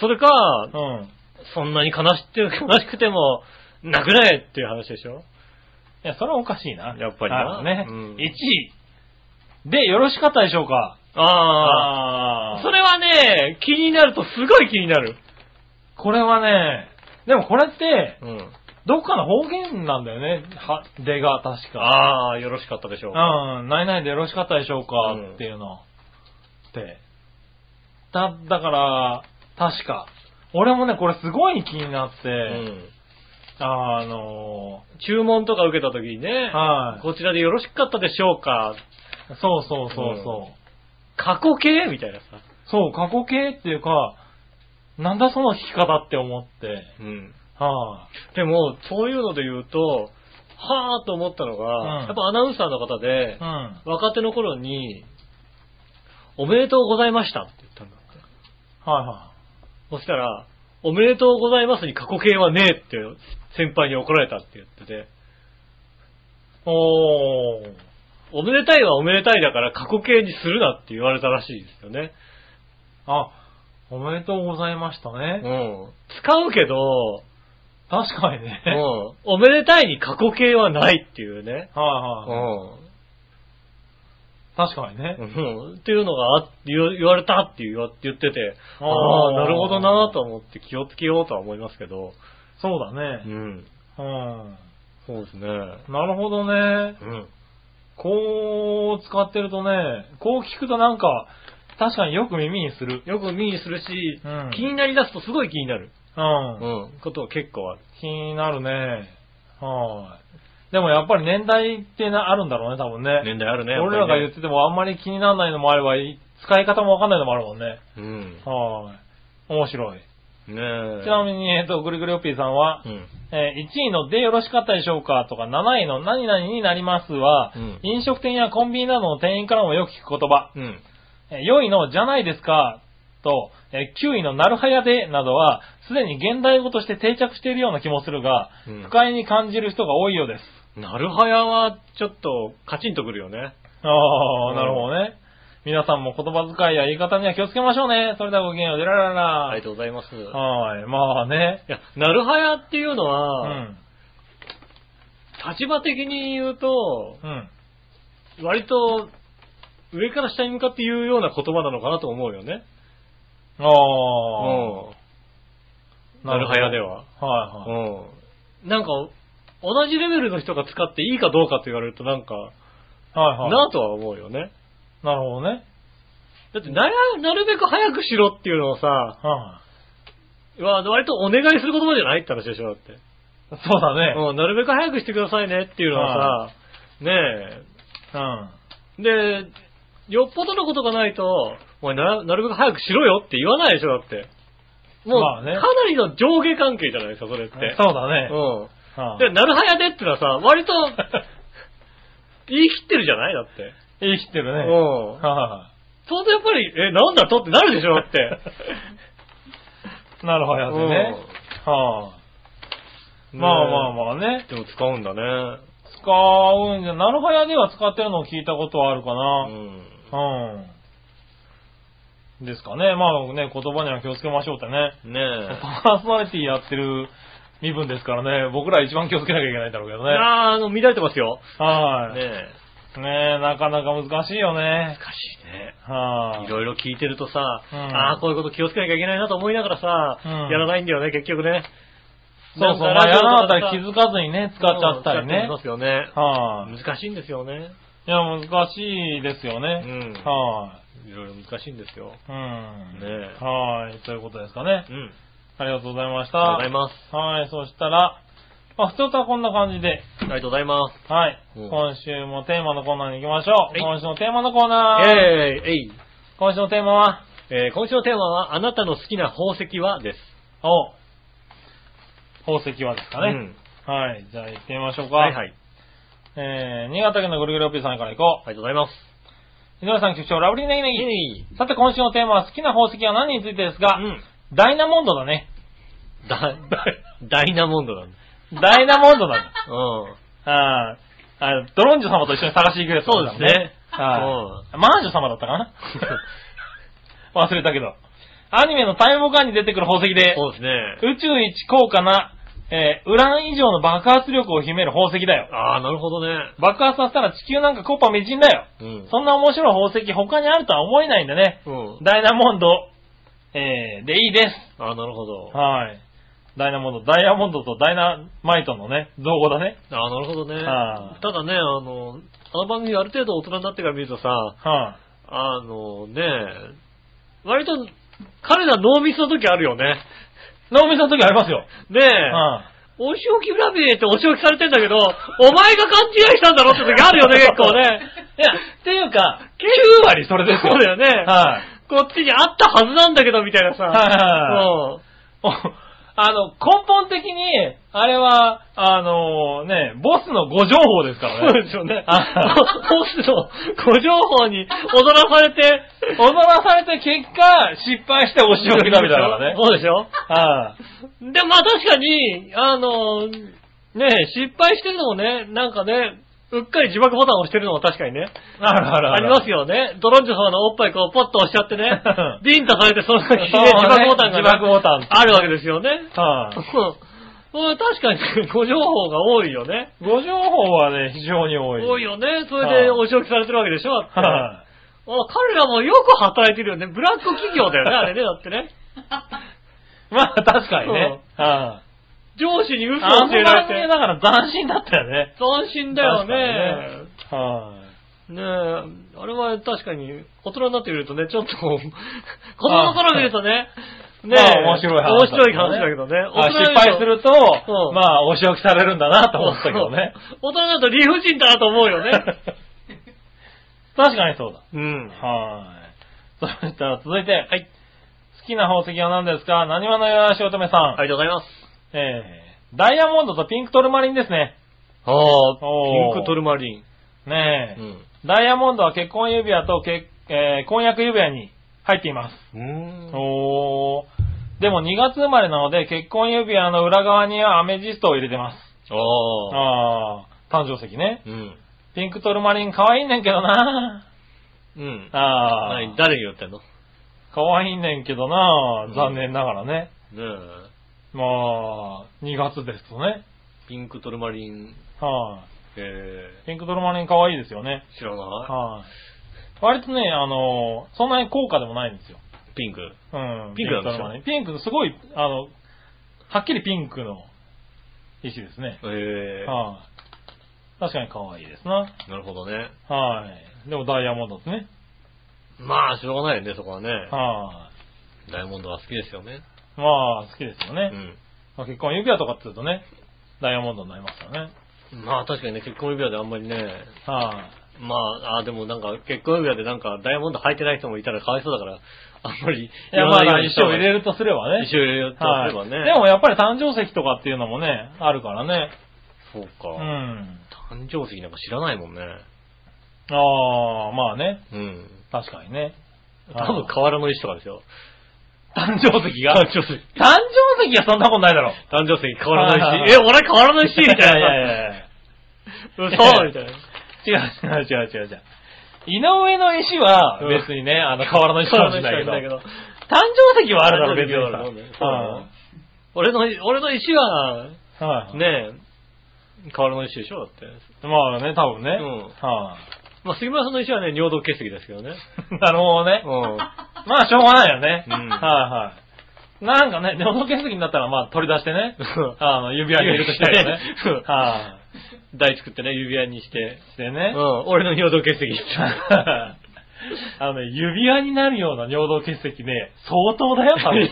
[SPEAKER 2] それか
[SPEAKER 3] う、ん。
[SPEAKER 2] そんなに悲しくて、悲しくても、なくないっていう話でしょ
[SPEAKER 3] いや、それはおかしいな。
[SPEAKER 2] やっぱりな
[SPEAKER 3] な。ね。
[SPEAKER 2] うん
[SPEAKER 3] 1位。で、よろしかったでしょうか
[SPEAKER 2] ああ。
[SPEAKER 3] あ
[SPEAKER 2] それはね、気になるとすごい気になる。
[SPEAKER 3] これはね、でもこれって、
[SPEAKER 2] うん。
[SPEAKER 3] どっかの方言なんだよね。は、出が確か。
[SPEAKER 2] ああ、よろしかったでしょうか。
[SPEAKER 3] うん、ないないでよろしかったでしょうか、
[SPEAKER 2] うん
[SPEAKER 3] っていうの。って。だ、だから、確か。俺もね、これすごい気になって、
[SPEAKER 2] うん
[SPEAKER 3] あの
[SPEAKER 2] 注文とか受けた時にね、
[SPEAKER 3] はい
[SPEAKER 2] こちらでよろしかったでしょうか
[SPEAKER 3] ーそうそうそうそう。
[SPEAKER 2] うん過去形みたいなさ。
[SPEAKER 3] そう、過去形っていうか、なんだその弾き方って思って。
[SPEAKER 2] うん。
[SPEAKER 3] は
[SPEAKER 2] でも、そういうので言うと、はぁと思ったのが、
[SPEAKER 3] うん
[SPEAKER 2] やっぱアナウンサーの方で、
[SPEAKER 3] い、うん。
[SPEAKER 2] 若手の頃に、おめでとうございましたって言ったんだって。
[SPEAKER 3] はいは
[SPEAKER 2] そしたら、おめでとうございますに過去形はねえって先輩に怒られたって言ってて、
[SPEAKER 3] い。おー。
[SPEAKER 2] おめでたいはおめでたいだから過去形にするなって言われたらしいですよね。
[SPEAKER 3] あ、おめでとうございました
[SPEAKER 2] う
[SPEAKER 3] ね。
[SPEAKER 2] ん。使うけど、
[SPEAKER 3] 確かにね。
[SPEAKER 2] う
[SPEAKER 3] はい
[SPEAKER 2] ん。おめでたいに過去形はないっていうね。う
[SPEAKER 3] はい。
[SPEAKER 2] ん。
[SPEAKER 3] 確かにね。
[SPEAKER 2] うんっていうのがあ言わ言われたって言わ言ってて、
[SPEAKER 3] あ
[SPEAKER 2] ああ
[SPEAKER 3] ー
[SPEAKER 2] ー、なるほどなと思って気をつけようとは思いますけど。
[SPEAKER 3] そうだね。
[SPEAKER 2] ん。
[SPEAKER 3] うん。
[SPEAKER 2] そうですね。
[SPEAKER 3] なるほどね。
[SPEAKER 2] うん。
[SPEAKER 3] こう使ってるとね、こう聞くとなんか、確かによく耳にする。
[SPEAKER 2] よく見にするし、
[SPEAKER 3] うん
[SPEAKER 2] 気になりだすとすごい気になる。
[SPEAKER 3] う。
[SPEAKER 2] うんん。ことが結構ある。
[SPEAKER 3] 気になるね。はい。でもやっぱり年代ってなあるんだろうね、多分ね。
[SPEAKER 2] 年代あるね。やっぱり
[SPEAKER 3] 俺らが言っててもあんまり気にならないのもあれば、い使い方もわかんないのもあるもんね。
[SPEAKER 2] ね
[SPEAKER 3] はい。面白い。
[SPEAKER 2] うん。ねえ。
[SPEAKER 3] ちなみに、えっと、ぐりぐりおっぴーさんは、
[SPEAKER 2] うん。
[SPEAKER 3] えー1位のでよろしかったでしょうかとか、7位の何々になりますは、
[SPEAKER 2] うん
[SPEAKER 3] 飲食店やコンビニなどの店員からもよく聞く言葉。
[SPEAKER 2] うん。
[SPEAKER 3] えー4位のじゃないですかと、えー9位のなるはやでなどは、すでに現代語として定着しているような気もするが、
[SPEAKER 2] うん
[SPEAKER 3] 不快に感じる人が多いようです。
[SPEAKER 2] なるはやは、ちょっと、カチンとくるよね。
[SPEAKER 3] あ
[SPEAKER 2] う
[SPEAKER 3] あ、
[SPEAKER 2] ん
[SPEAKER 3] なるほどね。皆さんも言葉遣いや言い方には気をつけましょうね。それではごきげんよう。でらららら。
[SPEAKER 2] ありがとうございます。い
[SPEAKER 3] はい。まあね。
[SPEAKER 2] や、なるはやっていうの
[SPEAKER 3] う
[SPEAKER 2] は、
[SPEAKER 3] ん。
[SPEAKER 2] 立場的に言うと、
[SPEAKER 3] うん。
[SPEAKER 2] 割と、上から下に向かって言うような言葉なのかなと思うよね。う
[SPEAKER 3] あ
[SPEAKER 2] ん。
[SPEAKER 3] あ。
[SPEAKER 2] なるはやで。は。
[SPEAKER 3] はいはい。
[SPEAKER 2] うん。なんか、同じレベルの人が使っていいかどうかって言われるとなんか、
[SPEAKER 3] はいはい。
[SPEAKER 2] なぁとは思うよね。
[SPEAKER 3] なるほどね。
[SPEAKER 2] だってなや、なるべく早くしろっていうのをさ、
[SPEAKER 3] は
[SPEAKER 2] わ割とお願いする言葉じゃないって話でしょ、だって。
[SPEAKER 3] い。そうだね。
[SPEAKER 2] うん、なるべく早くしてくださいねっていうのは
[SPEAKER 3] は
[SPEAKER 2] さ、ね
[SPEAKER 3] うん。
[SPEAKER 2] え。で、よっぽどのことがないと、お前な、なるべく早くしろよって言わないでしょ、だって。もう、
[SPEAKER 3] まあね
[SPEAKER 2] かなりの上下関係じゃないですか、それって。
[SPEAKER 3] そうだね。
[SPEAKER 2] うん。
[SPEAKER 3] はい
[SPEAKER 2] で、なるはやでってのはさ、割
[SPEAKER 3] [laughs]
[SPEAKER 2] と、言い切ってるじゃないだって。
[SPEAKER 3] 言い切ってる
[SPEAKER 2] う
[SPEAKER 3] ね。
[SPEAKER 2] ん。
[SPEAKER 3] は
[SPEAKER 2] そうするとやっぱり、え、なんだとってなるでしょだって。
[SPEAKER 3] い。 [laughs] なるほどね。はい。まあまあ
[SPEAKER 2] あ。
[SPEAKER 3] まあね。
[SPEAKER 2] でも使うんだね。
[SPEAKER 3] 使うんじゃ、なるはやでは使ってるのを聞いたことはあるか
[SPEAKER 2] う
[SPEAKER 3] な。
[SPEAKER 2] ん。
[SPEAKER 3] うん。ですかね。まあね、言葉には気をつけましょうってね。
[SPEAKER 2] ねえ。
[SPEAKER 3] パーソナリティやってる身分ですからね、僕ら一番気をつけなきゃいけないんだろうけど
[SPEAKER 2] いやー
[SPEAKER 3] ね。
[SPEAKER 2] あの、乱れてますよ。
[SPEAKER 3] は
[SPEAKER 2] ね
[SPEAKER 3] い。
[SPEAKER 2] え。
[SPEAKER 3] ねえ、なかなか難しいよね
[SPEAKER 2] 難。しいね。
[SPEAKER 3] はいい。
[SPEAKER 2] ろいろ聞いてるとさ、
[SPEAKER 3] うん
[SPEAKER 2] ああ、こういうこと気をつけなきゃいけないなと思いながらさ、
[SPEAKER 3] うん
[SPEAKER 2] やらないんだよね、結局ね。
[SPEAKER 3] そうそう、ま
[SPEAKER 2] なん
[SPEAKER 3] あ、
[SPEAKER 2] か
[SPEAKER 3] やらなかった
[SPEAKER 2] ラジ
[SPEAKER 3] り
[SPEAKER 2] オ
[SPEAKER 3] 気
[SPEAKER 2] と
[SPEAKER 3] づかずにね、使っちゃったり
[SPEAKER 2] 使っちゃ
[SPEAKER 3] ね
[SPEAKER 2] い。ますよね。
[SPEAKER 3] はい。
[SPEAKER 2] 難しいんですよね。
[SPEAKER 3] いや、難しいですよ
[SPEAKER 2] う
[SPEAKER 3] ね。
[SPEAKER 2] ん。
[SPEAKER 3] はい。
[SPEAKER 2] いろいろ難しいんですよ。
[SPEAKER 3] うん。
[SPEAKER 2] ねえ
[SPEAKER 3] はーい。ということですかね。
[SPEAKER 2] うん。
[SPEAKER 3] ありがとうございました。
[SPEAKER 2] ありがとうございます。
[SPEAKER 3] はい。そしたら、まあ、普通とはこんな感じで、
[SPEAKER 2] ありがとうございます。
[SPEAKER 3] はい。
[SPEAKER 2] うん
[SPEAKER 3] 今週もテーマのコーナーに行きましょう。
[SPEAKER 2] い
[SPEAKER 3] 今週のテーマのコーナー。
[SPEAKER 2] えー、えい。
[SPEAKER 3] 今週のテーマは、
[SPEAKER 2] えー、今週のテーマは、あなたの好きな宝石はです。
[SPEAKER 3] お宝石はですか
[SPEAKER 2] う
[SPEAKER 3] ね。
[SPEAKER 2] ん
[SPEAKER 3] はい。じゃあ行ってみましょうか。
[SPEAKER 2] はいはい。あり
[SPEAKER 3] えー、新潟県のぐるぐるおっぴーさんから行こ
[SPEAKER 2] がとうございます。
[SPEAKER 3] う。井上さん局長、ラブリーネギネ
[SPEAKER 2] い
[SPEAKER 3] ギ。
[SPEAKER 2] い。
[SPEAKER 3] さて今週のテーマは好きな宝石は何についてですが、
[SPEAKER 2] うん。
[SPEAKER 3] ダイナモンドだね。
[SPEAKER 2] ダ、 [laughs] ダイナモンドなんだ。
[SPEAKER 3] ダイナモンドだね。
[SPEAKER 2] [laughs] うん。
[SPEAKER 3] あーあ、ドロンジョ様と一緒に探しに行くやつ
[SPEAKER 2] そう
[SPEAKER 3] だ
[SPEAKER 2] で
[SPEAKER 3] も
[SPEAKER 2] す
[SPEAKER 3] んね、
[SPEAKER 2] ね。
[SPEAKER 3] はマージョ様だったかな忘れたけど。アニメの大木間に出てくる宝石で、
[SPEAKER 2] そうですね。
[SPEAKER 3] 宇宙一高価な、えーウラン以上の爆発力を秘める宝石だよ。
[SPEAKER 2] ああ、なるほどね。
[SPEAKER 3] 爆発させたら地球なんかコッパみじんだよ。
[SPEAKER 2] うん。
[SPEAKER 3] そんな面白い宝石他にあるとは思えないんだね。
[SPEAKER 2] うん。
[SPEAKER 3] ダイナモンド、えー、でいいです。
[SPEAKER 2] ああ、なるほど。あ
[SPEAKER 3] はい。ダイナモンド、ダイヤモンドとダイナマイトのね、造語だね。
[SPEAKER 2] あー、なるほどね
[SPEAKER 3] は。い
[SPEAKER 2] ただね、あの、あの番組ある程度大人になってから見るとさ、
[SPEAKER 3] は
[SPEAKER 2] あのね、割と彼ら脳みその時あるよね。
[SPEAKER 3] い。脳みその時ありますよ。
[SPEAKER 2] ねえ、
[SPEAKER 3] は
[SPEAKER 2] お仕置きラビエってお仕置きされてんだけど、お前が勘違いしたんだろって時あるよね、
[SPEAKER 3] [laughs]
[SPEAKER 2] 結構ね。
[SPEAKER 3] い。いや、っていうか、
[SPEAKER 2] 9
[SPEAKER 3] 9割それですよ。
[SPEAKER 2] そうだよね。
[SPEAKER 3] はい。
[SPEAKER 2] こっちにあったはずなんだけど、みたいなさ。
[SPEAKER 3] はいはい
[SPEAKER 2] そ
[SPEAKER 3] おあの、根本的に、あれは、あのね、ボスのご情報ですか
[SPEAKER 2] う。
[SPEAKER 3] ら
[SPEAKER 2] そう
[SPEAKER 3] ね。
[SPEAKER 2] ですよね。
[SPEAKER 3] あ
[SPEAKER 2] ホスのご情報に踊らされて、
[SPEAKER 3] 踊らされて結果、失敗してお仕置きだみたいなのがね。
[SPEAKER 2] そうでしょ
[SPEAKER 3] は
[SPEAKER 2] で、まあ確かに、あの、ね失敗してるのもね、なんかね、うっかり自爆ボタンを押してるのも確かにね。
[SPEAKER 3] い。あるあるあ
[SPEAKER 2] あ
[SPEAKER 3] る。。
[SPEAKER 2] りますよね。ドロンジョ様のおっぱいこう、ポッと押しちゃってねビンタされて、その
[SPEAKER 3] そう
[SPEAKER 2] 先に
[SPEAKER 3] ね。
[SPEAKER 2] ね、自爆ボタンがね、
[SPEAKER 3] 自爆ボタン。
[SPEAKER 2] あるわけですよね。
[SPEAKER 3] はい
[SPEAKER 2] うん。うん確かに、ご情報が多いよね。
[SPEAKER 3] ご情報はね、非常に多い。
[SPEAKER 2] 多いよね。それ
[SPEAKER 3] は
[SPEAKER 2] で
[SPEAKER 3] い
[SPEAKER 2] お仕置きされてるわけでしょだって
[SPEAKER 3] は
[SPEAKER 2] あ彼らもよく働いてるよね。ブラック企業 [laughs] だよね、あれね。だってね。
[SPEAKER 3] い。まあ、確かにね。はい。
[SPEAKER 2] 上司に嘘
[SPEAKER 3] あ
[SPEAKER 2] を
[SPEAKER 3] の
[SPEAKER 2] 教えら
[SPEAKER 3] 番組だ
[SPEAKER 2] れて。
[SPEAKER 3] から斬新だったよね。
[SPEAKER 2] 斬新だよね。
[SPEAKER 3] 確かにね。はい。
[SPEAKER 2] ねえ、あれは確かに、大人になってみるとね、ちょっと、 [laughs] 子供の頃見るとね、ね
[SPEAKER 3] ま
[SPEAKER 2] え、
[SPEAKER 3] あ面白い
[SPEAKER 2] 面白い話
[SPEAKER 3] 話だけどね
[SPEAKER 2] だけどね。
[SPEAKER 3] あ失敗すると、
[SPEAKER 2] うん
[SPEAKER 3] まあ、お仕置きされるんだなと思ったけどね。
[SPEAKER 2] [laughs] 大人だと理不尽だなと思うよ
[SPEAKER 3] [laughs]
[SPEAKER 2] ね。
[SPEAKER 3] 確かにそうだ。
[SPEAKER 2] [laughs] うん。
[SPEAKER 3] はい。そしたら続いて、はい。好きな宝石は何ですか何話のよしおとめさん。
[SPEAKER 2] ありがとうございます。
[SPEAKER 3] えー、ダイヤモンドとピンクトルマリンですね。
[SPEAKER 2] ああ、
[SPEAKER 3] おー
[SPEAKER 2] ピンクトルマリン。
[SPEAKER 3] ねえ、
[SPEAKER 2] ん。
[SPEAKER 3] ダイヤモンドは結婚指輪と結、えー婚約指輪に入っています。
[SPEAKER 2] うん
[SPEAKER 3] おー。でも2月生まれなので結婚指輪の裏側にはアメジストを入れてます。
[SPEAKER 2] ああ。
[SPEAKER 3] ああ、誕生石ね。
[SPEAKER 2] うん。
[SPEAKER 3] ピンクトルマリン可愛いねんけ
[SPEAKER 2] [laughs]
[SPEAKER 3] どな
[SPEAKER 2] うん。
[SPEAKER 3] ああ
[SPEAKER 2] 何、誰に言ってんのね
[SPEAKER 3] 可愛いねんけどな
[SPEAKER 2] うん
[SPEAKER 3] 残念ながらね。
[SPEAKER 2] え、
[SPEAKER 3] まあ、2月ですとね。
[SPEAKER 2] ピンクトルマリン、
[SPEAKER 3] は
[SPEAKER 2] え
[SPEAKER 3] い。ピンクトルマリン可愛いですよね。
[SPEAKER 2] ー、知らな
[SPEAKER 3] はい。割とね、あの、そんなに高価でもないんですよ。
[SPEAKER 2] いピンク。
[SPEAKER 3] うん。
[SPEAKER 2] ピンクなん
[SPEAKER 3] ト
[SPEAKER 2] で
[SPEAKER 3] ル
[SPEAKER 2] しょ
[SPEAKER 3] マリン。ピンク、すごい、あの、はっきりピンクの石ですね。
[SPEAKER 2] ええ、
[SPEAKER 3] はい。確かに可愛いですな。
[SPEAKER 2] なるほどね。
[SPEAKER 3] はい。でもダイヤモンドですね。
[SPEAKER 2] まあ、しょうがないよね、そこはね。
[SPEAKER 3] は
[SPEAKER 2] ダイヤモンドは好きですよね。
[SPEAKER 3] い。まあ、好きですよね。
[SPEAKER 2] うん。
[SPEAKER 3] まあ、結婚指輪とかって言うとね、ダイヤモンドになりますからね。
[SPEAKER 2] まあ確かにね、結婚指輪であんまりね、
[SPEAKER 3] はい、
[SPEAKER 2] まあ、あーでもなんか結婚指輪でなんかダイヤモンド履いてない人もいたらかわいそうだから、あんまり
[SPEAKER 3] いや、まあ、
[SPEAKER 2] に
[SPEAKER 3] 衣
[SPEAKER 2] した
[SPEAKER 3] 装
[SPEAKER 2] 方が
[SPEAKER 3] 入れるとすればね。
[SPEAKER 2] 一緒入れようとすればね。
[SPEAKER 3] はいでもやっぱり誕生石とかっていうのもね、あるからね。
[SPEAKER 2] そう
[SPEAKER 3] う
[SPEAKER 2] か。
[SPEAKER 3] ん。
[SPEAKER 2] 誕生石なんか知らないもんね。
[SPEAKER 3] ああ、まあね。
[SPEAKER 2] うん。
[SPEAKER 3] 確かにね。
[SPEAKER 2] 多分
[SPEAKER 3] はい
[SPEAKER 2] 河原の石とかです
[SPEAKER 3] [laughs]
[SPEAKER 2] よ。
[SPEAKER 3] 誕生
[SPEAKER 2] [laughs]
[SPEAKER 3] 石が
[SPEAKER 2] 誕生石。
[SPEAKER 3] 誕生石はそんなことないだろ。
[SPEAKER 2] 誕生石、河原の
[SPEAKER 3] はい
[SPEAKER 2] 石。え、俺河原の石みたい
[SPEAKER 3] いやいやい
[SPEAKER 2] な。
[SPEAKER 3] やいや
[SPEAKER 2] 嘘
[SPEAKER 3] や
[SPEAKER 2] みたいな。
[SPEAKER 3] 違う違う違う違う違う。井上の石は
[SPEAKER 2] うん
[SPEAKER 3] 別にね、あの、河原の石かもしれないけど。
[SPEAKER 2] 河原の石はない
[SPEAKER 3] 誕生石はあるだろ、別に
[SPEAKER 2] 誕生石
[SPEAKER 3] さ。
[SPEAKER 2] はあるもんね俺の、俺の石は、
[SPEAKER 3] うんはい。
[SPEAKER 2] ねえ、河原の石でしょだって。
[SPEAKER 3] まあね、多分ね。
[SPEAKER 2] うん
[SPEAKER 3] は
[SPEAKER 2] まあ杉村さんの石はね、尿道結石ですけどね。
[SPEAKER 3] い。 [laughs] なるほどね
[SPEAKER 2] う。ん。
[SPEAKER 3] まあ、しょうがないよね。
[SPEAKER 2] うん
[SPEAKER 3] はいはい。なんかね、尿道結石になったら、まあ、取り出してね。あの、指輪に入れるとしたいよね
[SPEAKER 2] そう。
[SPEAKER 3] は
[SPEAKER 2] 台作ってね、指輪にして。
[SPEAKER 3] い。して
[SPEAKER 2] うん
[SPEAKER 3] ね。、
[SPEAKER 2] 俺の尿道結石。
[SPEAKER 3] [laughs] あのね、指輪になるような尿道結石ね、相当だよ、多分。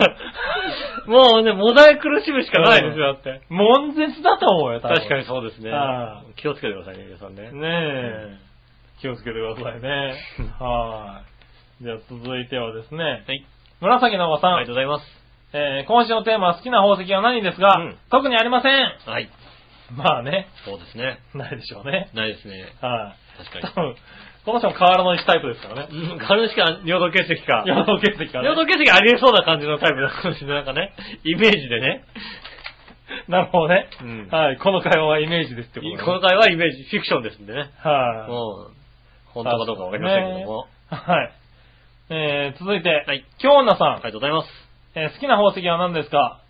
[SPEAKER 2] もうね、もだえ苦しむしかないですよ、だって。
[SPEAKER 3] 悶絶だと思うよ、多分
[SPEAKER 2] 確かにそうですね
[SPEAKER 3] は。
[SPEAKER 2] 気をつけてくださいね、皆さんね。
[SPEAKER 3] ねえ。気をつけてくださいね。はい。じゃあ続いてはですね。
[SPEAKER 2] はい。
[SPEAKER 3] 紫のおばさん。
[SPEAKER 2] ありがとうございます。
[SPEAKER 3] えー今週のテーマは好きな宝石は何ですが、
[SPEAKER 2] うん
[SPEAKER 3] 特にありません。
[SPEAKER 2] はい。
[SPEAKER 3] まあね、 [laughs]
[SPEAKER 2] そうですね。
[SPEAKER 3] ないでしょうね。
[SPEAKER 2] ないですね。
[SPEAKER 3] はい。
[SPEAKER 2] 確
[SPEAKER 3] 多
[SPEAKER 2] か
[SPEAKER 3] 分、この人も変わらないタイプですからね。
[SPEAKER 2] に。うん、軽しか尿道結石か。
[SPEAKER 3] 尿道結石から
[SPEAKER 2] 尿道
[SPEAKER 3] ね。
[SPEAKER 2] 結石ありえそうな感じのタイプだったんですねなんかね。イメージでね。
[SPEAKER 3] なるほどね、
[SPEAKER 2] うん
[SPEAKER 3] はい。この会話はイメージですってことね
[SPEAKER 2] この回はイメージ、フィクションですんでね。
[SPEAKER 3] はい。
[SPEAKER 2] もう、本当かどうかわかりませんけども。
[SPEAKER 3] はい。えー、続いて、
[SPEAKER 2] はい
[SPEAKER 3] 京女さん、
[SPEAKER 2] ありがとうございます。
[SPEAKER 3] えー好きな宝石は何ですか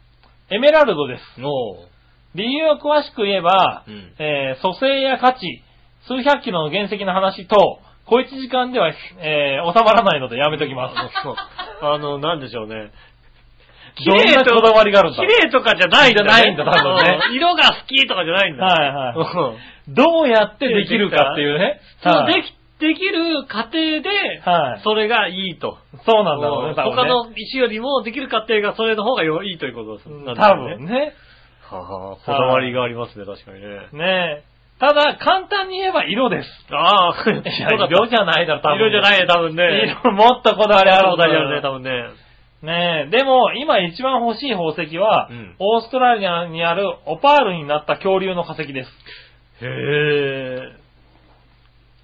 [SPEAKER 3] エメラルドです。
[SPEAKER 2] おー。
[SPEAKER 3] 理由を詳しく言えば、
[SPEAKER 2] うん
[SPEAKER 3] えー蘇生や価値、数百キロの原石の話と、小一時間では、えー収まらないのでやめときます。
[SPEAKER 2] [laughs] [laughs] あの、なんでしょうね。
[SPEAKER 3] どんなこだわりがあるんだ
[SPEAKER 2] 綺麗とかじゃないんだ、ね。
[SPEAKER 3] じゃないんだ多分ね
[SPEAKER 2] うん [laughs] 色が好きとかじゃないんだ。
[SPEAKER 3] はい
[SPEAKER 2] [laughs]
[SPEAKER 3] はい
[SPEAKER 2] うん
[SPEAKER 3] どうやってできるかっていうね。
[SPEAKER 2] その
[SPEAKER 3] はい
[SPEAKER 2] でき、できる過程で、
[SPEAKER 3] はい
[SPEAKER 2] それがいいと。
[SPEAKER 3] そうなんだろう
[SPEAKER 2] うん
[SPEAKER 3] ね、多分ね。
[SPEAKER 2] 他の石よりもできる過程がそれの方がよいいということです。なん
[SPEAKER 3] 多
[SPEAKER 2] だろう
[SPEAKER 3] 分。ね。
[SPEAKER 2] ははこだわりがありますね、確かにね。
[SPEAKER 3] ねえ。ただ、簡単に言えば色です。
[SPEAKER 2] ああ、そうだ
[SPEAKER 3] [laughs] いや色じゃないだろ、多分。
[SPEAKER 2] 色じゃないね、多分ね。
[SPEAKER 3] 色、もっとこだわりある
[SPEAKER 2] 色
[SPEAKER 3] んだ
[SPEAKER 2] だよね、
[SPEAKER 3] よ。
[SPEAKER 2] 多分ね。
[SPEAKER 3] ねえ。でも、今一番欲しい宝石は、
[SPEAKER 2] うん
[SPEAKER 3] オーストラリアにあるオパールになった恐竜の化石です。
[SPEAKER 2] へえ。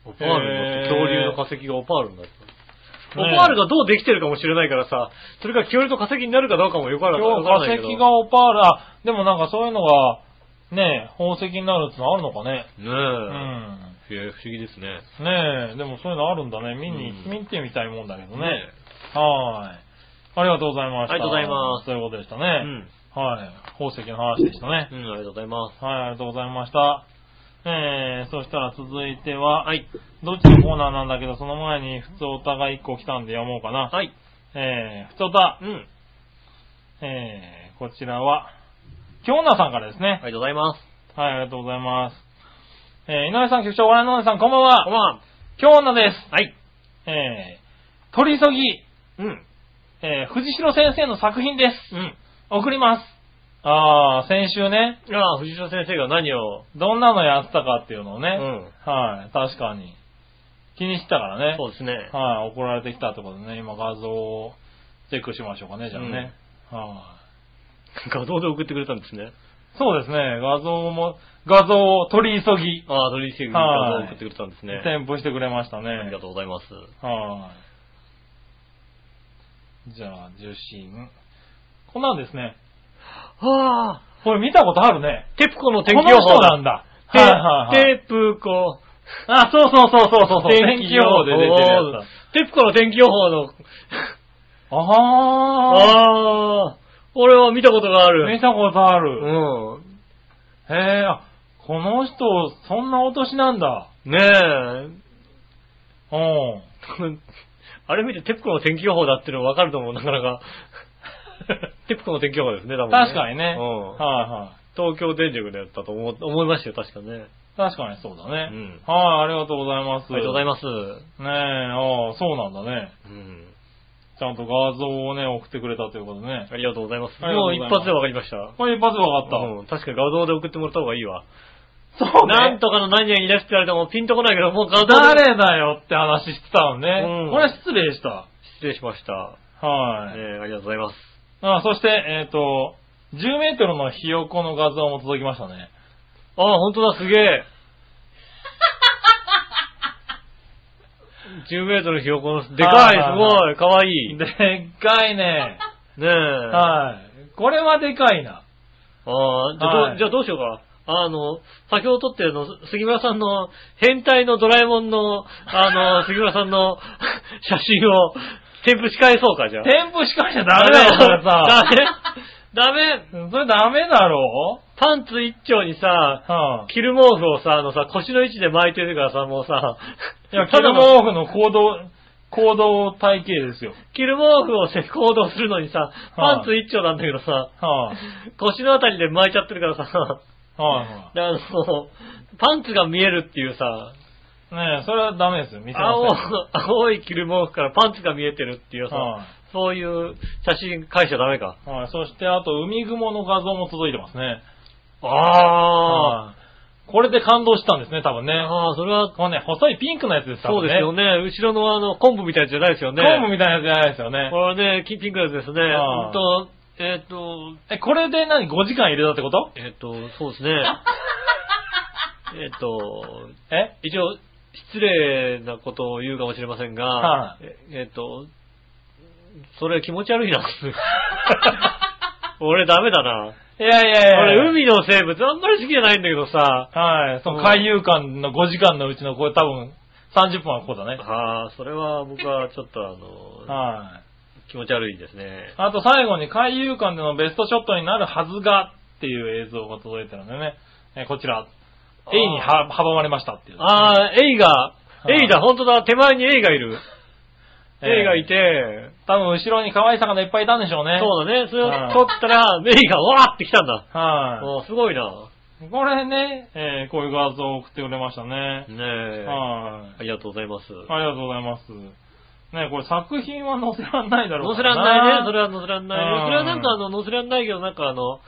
[SPEAKER 2] オパールだって恐竜の化石がオパールになった。オ
[SPEAKER 3] ねえ
[SPEAKER 2] パールがどうできてるかもしれないからさ、それが恐竜の化石になるかどうかもよくわから
[SPEAKER 3] 今日
[SPEAKER 2] ない
[SPEAKER 3] 化
[SPEAKER 2] けど。
[SPEAKER 3] 石がオパール、あ、でもなんかそういうのが、ねえ、宝石になるってのあるのかね。う
[SPEAKER 2] ね
[SPEAKER 3] ん。
[SPEAKER 2] え。へえ、不思議ですね。
[SPEAKER 3] ねえ、でもそういうのあるんだね。見に、
[SPEAKER 2] うん
[SPEAKER 3] 見てみたいもんだけどね。
[SPEAKER 2] ね
[SPEAKER 3] はーい。ありがとうございました。
[SPEAKER 2] ありがとうございます
[SPEAKER 3] そういうことでしたね。
[SPEAKER 2] え。うん。
[SPEAKER 3] はい。宝石の話でしたね。
[SPEAKER 2] うん、ありがとうございます。
[SPEAKER 3] はい、ありがとうございました。えー、そしたら続いては、
[SPEAKER 2] はい。
[SPEAKER 3] どっちのコーナーなんだけど、その前に、普通お互い1個来たんで読もうかな。
[SPEAKER 2] はい。
[SPEAKER 3] えー、普通おた
[SPEAKER 2] う、ん。
[SPEAKER 3] えー、こちらは、京奈さんからです
[SPEAKER 2] あ
[SPEAKER 3] ね
[SPEAKER 2] り。がとうございます。
[SPEAKER 3] はい、ありがとうございます。えー、井上さん、局長、ご覧の皆さん、こんばんは
[SPEAKER 2] こん。ばんは。
[SPEAKER 3] 京奈です。
[SPEAKER 2] はい。
[SPEAKER 3] えー、取り急ぎ、
[SPEAKER 2] うん。
[SPEAKER 3] えー、藤代先生の作品です。
[SPEAKER 2] うん。
[SPEAKER 3] 送ります。あー、先週ね、
[SPEAKER 2] いやあ、藤代先生が何を、
[SPEAKER 3] どんなのやってたかっていうのをね、
[SPEAKER 2] うん
[SPEAKER 3] はい、確かに。気にしてたからね。
[SPEAKER 2] そうですね。
[SPEAKER 3] はい、怒られてきたってことでね、今画像をチェックしましょうかね、じゃあね。はい。
[SPEAKER 2] 画像で送ってくれたんですね。
[SPEAKER 3] そうですね、画像も、画像を取り急ぎ、
[SPEAKER 2] ああ、ドリーシェグ画像を送ってくれたんですね。
[SPEAKER 3] 添付してくれましたね。
[SPEAKER 2] ありがとうございます。
[SPEAKER 3] はい。じゃあ、受信。こんなんですね。
[SPEAKER 2] はあ、
[SPEAKER 3] これ見たことあるね。
[SPEAKER 2] テプコの天
[SPEAKER 3] この
[SPEAKER 2] 気予報
[SPEAKER 3] 人なんだ。
[SPEAKER 2] テ
[SPEAKER 3] はいはいはい。
[SPEAKER 2] テプコ。
[SPEAKER 3] あ、そうそうそうそうそうそう。
[SPEAKER 2] 天気予報で出てるやつだ。テプコの天気予報の、
[SPEAKER 3] つ。あ
[SPEAKER 2] ああ、俺は見たことがあ
[SPEAKER 3] あ。見
[SPEAKER 2] る。
[SPEAKER 3] たことあ
[SPEAKER 2] う
[SPEAKER 3] る。へえ、あこの人、そんなお年なんだ。
[SPEAKER 2] ん。ねえ。
[SPEAKER 3] うん。
[SPEAKER 2] あれ見てテプコの天気予報だっていうの分かると思う、なかなか。テプコの天気予報ですね、多分、
[SPEAKER 3] 確かにね。
[SPEAKER 2] うん
[SPEAKER 3] はいはい。
[SPEAKER 2] 東京電力のやつだと思う思いましたよ、確かね。
[SPEAKER 3] 確かにそうだね。
[SPEAKER 2] うん
[SPEAKER 3] はい、ありがとうございます。
[SPEAKER 2] ありがとうござい
[SPEAKER 3] ま
[SPEAKER 2] ます。
[SPEAKER 3] す。ねえ、ああ、そうなんだね。
[SPEAKER 2] うん。
[SPEAKER 3] ちゃんと画像をね、送ってくれたということでね。
[SPEAKER 2] ありがとうございます。
[SPEAKER 3] ありがと
[SPEAKER 2] もう
[SPEAKER 3] うござい
[SPEAKER 2] 一
[SPEAKER 3] ます
[SPEAKER 2] 発で分かりました。
[SPEAKER 3] これ一発でわかった。
[SPEAKER 2] うん、確かに画像で送ってもらった方がいいわ。
[SPEAKER 3] そうね。
[SPEAKER 2] なんとかの何々ですって言われてもピンとこないけど、もう画像で
[SPEAKER 3] 誰だよって話してたのね。
[SPEAKER 2] うん
[SPEAKER 3] これは失礼した。
[SPEAKER 2] 失礼しました。
[SPEAKER 3] はい。
[SPEAKER 2] えーありがとうございます。
[SPEAKER 3] あそして、えっ、と、10メートルのひよこの画像も届きましたね。
[SPEAKER 2] ああ、本当だ、すげ
[SPEAKER 3] [laughs]
[SPEAKER 2] え。10メートルひよこの、でかい、すごい、かわいい。
[SPEAKER 3] で
[SPEAKER 2] ね
[SPEAKER 3] っかいね。
[SPEAKER 2] え。あ
[SPEAKER 3] はい。これはでかいな。
[SPEAKER 2] あ、じゃあどう、
[SPEAKER 3] はい
[SPEAKER 2] じゃあどうしようか。あの、先ほど撮ってるの、杉村さんの、変態のドラえもんの、あ
[SPEAKER 3] [laughs]
[SPEAKER 2] の、杉村さんの写真を、添付し返そうか、じゃあ。
[SPEAKER 3] 添付しかしちゃダメだよ、それさ。
[SPEAKER 2] ダメダメ
[SPEAKER 3] それダメだろ
[SPEAKER 2] パンツ一丁にさ、
[SPEAKER 3] はあ、
[SPEAKER 2] 着る毛布をさ、あのさ、腰の位置で巻いてるからさ、もうさ、
[SPEAKER 3] いや、
[SPEAKER 2] [laughs] た
[SPEAKER 3] た
[SPEAKER 2] だ
[SPEAKER 3] だ
[SPEAKER 2] もう、
[SPEAKER 3] 毛布の行動、行動体系ですよ。
[SPEAKER 2] 着る毛布をさ行動するのにさ、パンツ一丁なんだけどさ、
[SPEAKER 3] はい、
[SPEAKER 2] 腰のあたりで巻いちゃってるからさ、
[SPEAKER 3] はい、はい
[SPEAKER 2] であの、パンツが見えるっていうさ、
[SPEAKER 3] ねえ、それはダメですよ、見せ
[SPEAKER 2] [laughs]
[SPEAKER 3] ま
[SPEAKER 2] 青
[SPEAKER 3] せん。
[SPEAKER 2] 青い着る毛布からパンツが見えてるっていうさ、
[SPEAKER 3] はい
[SPEAKER 2] そういう写真返しちゃダメか。
[SPEAKER 3] はい、そしてあと、海雲の画像も届いてますね。
[SPEAKER 2] ああ、
[SPEAKER 3] はいこれで感動したんですね、多分ね。
[SPEAKER 2] ああ、それは、
[SPEAKER 3] このね、細いピンクのやつです、
[SPEAKER 2] そ
[SPEAKER 3] 多
[SPEAKER 2] うで
[SPEAKER 3] 分
[SPEAKER 2] す
[SPEAKER 3] ね。
[SPEAKER 2] よね。後ろのあの、昆布みたいなやつじゃないですよね。
[SPEAKER 3] コームみたいなやつじゃないですよね。
[SPEAKER 2] これはね、キピンクのやつですね。
[SPEAKER 3] は
[SPEAKER 2] う
[SPEAKER 3] い
[SPEAKER 2] んと、えっ、と、
[SPEAKER 3] え、これで何 ?5 時間入れたってこと
[SPEAKER 2] えっ、と、そうですね。 [laughs] えっと、
[SPEAKER 3] え
[SPEAKER 2] 一応、失礼なことを言うかもしれませんが、
[SPEAKER 3] は
[SPEAKER 2] ええっと、それ気持ち悪いな。 [laughs] 俺ダメだな。
[SPEAKER 3] いやいやいや。
[SPEAKER 2] 俺海の生物あんまり好きじゃないんだけどさ。
[SPEAKER 3] はい、その海遊館の5時間のうちのこれ多分30分はここだね。
[SPEAKER 2] はあ、それは僕はちょっとあの、
[SPEAKER 3] はい。
[SPEAKER 2] 気持ち悪いですね。
[SPEAKER 3] あと最後に海遊館でのベストショットになるはずがっていう映像が届いてるんでね。えこちら。
[SPEAKER 2] あー
[SPEAKER 3] A には阻まれましたっていう。
[SPEAKER 2] ああ、エイが、
[SPEAKER 3] い
[SPEAKER 2] エイだ、本当だ、手前にエイがいる。
[SPEAKER 3] えー
[SPEAKER 2] エイがいて、
[SPEAKER 3] 多分後ろに可愛い魚いっぱいいたんでしょうね。
[SPEAKER 2] そうだね、それを
[SPEAKER 3] はい
[SPEAKER 2] 撮ったら、メイがわーって来たんだ。
[SPEAKER 3] は
[SPEAKER 2] おーすごいな。
[SPEAKER 3] い。これね、えーこういう画像を送ってくれましたね。
[SPEAKER 2] ねえ。
[SPEAKER 3] はい。
[SPEAKER 2] ありがとうございます。
[SPEAKER 3] ありがとうございます。ね、これ作品は載せらんないだろ
[SPEAKER 2] 載
[SPEAKER 3] う
[SPEAKER 2] せ
[SPEAKER 3] から
[SPEAKER 2] らんないね。それは載せらんない
[SPEAKER 3] うん
[SPEAKER 2] ね。それはなんかあの、載せらんないけど、なんかあの、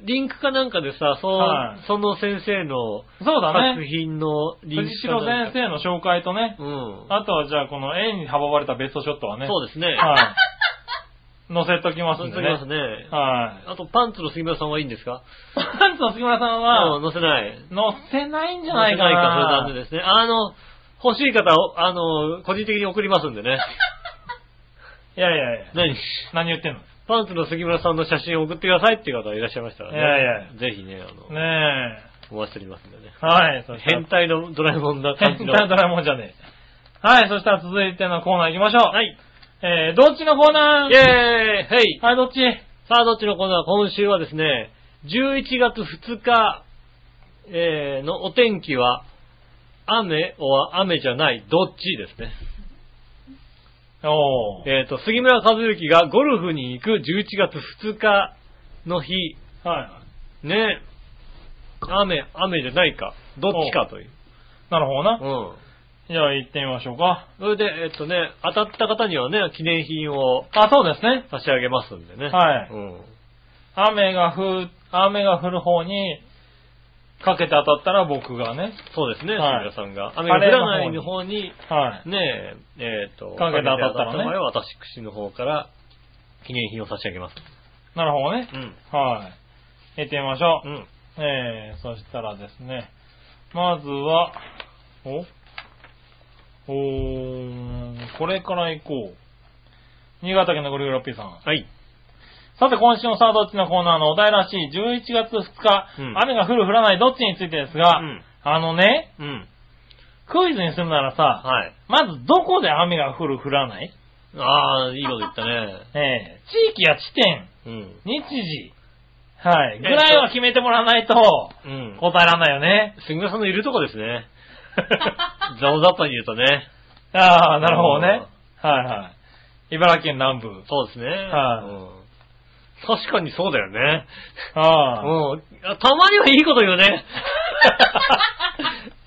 [SPEAKER 2] リンクかなんかでさ、そう
[SPEAKER 3] はい
[SPEAKER 2] その先生の
[SPEAKER 3] そうだ
[SPEAKER 2] 作
[SPEAKER 3] ね。
[SPEAKER 2] 品のリン
[SPEAKER 3] 藤
[SPEAKER 2] クか
[SPEAKER 3] 代
[SPEAKER 2] なん
[SPEAKER 3] 先
[SPEAKER 2] か。
[SPEAKER 3] 生の紹介とね、
[SPEAKER 2] うん。
[SPEAKER 3] あとはじゃあこの A に阻まれたベストショットはね。
[SPEAKER 2] そうですね。
[SPEAKER 3] はい。載せときます
[SPEAKER 2] そうんで
[SPEAKER 3] ですね。
[SPEAKER 2] ね。ますね。あ
[SPEAKER 3] はい。
[SPEAKER 2] と、パンツの杉村さんはいいんですか
[SPEAKER 3] [laughs] パンツの杉村さん
[SPEAKER 2] あ
[SPEAKER 3] は、
[SPEAKER 2] 載せない。
[SPEAKER 3] 載せないんじゃないか
[SPEAKER 2] 載せないか、それ
[SPEAKER 3] な。
[SPEAKER 2] ダメですね。あの、欲しい方を、あの、個人的に送りますんでね。
[SPEAKER 3] いやいやいや。
[SPEAKER 2] 何
[SPEAKER 3] [laughs] 何言ってんの
[SPEAKER 2] パンツの杉村さんの写真を送ってくださいっていう方がいらっしゃいましたらね。
[SPEAKER 3] い
[SPEAKER 2] ぜひね、あの、
[SPEAKER 3] ね
[SPEAKER 2] お待ちしておりますんでね。
[SPEAKER 3] え。はい。そしたら
[SPEAKER 2] 変態のドラえもんな感じ
[SPEAKER 3] 変
[SPEAKER 2] の。
[SPEAKER 3] 態ドラえもんじゃねえ。はい。そしたら続いてのコーナー行きましょう。
[SPEAKER 2] はい。
[SPEAKER 3] えー、どっちのコーナー
[SPEAKER 2] イェーイはい。
[SPEAKER 3] はい、どっち
[SPEAKER 2] さあ、どっちのコーナー今週はですね、11月2日、えーのお天気は、雨、おは雨じゃない、どっちですね。
[SPEAKER 3] おー。
[SPEAKER 2] えっ、と、杉村和之がゴルフに行く11月2日の日、
[SPEAKER 3] は
[SPEAKER 2] ね、雨、雨じゃないか、どっちかという。
[SPEAKER 3] い。なるほど
[SPEAKER 2] う
[SPEAKER 3] な。
[SPEAKER 2] ん。
[SPEAKER 3] じゃあ行ってみましょうか。
[SPEAKER 2] それで、えっ、とね、当たった方にはね、記念品を
[SPEAKER 3] あ、そうですね。
[SPEAKER 2] 差し上げますんでね。
[SPEAKER 3] はい
[SPEAKER 2] うん。
[SPEAKER 3] 雨が降、雨が降る方に、かけて当たったら僕がね、
[SPEAKER 2] そうですね、杉
[SPEAKER 3] はい
[SPEAKER 2] 村さんが。雨が降らないの方に、
[SPEAKER 3] はい。
[SPEAKER 2] ねえ、えっ、と、
[SPEAKER 3] かけて当たったら
[SPEAKER 2] かけて当場
[SPEAKER 3] ね
[SPEAKER 2] 合は私の方から記念品を差し上げます。
[SPEAKER 3] なるほどね。
[SPEAKER 2] うん。
[SPEAKER 3] はい。行ってみましょう。
[SPEAKER 2] うん。
[SPEAKER 3] えー、そしたらですね、まずは、おおー、これから行こう。新潟県のゴリゴラッピーさん。
[SPEAKER 2] はい。
[SPEAKER 3] さて、今週のさあどっちのコーナーのお題らしい11月2日、
[SPEAKER 2] うん
[SPEAKER 3] 雨が降る降らないどっちについてですが、
[SPEAKER 2] うん
[SPEAKER 3] あのね、
[SPEAKER 2] うん。
[SPEAKER 3] クイズにするならさ、
[SPEAKER 2] はい。
[SPEAKER 3] まずどこで雨が降る降らない
[SPEAKER 2] ああ、いいこと言ったね。
[SPEAKER 3] えー、地域や地点、
[SPEAKER 2] うん。
[SPEAKER 3] 日時、はい、
[SPEAKER 2] えっ
[SPEAKER 3] ぐ
[SPEAKER 2] と
[SPEAKER 3] らいは決めてもらわないと、
[SPEAKER 2] うん。
[SPEAKER 3] 答えらんないよね。
[SPEAKER 2] 杉村さんのいるとこですね。ザオザッパに言うとね。
[SPEAKER 3] [laughs] ああ、なるほどね。はいはい。茨城県南部。
[SPEAKER 2] そうですね。
[SPEAKER 3] はい
[SPEAKER 2] うん確かにそうだよね。
[SPEAKER 3] ああ。
[SPEAKER 2] うんあ。たまにはいいこと言う
[SPEAKER 3] [laughs]
[SPEAKER 2] ね。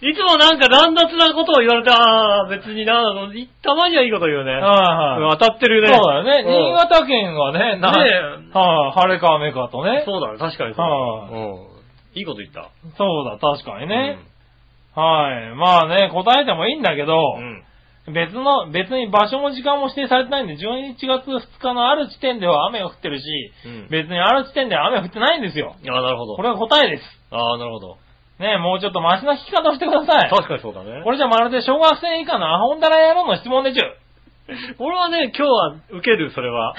[SPEAKER 2] いつもなんか乱雑なことを言われて、ああ、別にな、いたまにはいいこと言うね。
[SPEAKER 3] はいはい
[SPEAKER 2] 当たってる
[SPEAKER 3] そう
[SPEAKER 2] ね。
[SPEAKER 3] だよね。
[SPEAKER 2] う
[SPEAKER 3] 新
[SPEAKER 2] ん
[SPEAKER 3] 潟県はね、な、
[SPEAKER 2] ねえ
[SPEAKER 3] はい晴れか雨かとね。
[SPEAKER 2] そうだね、確かにそうだ。
[SPEAKER 3] は
[SPEAKER 2] うん。いいこと言った。
[SPEAKER 3] そうだ、確かにね。はい。まあね、答えてもいいんだけど、
[SPEAKER 2] うん。うん。
[SPEAKER 3] 別の、別に場所も時間も指定されてないんで、11月2日のある地点では雨が降ってるし、
[SPEAKER 2] うん
[SPEAKER 3] 別にある地点では雨が降ってないんですよ。
[SPEAKER 2] ああ、なるほど。
[SPEAKER 3] これが答えです。
[SPEAKER 2] ああ、なるほど。
[SPEAKER 3] ねもうちょっとマシな聞き方をしてください。
[SPEAKER 2] 確かにそうだね。
[SPEAKER 3] これじゃまるで小学生以下のアホンダラ野郎の質問でちゅ。
[SPEAKER 2] 俺はね、今日は受ける、それは。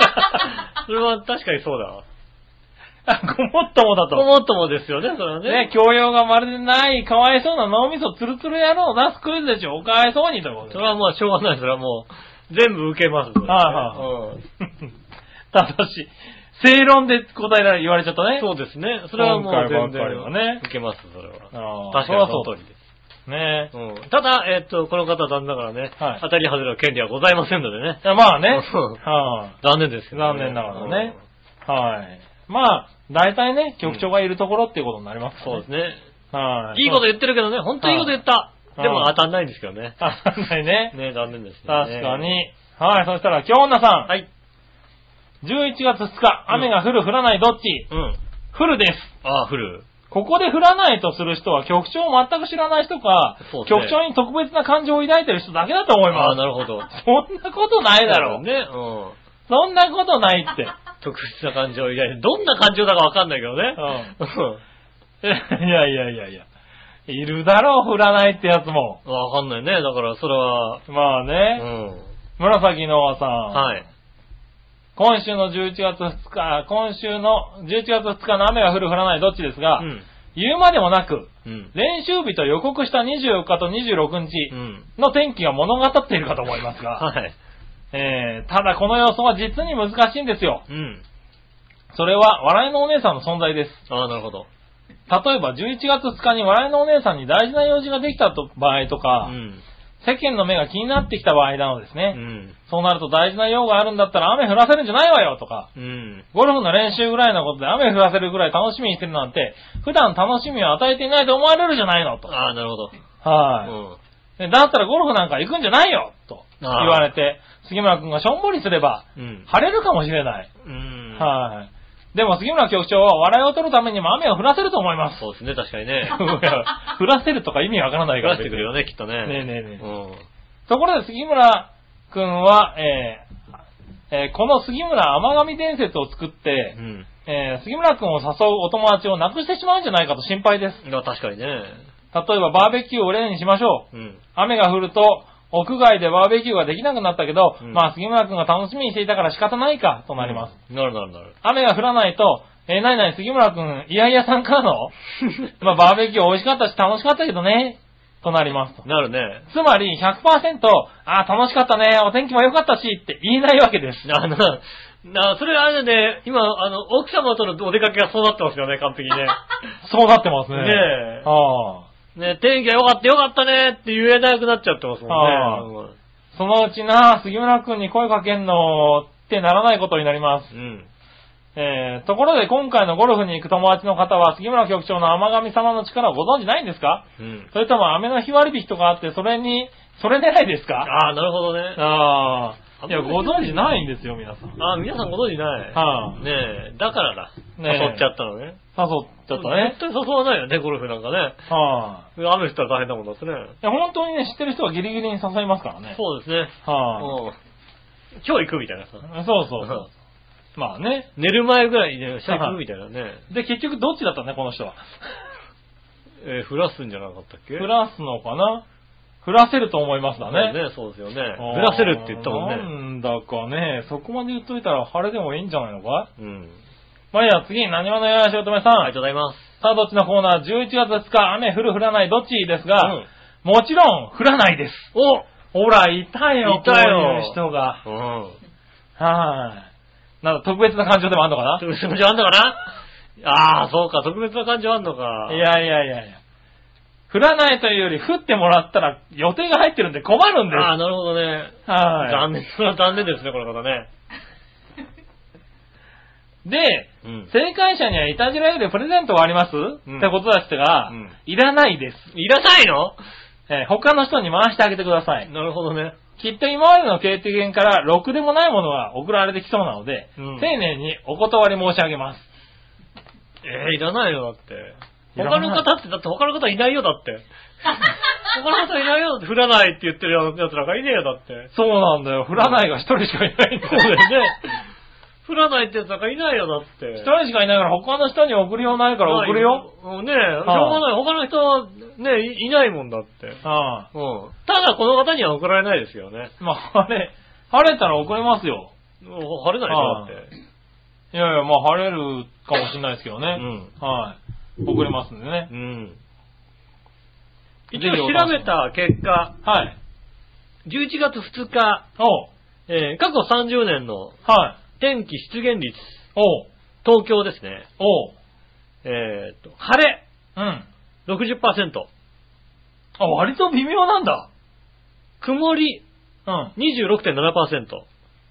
[SPEAKER 2] [laughs] それは確かにそうだわ。
[SPEAKER 3] [laughs] あごもっともだ
[SPEAKER 2] ご
[SPEAKER 3] と。
[SPEAKER 2] もっともですよね、それはね。
[SPEAKER 3] ね、教養がまるでない、かわいそうな脳みそツルツル野郎を出すクイズでちゅ。おかわいそうにということで [laughs]
[SPEAKER 2] それはもうしょうがない、それはもう、全部受けます。それ
[SPEAKER 3] は
[SPEAKER 2] うん
[SPEAKER 3] 正しい。正論で答えられ、言われちゃったね。
[SPEAKER 2] そうですね。それはもう
[SPEAKER 3] 今
[SPEAKER 2] 全
[SPEAKER 3] 回ばっかりは
[SPEAKER 2] 然、
[SPEAKER 3] ね
[SPEAKER 2] 受けます、それは。
[SPEAKER 3] ああ
[SPEAKER 2] 確かにその通りです。
[SPEAKER 3] うね
[SPEAKER 2] うんただ、えっと、この方は残念ながらね、
[SPEAKER 3] はい
[SPEAKER 2] 当たり外れの権利はございませんのでね。
[SPEAKER 3] え。まあね。
[SPEAKER 2] そう
[SPEAKER 3] はい、
[SPEAKER 2] [laughs] 残念ですけど
[SPEAKER 3] 残念ながらね。はい。まあ、大体ね、局長がいるところっていうことになります、
[SPEAKER 2] うんそうですね。
[SPEAKER 3] はい。
[SPEAKER 2] いいこと言ってるけどね、本当にいいこと言った。
[SPEAKER 3] うん
[SPEAKER 2] でも当たんないんですけどね。
[SPEAKER 3] あ、ないね。
[SPEAKER 2] [laughs] ね残念ですね。
[SPEAKER 3] 確か。に。はい、そしたら、京女さん。
[SPEAKER 2] はい。
[SPEAKER 3] 11月2日、雨が降る、降らない、どっち
[SPEAKER 2] うん。
[SPEAKER 3] 降るです。
[SPEAKER 2] ああ、降る。
[SPEAKER 3] ここで降らないとする人は局長を全く知らない人か、
[SPEAKER 2] そうですね
[SPEAKER 3] 局長に特別な感情を抱いてる人だけだと思い
[SPEAKER 2] ああ、
[SPEAKER 3] ま
[SPEAKER 2] なるほど。
[SPEAKER 3] す。そんなことないだろう。
[SPEAKER 2] ね。うん。
[SPEAKER 3] そんなことないって。
[SPEAKER 2] 特別な感情を抱いて、どんな感情だかわかんないけどね。
[SPEAKER 3] [laughs] いやいやいやいや。いるだろう、降らないってやつも。
[SPEAKER 2] うん。わかんないね。だから、それは、
[SPEAKER 3] まあ
[SPEAKER 2] う
[SPEAKER 3] ね、
[SPEAKER 2] ん。
[SPEAKER 3] 紫の和さん。
[SPEAKER 2] はい。
[SPEAKER 3] 今週の11月2日、あ今週の11月2日の雨が降る降らないどっちですが、
[SPEAKER 2] うん。
[SPEAKER 3] 言うまでもなく、
[SPEAKER 2] うん。
[SPEAKER 3] 練習日と予告した24日と26
[SPEAKER 2] う
[SPEAKER 3] 日
[SPEAKER 2] ん。
[SPEAKER 3] の天気が物語っているかと思いますが、
[SPEAKER 2] [laughs] はい。
[SPEAKER 3] えー、ただこの予想は実に難しいんですよ。
[SPEAKER 2] うん。
[SPEAKER 3] それは笑いのお姉さんの存在です。
[SPEAKER 2] ああ、なるほど。
[SPEAKER 3] 例えば11月2日に笑いのお姉さんに大事な用事ができたと場合と
[SPEAKER 2] う
[SPEAKER 3] か、
[SPEAKER 2] ん。
[SPEAKER 3] 世間の目が気になってきた場合なのです
[SPEAKER 2] う
[SPEAKER 3] ね。
[SPEAKER 2] ん。
[SPEAKER 3] そうなると大事な用があるんだったら雨降らせるんじゃないわよとか、
[SPEAKER 2] うん。
[SPEAKER 3] ゴルフの練習ぐらいのことで雨降らせるぐらい楽しみにしてるなんて、普段楽しみを与えていないと思われるじゃないのと。
[SPEAKER 2] ああ、なるほど。う
[SPEAKER 3] はい、
[SPEAKER 2] ん。
[SPEAKER 3] でだったらゴルフなんか行くんじゃないよと言
[SPEAKER 2] あー
[SPEAKER 3] われて、杉村くんがしょんぼりすれば、
[SPEAKER 2] うん。
[SPEAKER 3] 晴れるかもしれない。
[SPEAKER 2] うん。
[SPEAKER 3] はい、でも杉村局長は笑いを取るためにも雨を降らせると思います。 [laughs]
[SPEAKER 2] そうですね、確かにね。
[SPEAKER 3] 降らせるとか意味わからな
[SPEAKER 2] 出
[SPEAKER 3] いから。
[SPEAKER 2] してくるよね、きっとね。
[SPEAKER 3] ねえねえねえ
[SPEAKER 2] うん。
[SPEAKER 3] ところで杉村くんは、えーえーこの杉村甘神伝説を作って
[SPEAKER 2] う、ん。
[SPEAKER 3] えー杉村くんを誘うお友達をなくしてしまうんじゃないかと心配です。
[SPEAKER 2] いや、確かにね。
[SPEAKER 3] 例えばバーベキューを例にしましょう。
[SPEAKER 2] うん。
[SPEAKER 3] 雨が降ると、屋外でバーベキューができなくなったけど、
[SPEAKER 2] うん
[SPEAKER 3] まあ杉村くんが楽しみにしていたから仕方ないかとなります。
[SPEAKER 2] うん。なるなるなる。
[SPEAKER 3] 雨が降らないと、えー、なになに杉村くん、いやいやさんか
[SPEAKER 2] [laughs]
[SPEAKER 3] らのまあバーベキュー美味しかったし楽しかったけどね、となりますと。
[SPEAKER 2] なるね。
[SPEAKER 3] つまり100%、あー楽しかったね、お天気も良かったしって言えないわけです。
[SPEAKER 2] [laughs] あの、な、それあれだね、今、あの、奥様とのお出かけがそうなってますよね、完
[SPEAKER 3] [laughs]
[SPEAKER 2] 璧にね。
[SPEAKER 3] そうなってますね。
[SPEAKER 2] ねえ
[SPEAKER 3] ああ
[SPEAKER 2] ね、天気が良かった、良かったねって言えなくなっちゃってます
[SPEAKER 3] ああ
[SPEAKER 2] もんね。
[SPEAKER 3] そのうちな、杉村くんに声かけんのってならないことになります。
[SPEAKER 2] うん。
[SPEAKER 3] えー、ところで今回のゴルフに行く友達の方は杉村局長の甘神様の力をご存知ないんですか
[SPEAKER 2] うん。
[SPEAKER 3] それとも雨の日割引とかあって、それに、それ狙いですか
[SPEAKER 2] ああ、なるほどね。
[SPEAKER 3] ああ。いや、
[SPEAKER 2] 雨の
[SPEAKER 3] ご
[SPEAKER 2] 日割引
[SPEAKER 3] 存知ないんですよ、皆さん。
[SPEAKER 2] ああ、皆さんご存じない。
[SPEAKER 3] はい
[SPEAKER 2] ねえ、だからだ。
[SPEAKER 3] ねえ
[SPEAKER 2] 誘っちゃったのね。
[SPEAKER 3] 誘っちゃったね
[SPEAKER 2] 絶。対誘わないよね、ゴルフなんかね。
[SPEAKER 3] は
[SPEAKER 2] 雨降ったら大変だもんだってね。
[SPEAKER 3] い。いや、本当にね、知ってる人はギリギリに誘いますからね。
[SPEAKER 2] そうですね。
[SPEAKER 3] は
[SPEAKER 2] もうん。今日行くみたいなさ。
[SPEAKER 3] い。そうそうそう。まあね。
[SPEAKER 2] 寝る前ぐらいにね、下行くみたいなね。
[SPEAKER 3] で、結局どっちだったね、この人は。
[SPEAKER 2] えー、降らすんじゃなかったっけ
[SPEAKER 3] 降らすのかな降らせると思いますだね。
[SPEAKER 2] ね。そうですよね。 [laughs] 降らせるって言ったもん
[SPEAKER 3] な
[SPEAKER 2] ね。
[SPEAKER 3] んだかね、そこまで言っといたら晴れでもいいんじゃないのか
[SPEAKER 2] うん。
[SPEAKER 3] まあ、いいや、次、何話のよやしおとめさん。
[SPEAKER 2] ありがとうございます。
[SPEAKER 3] さあ、どっちのコーナー ?11 月2日、雨降る降らない、どっちですが、
[SPEAKER 2] うん
[SPEAKER 3] もちろん、降らないです。
[SPEAKER 2] お
[SPEAKER 3] ほら、いたよ、
[SPEAKER 2] いたよ
[SPEAKER 3] こういう人が。
[SPEAKER 2] うん。
[SPEAKER 3] はい。なんだ、特別な感情でもあんのかな
[SPEAKER 2] 特別な感情あんのかなああ、そうか、特別な感情あんのか。
[SPEAKER 3] い。やいやいやいや。降らないというより、降ってもらったら予定が入ってるんで困るんで
[SPEAKER 2] ああ、なるほどね。
[SPEAKER 3] す。は
[SPEAKER 2] 残念、それは残念ですね、この方ね。
[SPEAKER 3] い。で、
[SPEAKER 2] うん。
[SPEAKER 3] 正解者にはいたじらよりプレゼントはあります、
[SPEAKER 2] ん
[SPEAKER 3] ってことだしたが、
[SPEAKER 2] うん
[SPEAKER 3] いらないです。
[SPEAKER 2] いらないの
[SPEAKER 3] えー他の人に回してあげてください。
[SPEAKER 2] なるほどね。
[SPEAKER 3] きっと今までの経験から、ろくでもないものが送られてきそうなので、
[SPEAKER 2] うん
[SPEAKER 3] 丁寧にお断り申し上げます。
[SPEAKER 2] えー、いらないよ、だって。
[SPEAKER 3] いらな
[SPEAKER 2] 他
[SPEAKER 3] い
[SPEAKER 2] の方って、だって他の方いないよ、だって。他の方いないよ、だって降らないって言ってるような奴らがいねえよ、だって。
[SPEAKER 3] そうなんだよ。降らないが一人しかいないん
[SPEAKER 2] そう
[SPEAKER 3] だ
[SPEAKER 2] だ
[SPEAKER 3] よ
[SPEAKER 2] よ
[SPEAKER 3] ね。
[SPEAKER 2] ね。降らないって奴らがいないよ、だって。
[SPEAKER 3] [laughs] 一人しかいないから他の人に送りようないから送るよ。
[SPEAKER 2] うんねえ、しょうがない。他の人は、ねいいないもんだって。
[SPEAKER 3] あ
[SPEAKER 2] うん。ただ、この方には送られないですよね。
[SPEAKER 3] あ。まあ、晴れ、晴れたら送れますよ。
[SPEAKER 2] もう晴れない
[SPEAKER 3] ああ
[SPEAKER 2] でしょ、だって。
[SPEAKER 3] いやいや、まあ晴れるかもしれないですけどね。
[SPEAKER 2] うん
[SPEAKER 3] はい。送れますんでね
[SPEAKER 2] う。ん。
[SPEAKER 3] ぜ
[SPEAKER 2] 一
[SPEAKER 3] ひ
[SPEAKER 2] 応調べた結果、
[SPEAKER 3] はい。
[SPEAKER 2] 11月2日、
[SPEAKER 3] おう。
[SPEAKER 2] えー過去30年の
[SPEAKER 3] はい。
[SPEAKER 2] 天気出現率、
[SPEAKER 3] おう。
[SPEAKER 2] 東京ですね。
[SPEAKER 3] おう。
[SPEAKER 2] えー、と、晴れ、
[SPEAKER 3] うん。
[SPEAKER 2] 60%。
[SPEAKER 3] あ、割と微妙なんだ。
[SPEAKER 2] 曇り、
[SPEAKER 3] うん。あ
[SPEAKER 2] 26.7%。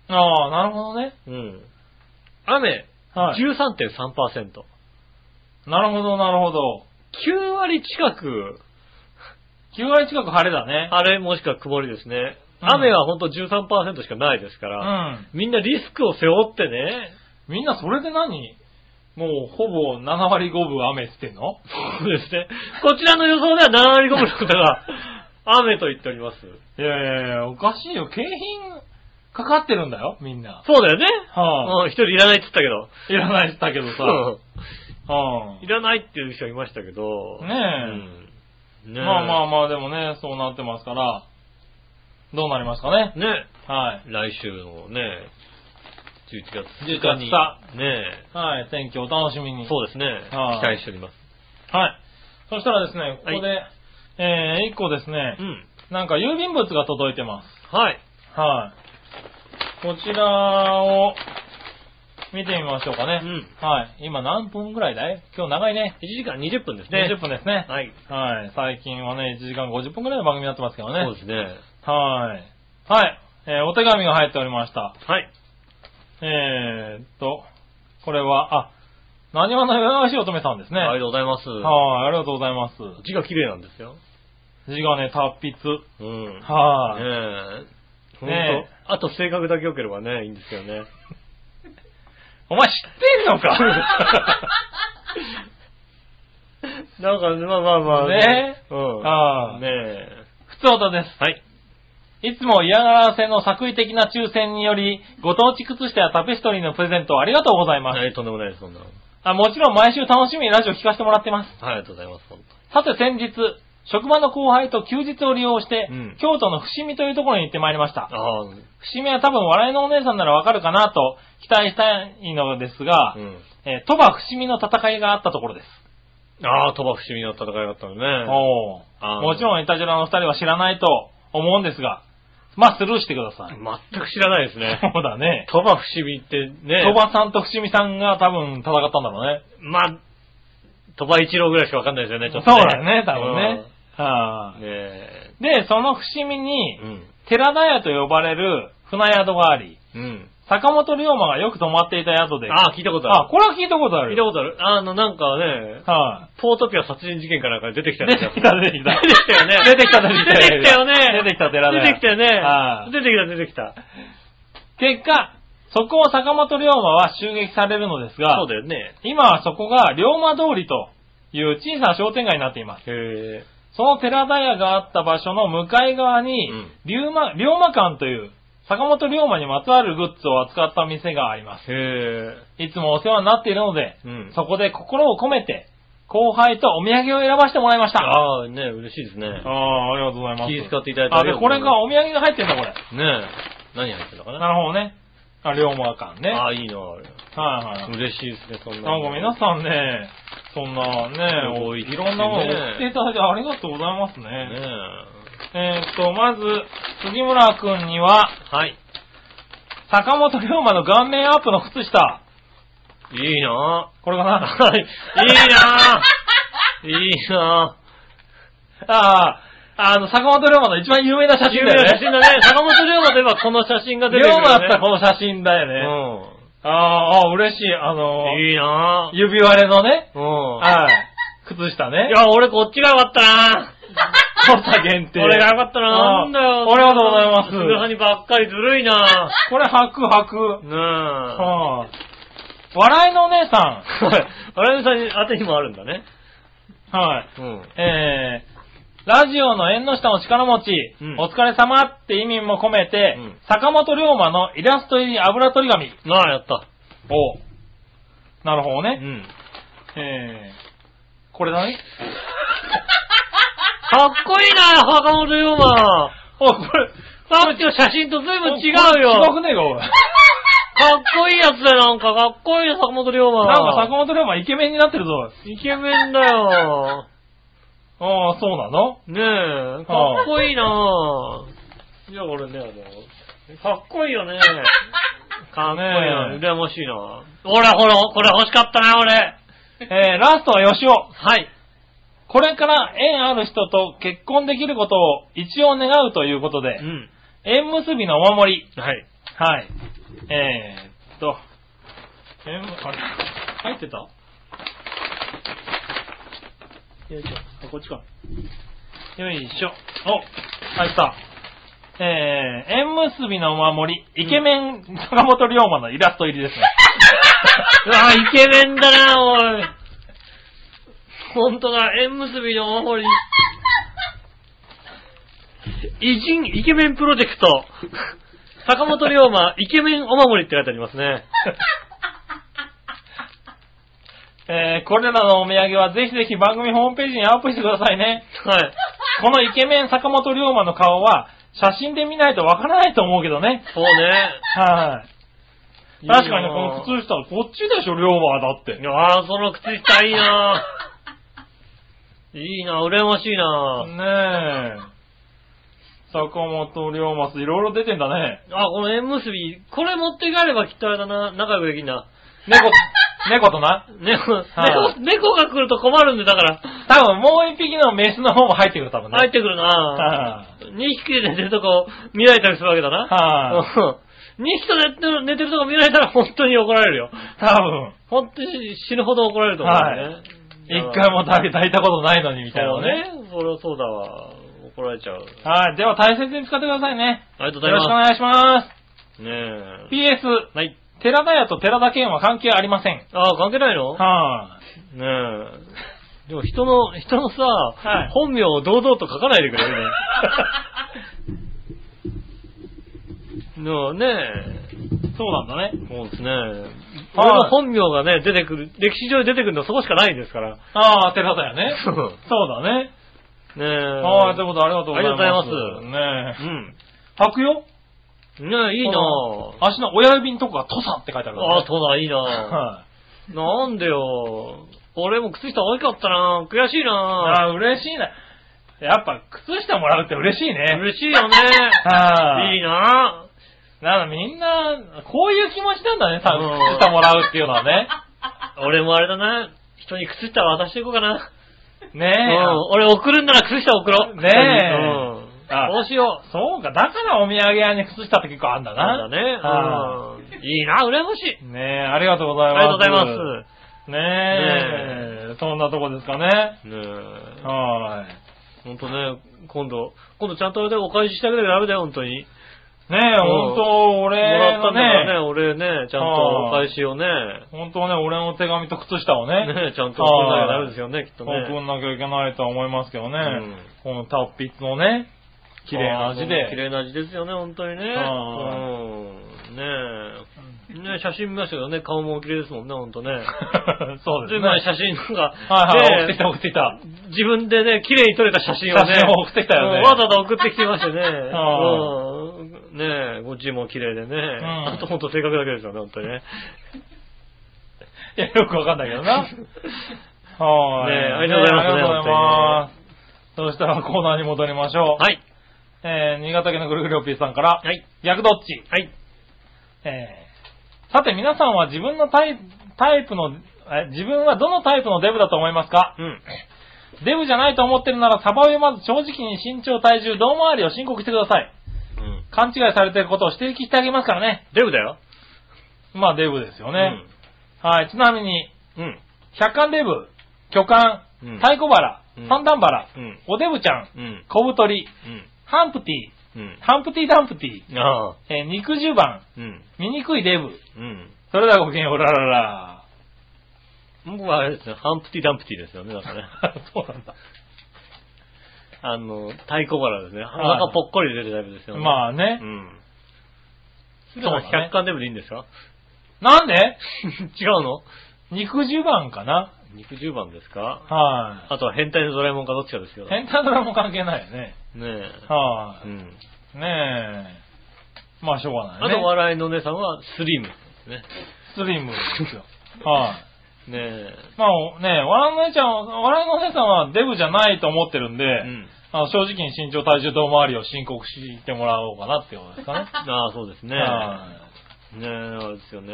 [SPEAKER 3] あ、なるほどね。
[SPEAKER 2] うん。雨、
[SPEAKER 3] はい。
[SPEAKER 2] 13.3%。
[SPEAKER 3] なるほど、なるほど。
[SPEAKER 2] 9割近く、
[SPEAKER 3] 9割近く晴れだね。
[SPEAKER 2] 晴れもしくは曇りですね。
[SPEAKER 3] うん
[SPEAKER 2] 雨はほんと13%しかないですから、
[SPEAKER 3] う
[SPEAKER 2] みんなリスクを背負ってね、
[SPEAKER 3] ん。みんなそれで何もうほぼ7割5分雨って言ってんの
[SPEAKER 2] そうですね。こちらの予想では7割5分の方が雨と言っております。
[SPEAKER 3] いやいやいや、おかしいよ。景品かかってるんだよ、みんな。
[SPEAKER 2] そうだよね。
[SPEAKER 3] はあ、
[SPEAKER 2] うん、一人いらないって言ったけど。
[SPEAKER 3] いらないしたけどさ。は
[SPEAKER 2] うんいらないっていう人いましたけど。
[SPEAKER 3] ねえ
[SPEAKER 2] うん
[SPEAKER 3] あ、
[SPEAKER 2] ねえ。
[SPEAKER 3] まあまあまあ、でもね、そうなってますから、どうなりますかね。
[SPEAKER 2] ね
[SPEAKER 3] はい。
[SPEAKER 2] 来週のね、11月
[SPEAKER 3] 11
[SPEAKER 2] 2
[SPEAKER 3] 月
[SPEAKER 2] 日に。
[SPEAKER 3] 2
[SPEAKER 2] ね
[SPEAKER 3] はい、天気お楽しみ
[SPEAKER 2] え
[SPEAKER 3] に。
[SPEAKER 2] そうですね。期
[SPEAKER 3] はい
[SPEAKER 2] 待しております。
[SPEAKER 3] はい。そしたらですね、ここで、えー、一個ですね
[SPEAKER 2] う、ん。
[SPEAKER 3] なんか郵便物が届いてます。
[SPEAKER 2] はい。
[SPEAKER 3] はい。こちらを、見てみましょうかね。
[SPEAKER 2] うん
[SPEAKER 3] はい。今何分ぐらいだい今日長いね。
[SPEAKER 2] 1時間20分ですね。
[SPEAKER 3] 20分ですね。
[SPEAKER 2] はい。
[SPEAKER 3] はい。最近はね、1時間50分くらいの番組になってますけどね。
[SPEAKER 2] そうですね。
[SPEAKER 3] はい。はい。えーお手紙が入っておりました。
[SPEAKER 2] はい。
[SPEAKER 3] えーっと、これは、あ、何話のよしおとめさんですね。
[SPEAKER 2] あ
[SPEAKER 3] は
[SPEAKER 2] りがとう
[SPEAKER 3] い。
[SPEAKER 2] ございます。
[SPEAKER 3] ありがとうございます。
[SPEAKER 2] 字が綺麗なんですよ。
[SPEAKER 3] 字がね、達筆。
[SPEAKER 2] うん。
[SPEAKER 3] はい。
[SPEAKER 2] ねえ。ほん
[SPEAKER 3] ね
[SPEAKER 2] と。あと性格だけ良ければね、いいんですけど [laughs] ね。
[SPEAKER 3] お前知ってんの [laughs] か
[SPEAKER 2] なんか、まあまあまあ。
[SPEAKER 3] ね
[SPEAKER 2] え。う
[SPEAKER 3] ああ
[SPEAKER 2] ん。ねえ。
[SPEAKER 3] ふつおたです。
[SPEAKER 2] はい。
[SPEAKER 3] いつも嫌がらせの作為的な抽選により、ご当地靴下やタペストリーのプレゼントをありがとうございます。
[SPEAKER 2] はい、とんでもないです、そんなの。
[SPEAKER 3] あもちろん毎週楽しみにラジオ聞かせてもらってます。
[SPEAKER 2] はい、ありがとうございます、本
[SPEAKER 3] さて先日、職場の後輩と休日を利用して、
[SPEAKER 2] うん
[SPEAKER 3] 京都の伏見というところに行ってまいりまし
[SPEAKER 2] 当。
[SPEAKER 3] た。
[SPEAKER 2] あ
[SPEAKER 3] 伏見は多分笑いのお姉さんならわかるかなと期待したいのですが
[SPEAKER 2] あ、、うん。
[SPEAKER 3] えー鳥羽伏見の戦いがあったところです。
[SPEAKER 2] ああ、鳥羽伏見の戦いだったのね。
[SPEAKER 3] おー
[SPEAKER 2] あー
[SPEAKER 3] もちろんイタジラの二人は知らないと思うんですが、まあスルーしてください。
[SPEAKER 2] 全く知らないです
[SPEAKER 3] [laughs]
[SPEAKER 2] ね。
[SPEAKER 3] そうだね。
[SPEAKER 2] 鳥羽伏見ってね、
[SPEAKER 3] 鳥羽さんと伏見さんが多分戦ったんだろうね。
[SPEAKER 2] まあ、鳥羽一郎ぐらいしかわかんないですよね、ちょ
[SPEAKER 3] そう
[SPEAKER 2] っと、ね。
[SPEAKER 3] だよね、多分ね。
[SPEAKER 2] う
[SPEAKER 3] は
[SPEAKER 2] ん。ねえ。
[SPEAKER 3] いで、その伏見に
[SPEAKER 2] う、ん。
[SPEAKER 3] 寺田屋と呼ばれる船宿があり、
[SPEAKER 2] うん。
[SPEAKER 3] 坂本龍馬がよく泊まっていた宿で。
[SPEAKER 2] ああ、聞いたことある。
[SPEAKER 3] あこれは聞いたことあ
[SPEAKER 2] 聞
[SPEAKER 3] る
[SPEAKER 2] いた
[SPEAKER 3] よ。
[SPEAKER 2] ことある。あの、なんかね、
[SPEAKER 3] は
[SPEAKER 2] ポートピア殺人事件かなんか出てき
[SPEAKER 3] い、
[SPEAKER 2] たよ
[SPEAKER 3] 出
[SPEAKER 2] ね
[SPEAKER 3] てきた、出てきた。
[SPEAKER 2] 出てきたよね。
[SPEAKER 3] 出てきた、出てきた。
[SPEAKER 2] 出てきたよね。
[SPEAKER 3] 出てきた、寺田
[SPEAKER 2] 出
[SPEAKER 3] 屋
[SPEAKER 2] てきたよ
[SPEAKER 3] は
[SPEAKER 2] ね。
[SPEAKER 3] い
[SPEAKER 2] 出てきた、出てきた。
[SPEAKER 3] 結果、そこを坂本龍馬は襲撃されるのですが
[SPEAKER 2] そう、だよね。
[SPEAKER 3] 今はそこが龍馬通りという小さな商店街になっています。
[SPEAKER 2] へえ。
[SPEAKER 3] その寺田屋があった場所の向かい側に
[SPEAKER 2] うん、
[SPEAKER 3] 龍馬、龍馬館という、坂本龍馬にまつわるグッズを扱った店があります。
[SPEAKER 2] へえ。
[SPEAKER 3] いつもお世話になっているので、
[SPEAKER 2] うん。
[SPEAKER 3] そこで心を込めて、後輩とお土産を選ばせてもらいました。
[SPEAKER 2] ああ、ね、嬉しいですね。
[SPEAKER 3] あ、ありがとうござい
[SPEAKER 2] 気遣っていただいて
[SPEAKER 3] あ、で、これが
[SPEAKER 2] ね
[SPEAKER 3] お土産が入ってんだ、これ。
[SPEAKER 2] え。何入ってたかな
[SPEAKER 3] なるほどね。あ、龍馬館ね。
[SPEAKER 2] あ
[SPEAKER 3] はい
[SPEAKER 2] あ、いいな、あれ。
[SPEAKER 3] はい。
[SPEAKER 2] 嬉しいですね、そんな
[SPEAKER 3] なん
[SPEAKER 2] の。
[SPEAKER 3] か皆さんね、そんなね、
[SPEAKER 2] す
[SPEAKER 3] お
[SPEAKER 2] ごい
[SPEAKER 3] いろんなもの
[SPEAKER 2] ね
[SPEAKER 3] 送っていただいてありがとうございますね。
[SPEAKER 2] ね
[SPEAKER 3] えーっと、まず、杉村くんには、
[SPEAKER 2] え。はい。
[SPEAKER 3] 坂本龍馬の顔面アップの靴下。
[SPEAKER 2] いいな
[SPEAKER 3] これかな
[SPEAKER 2] はい。いい
[SPEAKER 3] [laughs]
[SPEAKER 2] ないいな
[SPEAKER 3] ああ、あの、坂本龍馬の一番有名な写真
[SPEAKER 2] 有
[SPEAKER 3] だ
[SPEAKER 2] 名
[SPEAKER 3] よ
[SPEAKER 2] な
[SPEAKER 3] ね。
[SPEAKER 2] 写真だね。坂本龍馬といえばこの写真が出
[SPEAKER 3] 龍
[SPEAKER 2] てくる、ね。
[SPEAKER 3] 馬だったらこの写真だよね。ああ、ああ嬉しい。あの
[SPEAKER 2] うん。いいな
[SPEAKER 3] 指割れのね、
[SPEAKER 2] うん。
[SPEAKER 3] はい、靴下ね
[SPEAKER 2] い。や、俺こっちがよかったな
[SPEAKER 3] 土佐限定。
[SPEAKER 2] 俺がよかったな
[SPEAKER 3] あ
[SPEAKER 2] なんだよ。
[SPEAKER 3] ありがとうございます
[SPEAKER 2] すぐはにばっかりずるい
[SPEAKER 3] [laughs]
[SPEAKER 2] な
[SPEAKER 3] これ履く履く。
[SPEAKER 2] ねえ。
[SPEAKER 3] はい笑いのお姉さ
[SPEAKER 2] はい。荒井さんに当てにもあるんだね。
[SPEAKER 3] ん。はい。
[SPEAKER 2] うん。
[SPEAKER 3] えー、ラジオの縁の下の力持ち、
[SPEAKER 2] うん
[SPEAKER 3] お疲れ様って意味も込めて、
[SPEAKER 2] うん
[SPEAKER 3] 坂本龍馬のイラスト入り油取り紙
[SPEAKER 2] なあ、やった。
[SPEAKER 3] を、なるほど
[SPEAKER 2] う
[SPEAKER 3] ね。
[SPEAKER 2] ん。
[SPEAKER 3] えー、これだね。
[SPEAKER 2] かっこいいな、坂本龍馬。
[SPEAKER 3] おい、これ、
[SPEAKER 2] さっきの写真と随分違う
[SPEAKER 3] これ違く
[SPEAKER 2] よ。
[SPEAKER 3] ねえか、おい。 [laughs] な
[SPEAKER 2] か
[SPEAKER 3] ん
[SPEAKER 2] っこいいやつだよ、なんか。かっこいいよ、坂本龍馬。
[SPEAKER 3] か坂本龍馬イケメンになってるぞ。
[SPEAKER 2] イケメンだよ。
[SPEAKER 3] ああ、そうなの
[SPEAKER 2] ねえ、かっこいいないや、俺ね、あの、かっこいいよね。かっこいいな、
[SPEAKER 3] ねえ
[SPEAKER 2] 羨ましいな。俺、ほら、これ欲しかったな、俺。
[SPEAKER 3] えー、ラストは吉尾。
[SPEAKER 2] はい。
[SPEAKER 3] これから縁ある人と結婚できることを一応願うということで
[SPEAKER 2] う、ん。
[SPEAKER 3] 縁結びのお守り。
[SPEAKER 2] はい。
[SPEAKER 3] はい。えー、っと、縁、あれ入ってたよいしょ。あ、こっちか。よいしょ。お、入った。えー、縁結びのお守り、イケメン坂本龍馬のイラスト入りで
[SPEAKER 2] [laughs]
[SPEAKER 3] すね。
[SPEAKER 2] うわ、イケメンだな、おい。ほんとだ、縁結びのお守り。偉人イケメンプロジェク [laughs] ト。坂本龍馬、イケメンお守りって書いてあります [laughs] ね。
[SPEAKER 3] えー、これらのお土産はぜひぜひ番組ホームページにアップしてくださいね。
[SPEAKER 2] はい。
[SPEAKER 3] このイケメン坂本龍馬の顔は、写真で見ないとわからないと思うけどね。
[SPEAKER 2] そうね。
[SPEAKER 3] は
[SPEAKER 2] い
[SPEAKER 3] い。
[SPEAKER 2] いな
[SPEAKER 3] 確かにこの靴下、こっちでしょ、龍馬はだって。
[SPEAKER 2] いやー、その靴下いいなぁ。いいなぁ、羨ましいな
[SPEAKER 3] ねえ。坂本龍馬いろいろ出てん
[SPEAKER 2] [laughs]
[SPEAKER 3] だね。
[SPEAKER 2] ぁ。あ、この縁結び、これ持って帰ればきっとあれだな、仲良くできんな。
[SPEAKER 3] 猫、猫とな。
[SPEAKER 2] 猫、
[SPEAKER 3] はい
[SPEAKER 2] 猫、猫が来ると困るんで、だから、
[SPEAKER 3] 多分もう一匹のメスの方も入ってくる、多分ね。
[SPEAKER 2] 入ってくるな
[SPEAKER 3] は
[SPEAKER 2] ぁ。2匹で寝てるとこ見られたりするわけだ
[SPEAKER 3] い。
[SPEAKER 2] な。
[SPEAKER 3] はい。
[SPEAKER 2] うん2匹と寝てる寝てるとこ見られたら本当に怒られるよ。
[SPEAKER 3] 多分、
[SPEAKER 2] 本当に死ぬほど怒られると思うんだよね。
[SPEAKER 3] 一回も食べたいたことないのに、みたい
[SPEAKER 2] そう
[SPEAKER 3] なね。
[SPEAKER 2] ね。それはそうだわ。怒られちゃう。
[SPEAKER 3] はい。では大切に使ってくださいね。
[SPEAKER 2] ありがとうご
[SPEAKER 3] よ
[SPEAKER 2] ざい
[SPEAKER 3] ろしくお
[SPEAKER 2] ま
[SPEAKER 3] 願いします。
[SPEAKER 2] す。ねえ。
[SPEAKER 3] PS、
[SPEAKER 2] はい。
[SPEAKER 3] 寺田屋と寺田健は関係ありません。
[SPEAKER 2] ああ、関係ないの
[SPEAKER 3] は
[SPEAKER 2] ねえ。でも人の、人のさ、
[SPEAKER 3] い
[SPEAKER 2] 本名を堂々と書かないでくれるね。
[SPEAKER 3] [laughs]
[SPEAKER 2] のね
[SPEAKER 3] い。そうなんだね。
[SPEAKER 2] え。そうですね。俺の本名がね、出てくる、歴史上に出てくるのはそこしかないですから。
[SPEAKER 3] ああ、寺田
[SPEAKER 2] [laughs]
[SPEAKER 3] 屋ね。
[SPEAKER 2] そう
[SPEAKER 3] そうだね。
[SPEAKER 2] ねえ。
[SPEAKER 3] はい、ということでありがとうござ
[SPEAKER 2] ありが
[SPEAKER 3] います。
[SPEAKER 2] とうござい
[SPEAKER 3] ます。
[SPEAKER 2] う
[SPEAKER 3] ね
[SPEAKER 2] ん。
[SPEAKER 3] え。履くよ
[SPEAKER 2] ねえ、いいな
[SPEAKER 3] この足の親指のとこが土佐って書いてあるから
[SPEAKER 2] ああ、
[SPEAKER 3] ね
[SPEAKER 2] トナいいな
[SPEAKER 3] はい。
[SPEAKER 2] なんでよ。俺も靴下多かったな悔しい
[SPEAKER 3] あ
[SPEAKER 2] な
[SPEAKER 3] あ、嬉しいな。やっぱ、靴下もらうって嬉しいね。
[SPEAKER 2] 嬉しいよね。
[SPEAKER 3] はいい。
[SPEAKER 2] いな
[SPEAKER 3] なんかみんな、こういう気持ちなんだね、多分
[SPEAKER 2] うん
[SPEAKER 3] 靴下もらうっていうのは
[SPEAKER 2] [laughs]
[SPEAKER 3] ね。
[SPEAKER 2] 俺もあれだな。人に靴下渡していこうかな。
[SPEAKER 3] ね
[SPEAKER 2] うん、俺送るんなら靴下送ろう。
[SPEAKER 3] ねえ
[SPEAKER 2] うん。
[SPEAKER 3] あ
[SPEAKER 2] どうしよ
[SPEAKER 3] え。そうか、だからお土産屋に靴下って結構あるんだ
[SPEAKER 2] う。
[SPEAKER 3] な。
[SPEAKER 2] なんだね。
[SPEAKER 3] は
[SPEAKER 2] うん。いいな、羨ましい。
[SPEAKER 3] いねえ、ありがとうござ
[SPEAKER 2] あ
[SPEAKER 3] い
[SPEAKER 2] り
[SPEAKER 3] ます。
[SPEAKER 2] がとうございます。
[SPEAKER 3] ねえ、そんなとこですかね。
[SPEAKER 2] ねえ。
[SPEAKER 3] は
[SPEAKER 2] ほんとね、今度、今度ちゃんとあれだよお返ししてあげなきゃダメだよ、ほんとに。
[SPEAKER 3] い。ねえ、
[SPEAKER 2] うん
[SPEAKER 3] 本当
[SPEAKER 2] もら
[SPEAKER 3] 俺
[SPEAKER 2] ったんだ
[SPEAKER 3] の
[SPEAKER 2] からね、
[SPEAKER 3] ね、
[SPEAKER 2] 俺ね、ちゃんとお返しをね、
[SPEAKER 3] 本当ね、俺の手紙と靴下をね、
[SPEAKER 2] ねちゃんと送らなきゃダメですよね、きっとね。
[SPEAKER 3] 送んなきゃいけないとは思いますけどね。
[SPEAKER 2] ん
[SPEAKER 3] この達筆のね、綺麗な字
[SPEAKER 2] あー綺
[SPEAKER 3] [laughs] で。
[SPEAKER 2] 麗な字ですよね、ほんとにね。うん。ねえ。ねえ写真見ましたけどね、顔もお綺麗ですもんね、ほんとね。
[SPEAKER 3] そうですね。
[SPEAKER 2] まあ
[SPEAKER 3] はい
[SPEAKER 2] 写真なんか、
[SPEAKER 3] はい、送っ
[SPEAKER 2] ね
[SPEAKER 3] て
[SPEAKER 2] え
[SPEAKER 3] きた送ってきた。
[SPEAKER 2] 自分でね、綺麗に撮れた写真をね。
[SPEAKER 3] 写真を送ってきたよね
[SPEAKER 2] うんわざわざ送ってきてましたね。
[SPEAKER 3] は
[SPEAKER 2] うん。ねえ、ご字も綺麗でね。
[SPEAKER 3] ん
[SPEAKER 2] あとほんと性格だけですよね、ほんとにね。
[SPEAKER 3] いや、よくわかんないけど
[SPEAKER 2] [laughs]
[SPEAKER 3] な。はい。
[SPEAKER 2] ねえありがとうございます
[SPEAKER 3] ねありがとうございます。そしたらコーナーに戻りましょう。
[SPEAKER 2] はい。
[SPEAKER 3] えー、新潟県のぐるぐるおぴーさんから、
[SPEAKER 2] はい。
[SPEAKER 3] 逆どっち
[SPEAKER 2] はい。
[SPEAKER 3] えー、さて皆さんは自分のタイタイプの、え自分はどのタイプのデブだと思いますか
[SPEAKER 2] うん。
[SPEAKER 3] デブじゃないと思ってるならサバをまず正直に身長、体重、胴回りを申告してください。
[SPEAKER 2] うん。
[SPEAKER 3] 勘違いされてることを指摘してあげますからね。
[SPEAKER 2] デブだよ。
[SPEAKER 3] まあデブですよね。はい、ちなみに、
[SPEAKER 2] うん。うん。
[SPEAKER 3] 百貫デブ、巨漢
[SPEAKER 2] うん、
[SPEAKER 3] 太鼓腹、
[SPEAKER 2] うん
[SPEAKER 3] 三段腹、
[SPEAKER 2] うん
[SPEAKER 3] おデブちゃん、
[SPEAKER 2] うん。
[SPEAKER 3] 小太り、
[SPEAKER 2] うん。
[SPEAKER 3] ハンプティ、
[SPEAKER 2] うん。
[SPEAKER 3] ハンプティダンプティ、
[SPEAKER 2] ああ。
[SPEAKER 3] えー肉襦袢、
[SPEAKER 2] うん。
[SPEAKER 3] 醜いデブ。
[SPEAKER 2] うん。
[SPEAKER 3] それではごきげんよう、おららら。
[SPEAKER 2] 僕はあれですね、ハンプティダンプティですよね、だからね。
[SPEAKER 3] [laughs] そうなんだ。
[SPEAKER 2] あの、太鼓腹ですね。
[SPEAKER 3] い
[SPEAKER 2] 腹がぽっこり出るタイプですよね。あ。
[SPEAKER 3] まあ
[SPEAKER 2] う
[SPEAKER 3] ね。
[SPEAKER 2] ん。そ
[SPEAKER 3] そう
[SPEAKER 2] れは
[SPEAKER 3] だ
[SPEAKER 2] 100
[SPEAKER 3] ね。
[SPEAKER 2] 巻デブでいいんですか [laughs]
[SPEAKER 3] なんで
[SPEAKER 2] 違うの
[SPEAKER 3] 肉襦袢かな
[SPEAKER 2] 肉10番ですか
[SPEAKER 3] は
[SPEAKER 2] あとは変態のドラえもんかどっちかですよ。
[SPEAKER 3] い。
[SPEAKER 2] ね
[SPEAKER 3] 変態ドラも関係ないよね。
[SPEAKER 2] え。
[SPEAKER 3] は
[SPEAKER 2] うん。
[SPEAKER 3] い。ねえ。まあしょうが
[SPEAKER 2] あ
[SPEAKER 3] ないね。
[SPEAKER 2] と、笑いのお姉さんはスリムですね。
[SPEAKER 3] スリムですよ。はい。
[SPEAKER 2] ねえ。
[SPEAKER 3] まあおねえ、笑いのお姉ちゃんは、笑いのお姉さんはデブじゃないと思ってるんで、
[SPEAKER 2] うん。
[SPEAKER 3] あの正直に身長、体重、胴回りを申告してもらおうかなっていうことですかね。
[SPEAKER 2] [laughs] ああ、そうですね。
[SPEAKER 3] は
[SPEAKER 2] ねえ、あれですよね。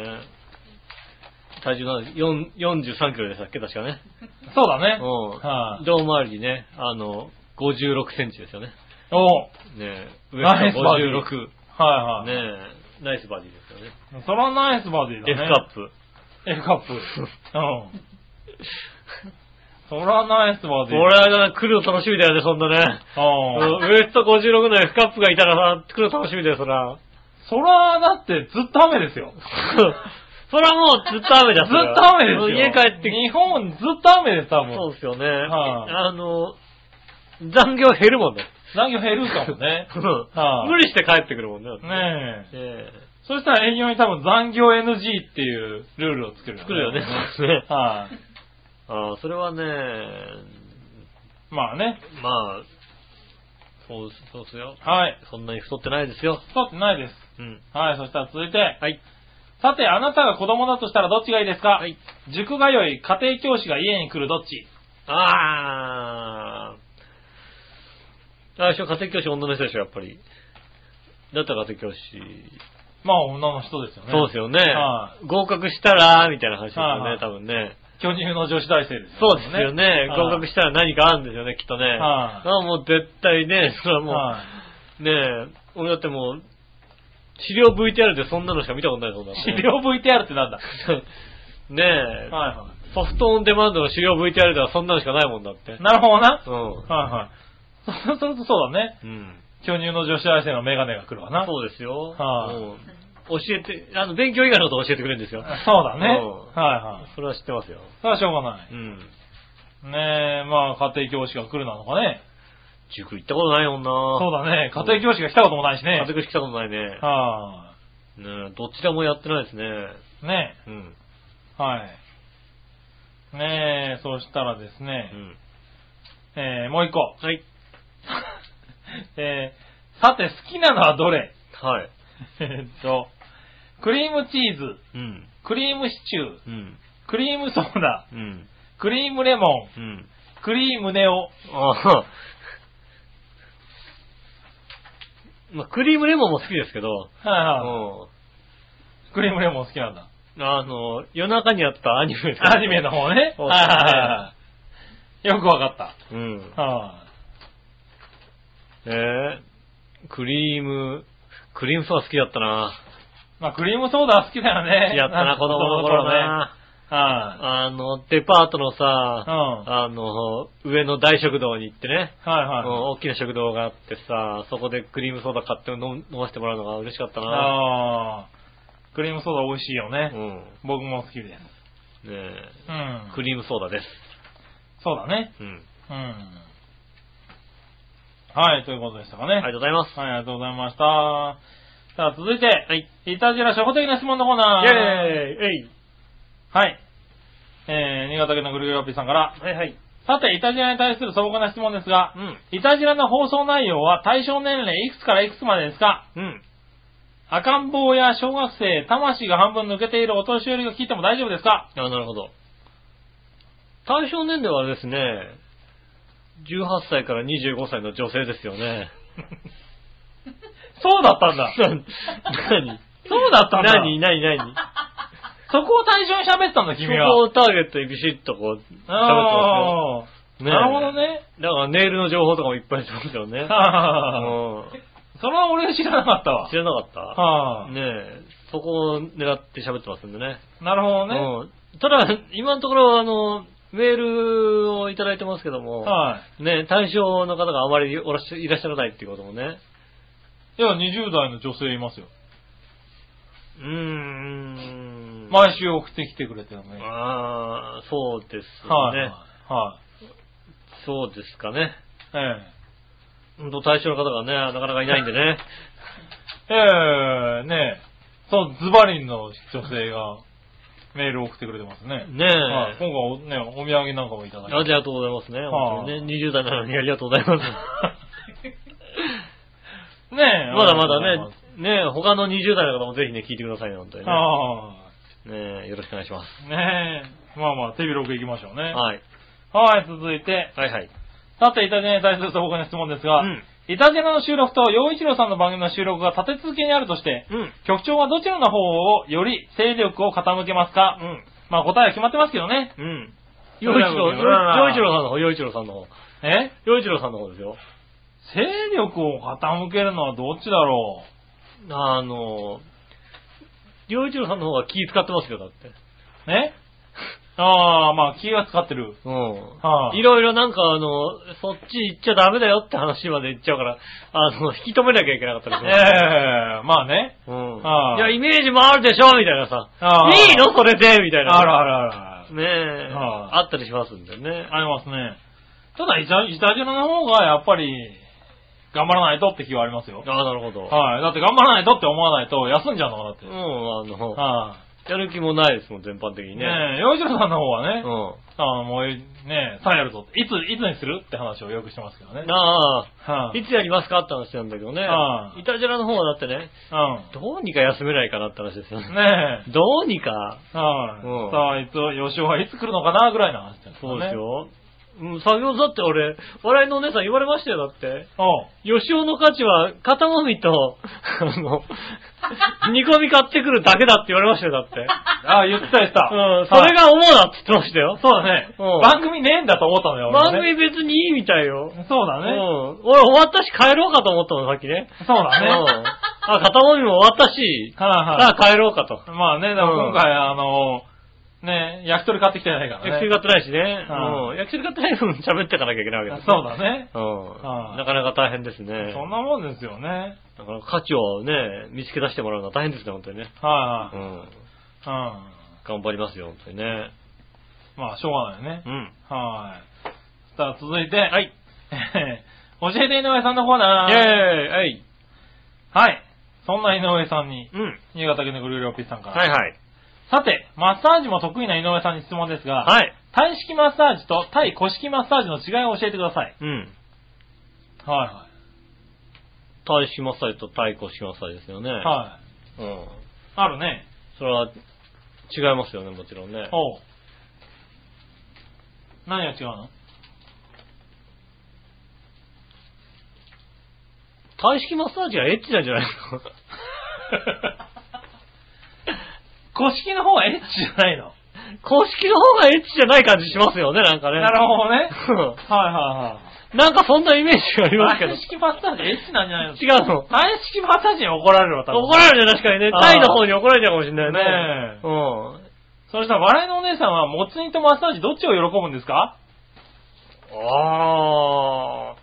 [SPEAKER 2] 体重なんで4 43キロでしたっけ確かね。
[SPEAKER 3] いそうだね。は
[SPEAKER 2] うん。
[SPEAKER 3] い。
[SPEAKER 2] 胴回りね、あの、56センチですよね。
[SPEAKER 3] お
[SPEAKER 2] ねえ、
[SPEAKER 3] ナ
[SPEAKER 2] 上
[SPEAKER 3] イス
[SPEAKER 2] 下
[SPEAKER 3] バディ
[SPEAKER 2] 56。
[SPEAKER 3] はいはい。
[SPEAKER 2] ねえ、ナイスバディですよね。
[SPEAKER 3] それはナイスバディだね。
[SPEAKER 2] F カップ。
[SPEAKER 3] F カップ。うん。そらナイスバ
[SPEAKER 2] こ
[SPEAKER 3] ディ。
[SPEAKER 2] れは来るの楽しみだよね、そんなね。
[SPEAKER 3] ああ。
[SPEAKER 2] うんウエスト56の F カップがいたらさ、来るの楽しみだよ、そら。 [laughs]
[SPEAKER 3] そら、だってずっと雨ですよ。
[SPEAKER 2] そらもうずっと雨
[SPEAKER 3] ず
[SPEAKER 2] だ
[SPEAKER 3] っと雨ですよ。
[SPEAKER 2] 家帰ってき
[SPEAKER 3] 日本ずっと雨です、
[SPEAKER 2] そ
[SPEAKER 3] 多
[SPEAKER 2] う
[SPEAKER 3] 分。
[SPEAKER 2] ですよね。
[SPEAKER 3] はい
[SPEAKER 2] あの、残業減るもんね。
[SPEAKER 3] 残業減るかも
[SPEAKER 2] [laughs]
[SPEAKER 3] ね。
[SPEAKER 2] うん
[SPEAKER 3] はい
[SPEAKER 2] 無理して帰ってくるもんね。だって
[SPEAKER 3] ねえ。
[SPEAKER 2] ええ
[SPEAKER 3] そしたら営業に多分残業 NG っていうルールを作る、
[SPEAKER 2] 作るよね。そうですね
[SPEAKER 3] はい。
[SPEAKER 2] ああ、それはね、
[SPEAKER 3] まあね。
[SPEAKER 2] まあ、そうです、そうですよ。
[SPEAKER 3] はい。
[SPEAKER 2] そんなに太ってないですよ。
[SPEAKER 3] 太ってないです。
[SPEAKER 2] うん。
[SPEAKER 3] はい、そしたら続いて。
[SPEAKER 2] はい。
[SPEAKER 3] さて、あなたが子供だとしたらどっちがいいですか
[SPEAKER 2] はい。
[SPEAKER 3] 塾が良い、家庭教師が家に来るどっち
[SPEAKER 2] ああ。最初、家庭教師女の人でしょ、やっぱり。だったら家庭教師。
[SPEAKER 3] まあ、女の人ですよね。
[SPEAKER 2] そうですよね。
[SPEAKER 3] は
[SPEAKER 2] 合格したら、みたいな話ですよ
[SPEAKER 3] はいは
[SPEAKER 2] ね
[SPEAKER 3] い、
[SPEAKER 2] 多分ね。
[SPEAKER 3] 巨乳の女子大生です、
[SPEAKER 2] そうですよね。合格
[SPEAKER 3] し
[SPEAKER 2] したら何かあるんですよね、きっとね。
[SPEAKER 3] は
[SPEAKER 2] ああもう絶対ね、それは
[SPEAKER 3] て
[SPEAKER 2] もう、
[SPEAKER 3] はい。
[SPEAKER 2] ねえ、俺だってもう、資料 VTR でそんなのしか見たことないそうだもんね
[SPEAKER 3] 資料 VTR ってなんだ
[SPEAKER 2] [laughs] ねえ、
[SPEAKER 3] はいは
[SPEAKER 2] ソフトオンデマンドの資料 VTR ではそんなのしかないもんだって
[SPEAKER 3] い。。なるほどな。
[SPEAKER 2] う
[SPEAKER 3] はいはい。そうするとそうだね。
[SPEAKER 2] ん。うん。
[SPEAKER 3] 巨乳の女子大生のメガネが来るわな。そう
[SPEAKER 2] そうですよ。
[SPEAKER 3] はい
[SPEAKER 2] うん教えて、あの、勉強以外のこと教えてくれるんですよ。
[SPEAKER 3] だね。
[SPEAKER 2] うん
[SPEAKER 3] はいはい。
[SPEAKER 2] それは知ってますよ。
[SPEAKER 3] それはしょうがない。
[SPEAKER 2] うん。
[SPEAKER 3] ねえ、まあ、家庭教師が来るなのかね。
[SPEAKER 2] 塾行ったことないもんな
[SPEAKER 3] そうだね。
[SPEAKER 2] う
[SPEAKER 3] 家
[SPEAKER 2] ん
[SPEAKER 3] 庭教師が来たこともないし
[SPEAKER 2] 家
[SPEAKER 3] ね。
[SPEAKER 2] 庭教師来たことないね。
[SPEAKER 3] は
[SPEAKER 2] ねえどっちでもやってないですね。
[SPEAKER 3] い。ね
[SPEAKER 2] うん。
[SPEAKER 3] え、はい。ねえ、そしたらです
[SPEAKER 2] う
[SPEAKER 3] ね、
[SPEAKER 2] ん。
[SPEAKER 3] えー、もう一個。
[SPEAKER 2] はい。
[SPEAKER 3] [laughs] えー、さて、好きなのはどれ [laughs]
[SPEAKER 2] はい。
[SPEAKER 3] えっと、クリームチーズ、
[SPEAKER 2] うん。
[SPEAKER 3] クリームシチュー、
[SPEAKER 2] うん。
[SPEAKER 3] クリームソーダ、
[SPEAKER 2] うん。
[SPEAKER 3] クリームレモ
[SPEAKER 2] う
[SPEAKER 3] ン、
[SPEAKER 2] ん。
[SPEAKER 3] クリームネオ。
[SPEAKER 2] ああ。まあ、クリームレモンも好きですけど、
[SPEAKER 3] はいは
[SPEAKER 2] う
[SPEAKER 3] い。クリームレモン好きなんだ。
[SPEAKER 2] ん。あの、夜中にあったアニメ
[SPEAKER 3] アニメの。方ね。
[SPEAKER 2] そうですね
[SPEAKER 3] はいはいはい。よくわかっ
[SPEAKER 2] うん。
[SPEAKER 3] た。は
[SPEAKER 2] えー、クリーム、クリームソーダ好きだったな。
[SPEAKER 3] い。まあ、クリームソーダは好きだよ
[SPEAKER 2] 好
[SPEAKER 3] ね。
[SPEAKER 2] きだったな、子供の頃ね。
[SPEAKER 3] ね。は
[SPEAKER 2] あの、デパートの
[SPEAKER 3] い。うん。
[SPEAKER 2] さ、
[SPEAKER 3] は
[SPEAKER 2] あの、上の大食堂に行ってね、
[SPEAKER 3] いはい。
[SPEAKER 2] うん大きな食堂があってさ、そこでクリームソーダ買って飲む飲ませてもらうのが嬉しかったな。
[SPEAKER 3] あークリームソーダ美味しいよ
[SPEAKER 2] う
[SPEAKER 3] ね。
[SPEAKER 2] ん。
[SPEAKER 3] 僕も好きで
[SPEAKER 2] ね
[SPEAKER 3] す。
[SPEAKER 2] え
[SPEAKER 3] うん。
[SPEAKER 2] クリームソーダです。
[SPEAKER 3] そうだね。
[SPEAKER 2] うん。
[SPEAKER 3] うん。はい、ということでしたかね。
[SPEAKER 2] ありがとうございます。
[SPEAKER 3] はい、ありがとうございました。さあ、続いて、はい。いたじら初歩的な質問のコーナ
[SPEAKER 2] イェー
[SPEAKER 3] ー。
[SPEAKER 2] イえい
[SPEAKER 3] はい。えー、新潟県のぐるぐるおっぴーさんから。
[SPEAKER 2] はいはい。
[SPEAKER 3] さて、いたじらに対する素朴な質問ですが
[SPEAKER 2] う、ん。
[SPEAKER 3] いたじらの放送内容は対象年齢いくつからいくつまでですか
[SPEAKER 2] うん。
[SPEAKER 3] 赤ん坊や小学生、魂が半分抜けているお年寄りが聞いても大丈夫ですか
[SPEAKER 2] あ、なるほど。対象年齢はあれですね、18歳から25歳の女性ですよ
[SPEAKER 3] [laughs]
[SPEAKER 2] ね。
[SPEAKER 3] そうだったんだ。
[SPEAKER 2] 何
[SPEAKER 3] そうだったんだ
[SPEAKER 2] 何何何
[SPEAKER 3] そこを対象に喋ってたんだ、君は。
[SPEAKER 2] そこをターゲットにビシッとこう、喋ってま
[SPEAKER 3] あー
[SPEAKER 2] すよ。
[SPEAKER 3] なるほど。ね。
[SPEAKER 2] だからネイルの情報とかもいっぱい知ってますよね。
[SPEAKER 3] [laughs]
[SPEAKER 2] うん
[SPEAKER 3] それは俺は知らなかったわ
[SPEAKER 2] 知。らなかった
[SPEAKER 3] は
[SPEAKER 2] ねえ、そこを狙って喋ってますんでね。
[SPEAKER 3] あ、なるほどね。
[SPEAKER 2] うんただ、今のところ、あの、メールをいただいてますけども、
[SPEAKER 3] は
[SPEAKER 2] ね、対象の方があまりおらっしゃいらっしゃらないっていうこともね。
[SPEAKER 3] い。いや、20代の女性いますよ。
[SPEAKER 2] うーん。
[SPEAKER 3] 毎週送ってきてくれてるね。はい、
[SPEAKER 2] あーそうですね。
[SPEAKER 3] はいはい。
[SPEAKER 2] そうですかね。
[SPEAKER 3] え
[SPEAKER 2] うんと、対象の方がね、なかなかいないんで [laughs] ね。
[SPEAKER 3] え。ええ、ねえ。そう、ズバリンの女性がメールを送ってくれてますね。
[SPEAKER 2] ねえ。
[SPEAKER 3] はい、今回おね、お土産なんかもいただい
[SPEAKER 2] あ
[SPEAKER 3] て。
[SPEAKER 2] りがとうございますね。
[SPEAKER 3] はあ
[SPEAKER 2] 本当にね、20代なのにありがとうございます。
[SPEAKER 3] [laughs] ねえ。
[SPEAKER 2] まだま
[SPEAKER 3] ありがとう
[SPEAKER 2] だ
[SPEAKER 3] ござい
[SPEAKER 2] ね、ね他の20代の方もぜひね、聞いてくださいね、本当に
[SPEAKER 3] ます。
[SPEAKER 2] ね。
[SPEAKER 3] は
[SPEAKER 2] ねよろしくお願いします。
[SPEAKER 3] い。ねえ。まあまあ、手広く行きましょうね。
[SPEAKER 2] はい。
[SPEAKER 3] はい、続いて。
[SPEAKER 2] はいはい。
[SPEAKER 3] さて、イタジェに対する素朴な質問ですが、
[SPEAKER 2] うん
[SPEAKER 3] イタジェラの収録と陽一郎さんの番組の収録が立て続けにあるとして、
[SPEAKER 2] うん。
[SPEAKER 3] 局長はどちらの方をより勢力を傾けますか、まあ答えは決まってますけどね。
[SPEAKER 2] うん。洋一郎、洋一郎さんの方、洋一郎さんの方。
[SPEAKER 3] え
[SPEAKER 2] 洋一郎さんの方ですよ。
[SPEAKER 3] 勢力を傾けるのはどっちだろ
[SPEAKER 2] あの、洋一郎さんの方が気使ってますよ、だって。
[SPEAKER 3] うねああ、まあ気が使ってる。
[SPEAKER 2] うん。
[SPEAKER 3] はい
[SPEAKER 2] いろいろなんかあの、そっち行っちゃダメだよって話まで行っちゃうから、あの、引き止めなきゃいけなかったりする
[SPEAKER 3] ええまあね。
[SPEAKER 2] うん。
[SPEAKER 3] はい
[SPEAKER 2] いや、イメージもあるでしょみたいなさ。
[SPEAKER 3] あー
[SPEAKER 2] いいのそれでみたいな。
[SPEAKER 3] あらあらあら。
[SPEAKER 2] ねえ。
[SPEAKER 3] はい
[SPEAKER 2] あったりしますんでね。
[SPEAKER 3] ありますね。ただ、イタイタジェラの方がやっぱり、頑張らないとって気はありますよ。
[SPEAKER 2] ああ、なるほど。
[SPEAKER 3] はい。だって頑張らないとって思わないと休んじゃうのかなって。
[SPEAKER 2] う
[SPEAKER 3] は
[SPEAKER 2] ん、
[SPEAKER 3] い、
[SPEAKER 2] あの、やる気もないですもん、全般的にね。
[SPEAKER 3] ねえ、洋一郎さんの方はね、
[SPEAKER 2] うん。
[SPEAKER 3] ああもう、ねえ、さあやるぞって。いつ、いつにするって話をよくしてますけどね。
[SPEAKER 2] ああ、
[SPEAKER 3] はい、
[SPEAKER 2] いつやりますかって話なんだけどね。
[SPEAKER 3] はい
[SPEAKER 2] イタジェラの方はだってね、どうにか休めないかなって話ですよ
[SPEAKER 3] う
[SPEAKER 2] ね
[SPEAKER 3] ん。。ねえ。
[SPEAKER 2] どうにか。
[SPEAKER 3] はい、
[SPEAKER 2] うん
[SPEAKER 3] さあ、いつ、吉尾はいつ来るのかなぐらいの話です
[SPEAKER 2] そう
[SPEAKER 3] ね。
[SPEAKER 2] です。よ。うん、作業だって俺、笑いのお姉さん言われましたよ、だって。
[SPEAKER 3] おう
[SPEAKER 2] 吉尾の価値は、肩もみと、 [laughs] あ
[SPEAKER 3] [laughs]
[SPEAKER 2] の、煮込み買ってくるだけだって言われましたよ、だ
[SPEAKER 3] [laughs]
[SPEAKER 2] って。
[SPEAKER 3] ああ、言ってた言ってた。
[SPEAKER 2] うん、それ
[SPEAKER 3] が、
[SPEAKER 2] が思うなって言ってましたよ。
[SPEAKER 3] そうだね。
[SPEAKER 2] うん
[SPEAKER 3] 番組ねえんだと思ったのよ、
[SPEAKER 2] 番組
[SPEAKER 3] 俺
[SPEAKER 2] 別にいいみたいよ。
[SPEAKER 3] ね。そうだ
[SPEAKER 2] う
[SPEAKER 3] ね。
[SPEAKER 2] ん。俺終わったし帰ろうかと思ったの、さっきね。
[SPEAKER 3] そうだね。
[SPEAKER 2] うんあ、肩もみも終わったし、
[SPEAKER 3] はい
[SPEAKER 2] さ
[SPEAKER 3] は
[SPEAKER 2] あ帰ろうかと。
[SPEAKER 3] い。まあね、だから今回、あの、ね、焼き鳥買ってきてないからね。
[SPEAKER 2] 焼き鳥買ってないしね。
[SPEAKER 3] うん
[SPEAKER 2] うん。焼き鳥買ってない分喋ってかなきゃいけないわけです
[SPEAKER 3] そうだね。
[SPEAKER 2] うん
[SPEAKER 3] は。い
[SPEAKER 2] なかなか大変ですね。
[SPEAKER 3] そんなもんですよね。
[SPEAKER 2] だから価値をね、見つけ出してもらうのは大変ですね、本当にね。
[SPEAKER 3] は
[SPEAKER 2] う
[SPEAKER 3] いはい。
[SPEAKER 2] ん。
[SPEAKER 3] うん。
[SPEAKER 2] 頑張りますよ、本当にね。
[SPEAKER 3] まあ、しょうがないよね
[SPEAKER 2] う。ん。
[SPEAKER 3] はい。さあ、続いて。
[SPEAKER 2] は。い。
[SPEAKER 3] [laughs] 教えて井上さんのコーナ
[SPEAKER 2] イェー
[SPEAKER 3] ー。
[SPEAKER 2] イはい。
[SPEAKER 3] はい。そんな井上さんに、
[SPEAKER 2] うん。
[SPEAKER 3] 新潟県のグルーピーさんから。
[SPEAKER 2] はいはい。
[SPEAKER 3] さて、マッサージも得意な井上さんに質問ですが、
[SPEAKER 2] はい。
[SPEAKER 3] 体式マッサージと体古式マッサージの違いを教えてください。
[SPEAKER 2] うん。
[SPEAKER 3] はいは
[SPEAKER 2] 対式マッサージと対抗式マッサージですよね。
[SPEAKER 3] い。はい。
[SPEAKER 2] い。うん。
[SPEAKER 3] あるね。
[SPEAKER 2] それは、違いますよね、もちろんね。
[SPEAKER 3] おう。何が違う
[SPEAKER 2] [laughs]
[SPEAKER 3] の
[SPEAKER 2] 対式マッサージはエッチなんじゃないの [laughs]
[SPEAKER 3] 古式の方はエッチじゃないの。
[SPEAKER 2] 公式の方がエッチじゃない感じしますよね、なんかね。
[SPEAKER 3] なるほどね。
[SPEAKER 2] ど。
[SPEAKER 3] はいは
[SPEAKER 2] なんかそんなイメージがあり
[SPEAKER 3] い
[SPEAKER 2] ま
[SPEAKER 3] はい。
[SPEAKER 2] すけど
[SPEAKER 3] 体。式マッサージエッチなんじゃないの
[SPEAKER 2] 違うの。
[SPEAKER 3] 体式マッサージに怒られるわ、多分。
[SPEAKER 2] 怒られるね、確かにね。
[SPEAKER 3] あー
[SPEAKER 2] タイの方に怒られちゃうかもしれない
[SPEAKER 3] ね
[SPEAKER 2] ね。うん。
[SPEAKER 3] そしたら、笑いのお姉さんは、もつ煮とマッサージどっちを喜ぶんですか
[SPEAKER 2] あ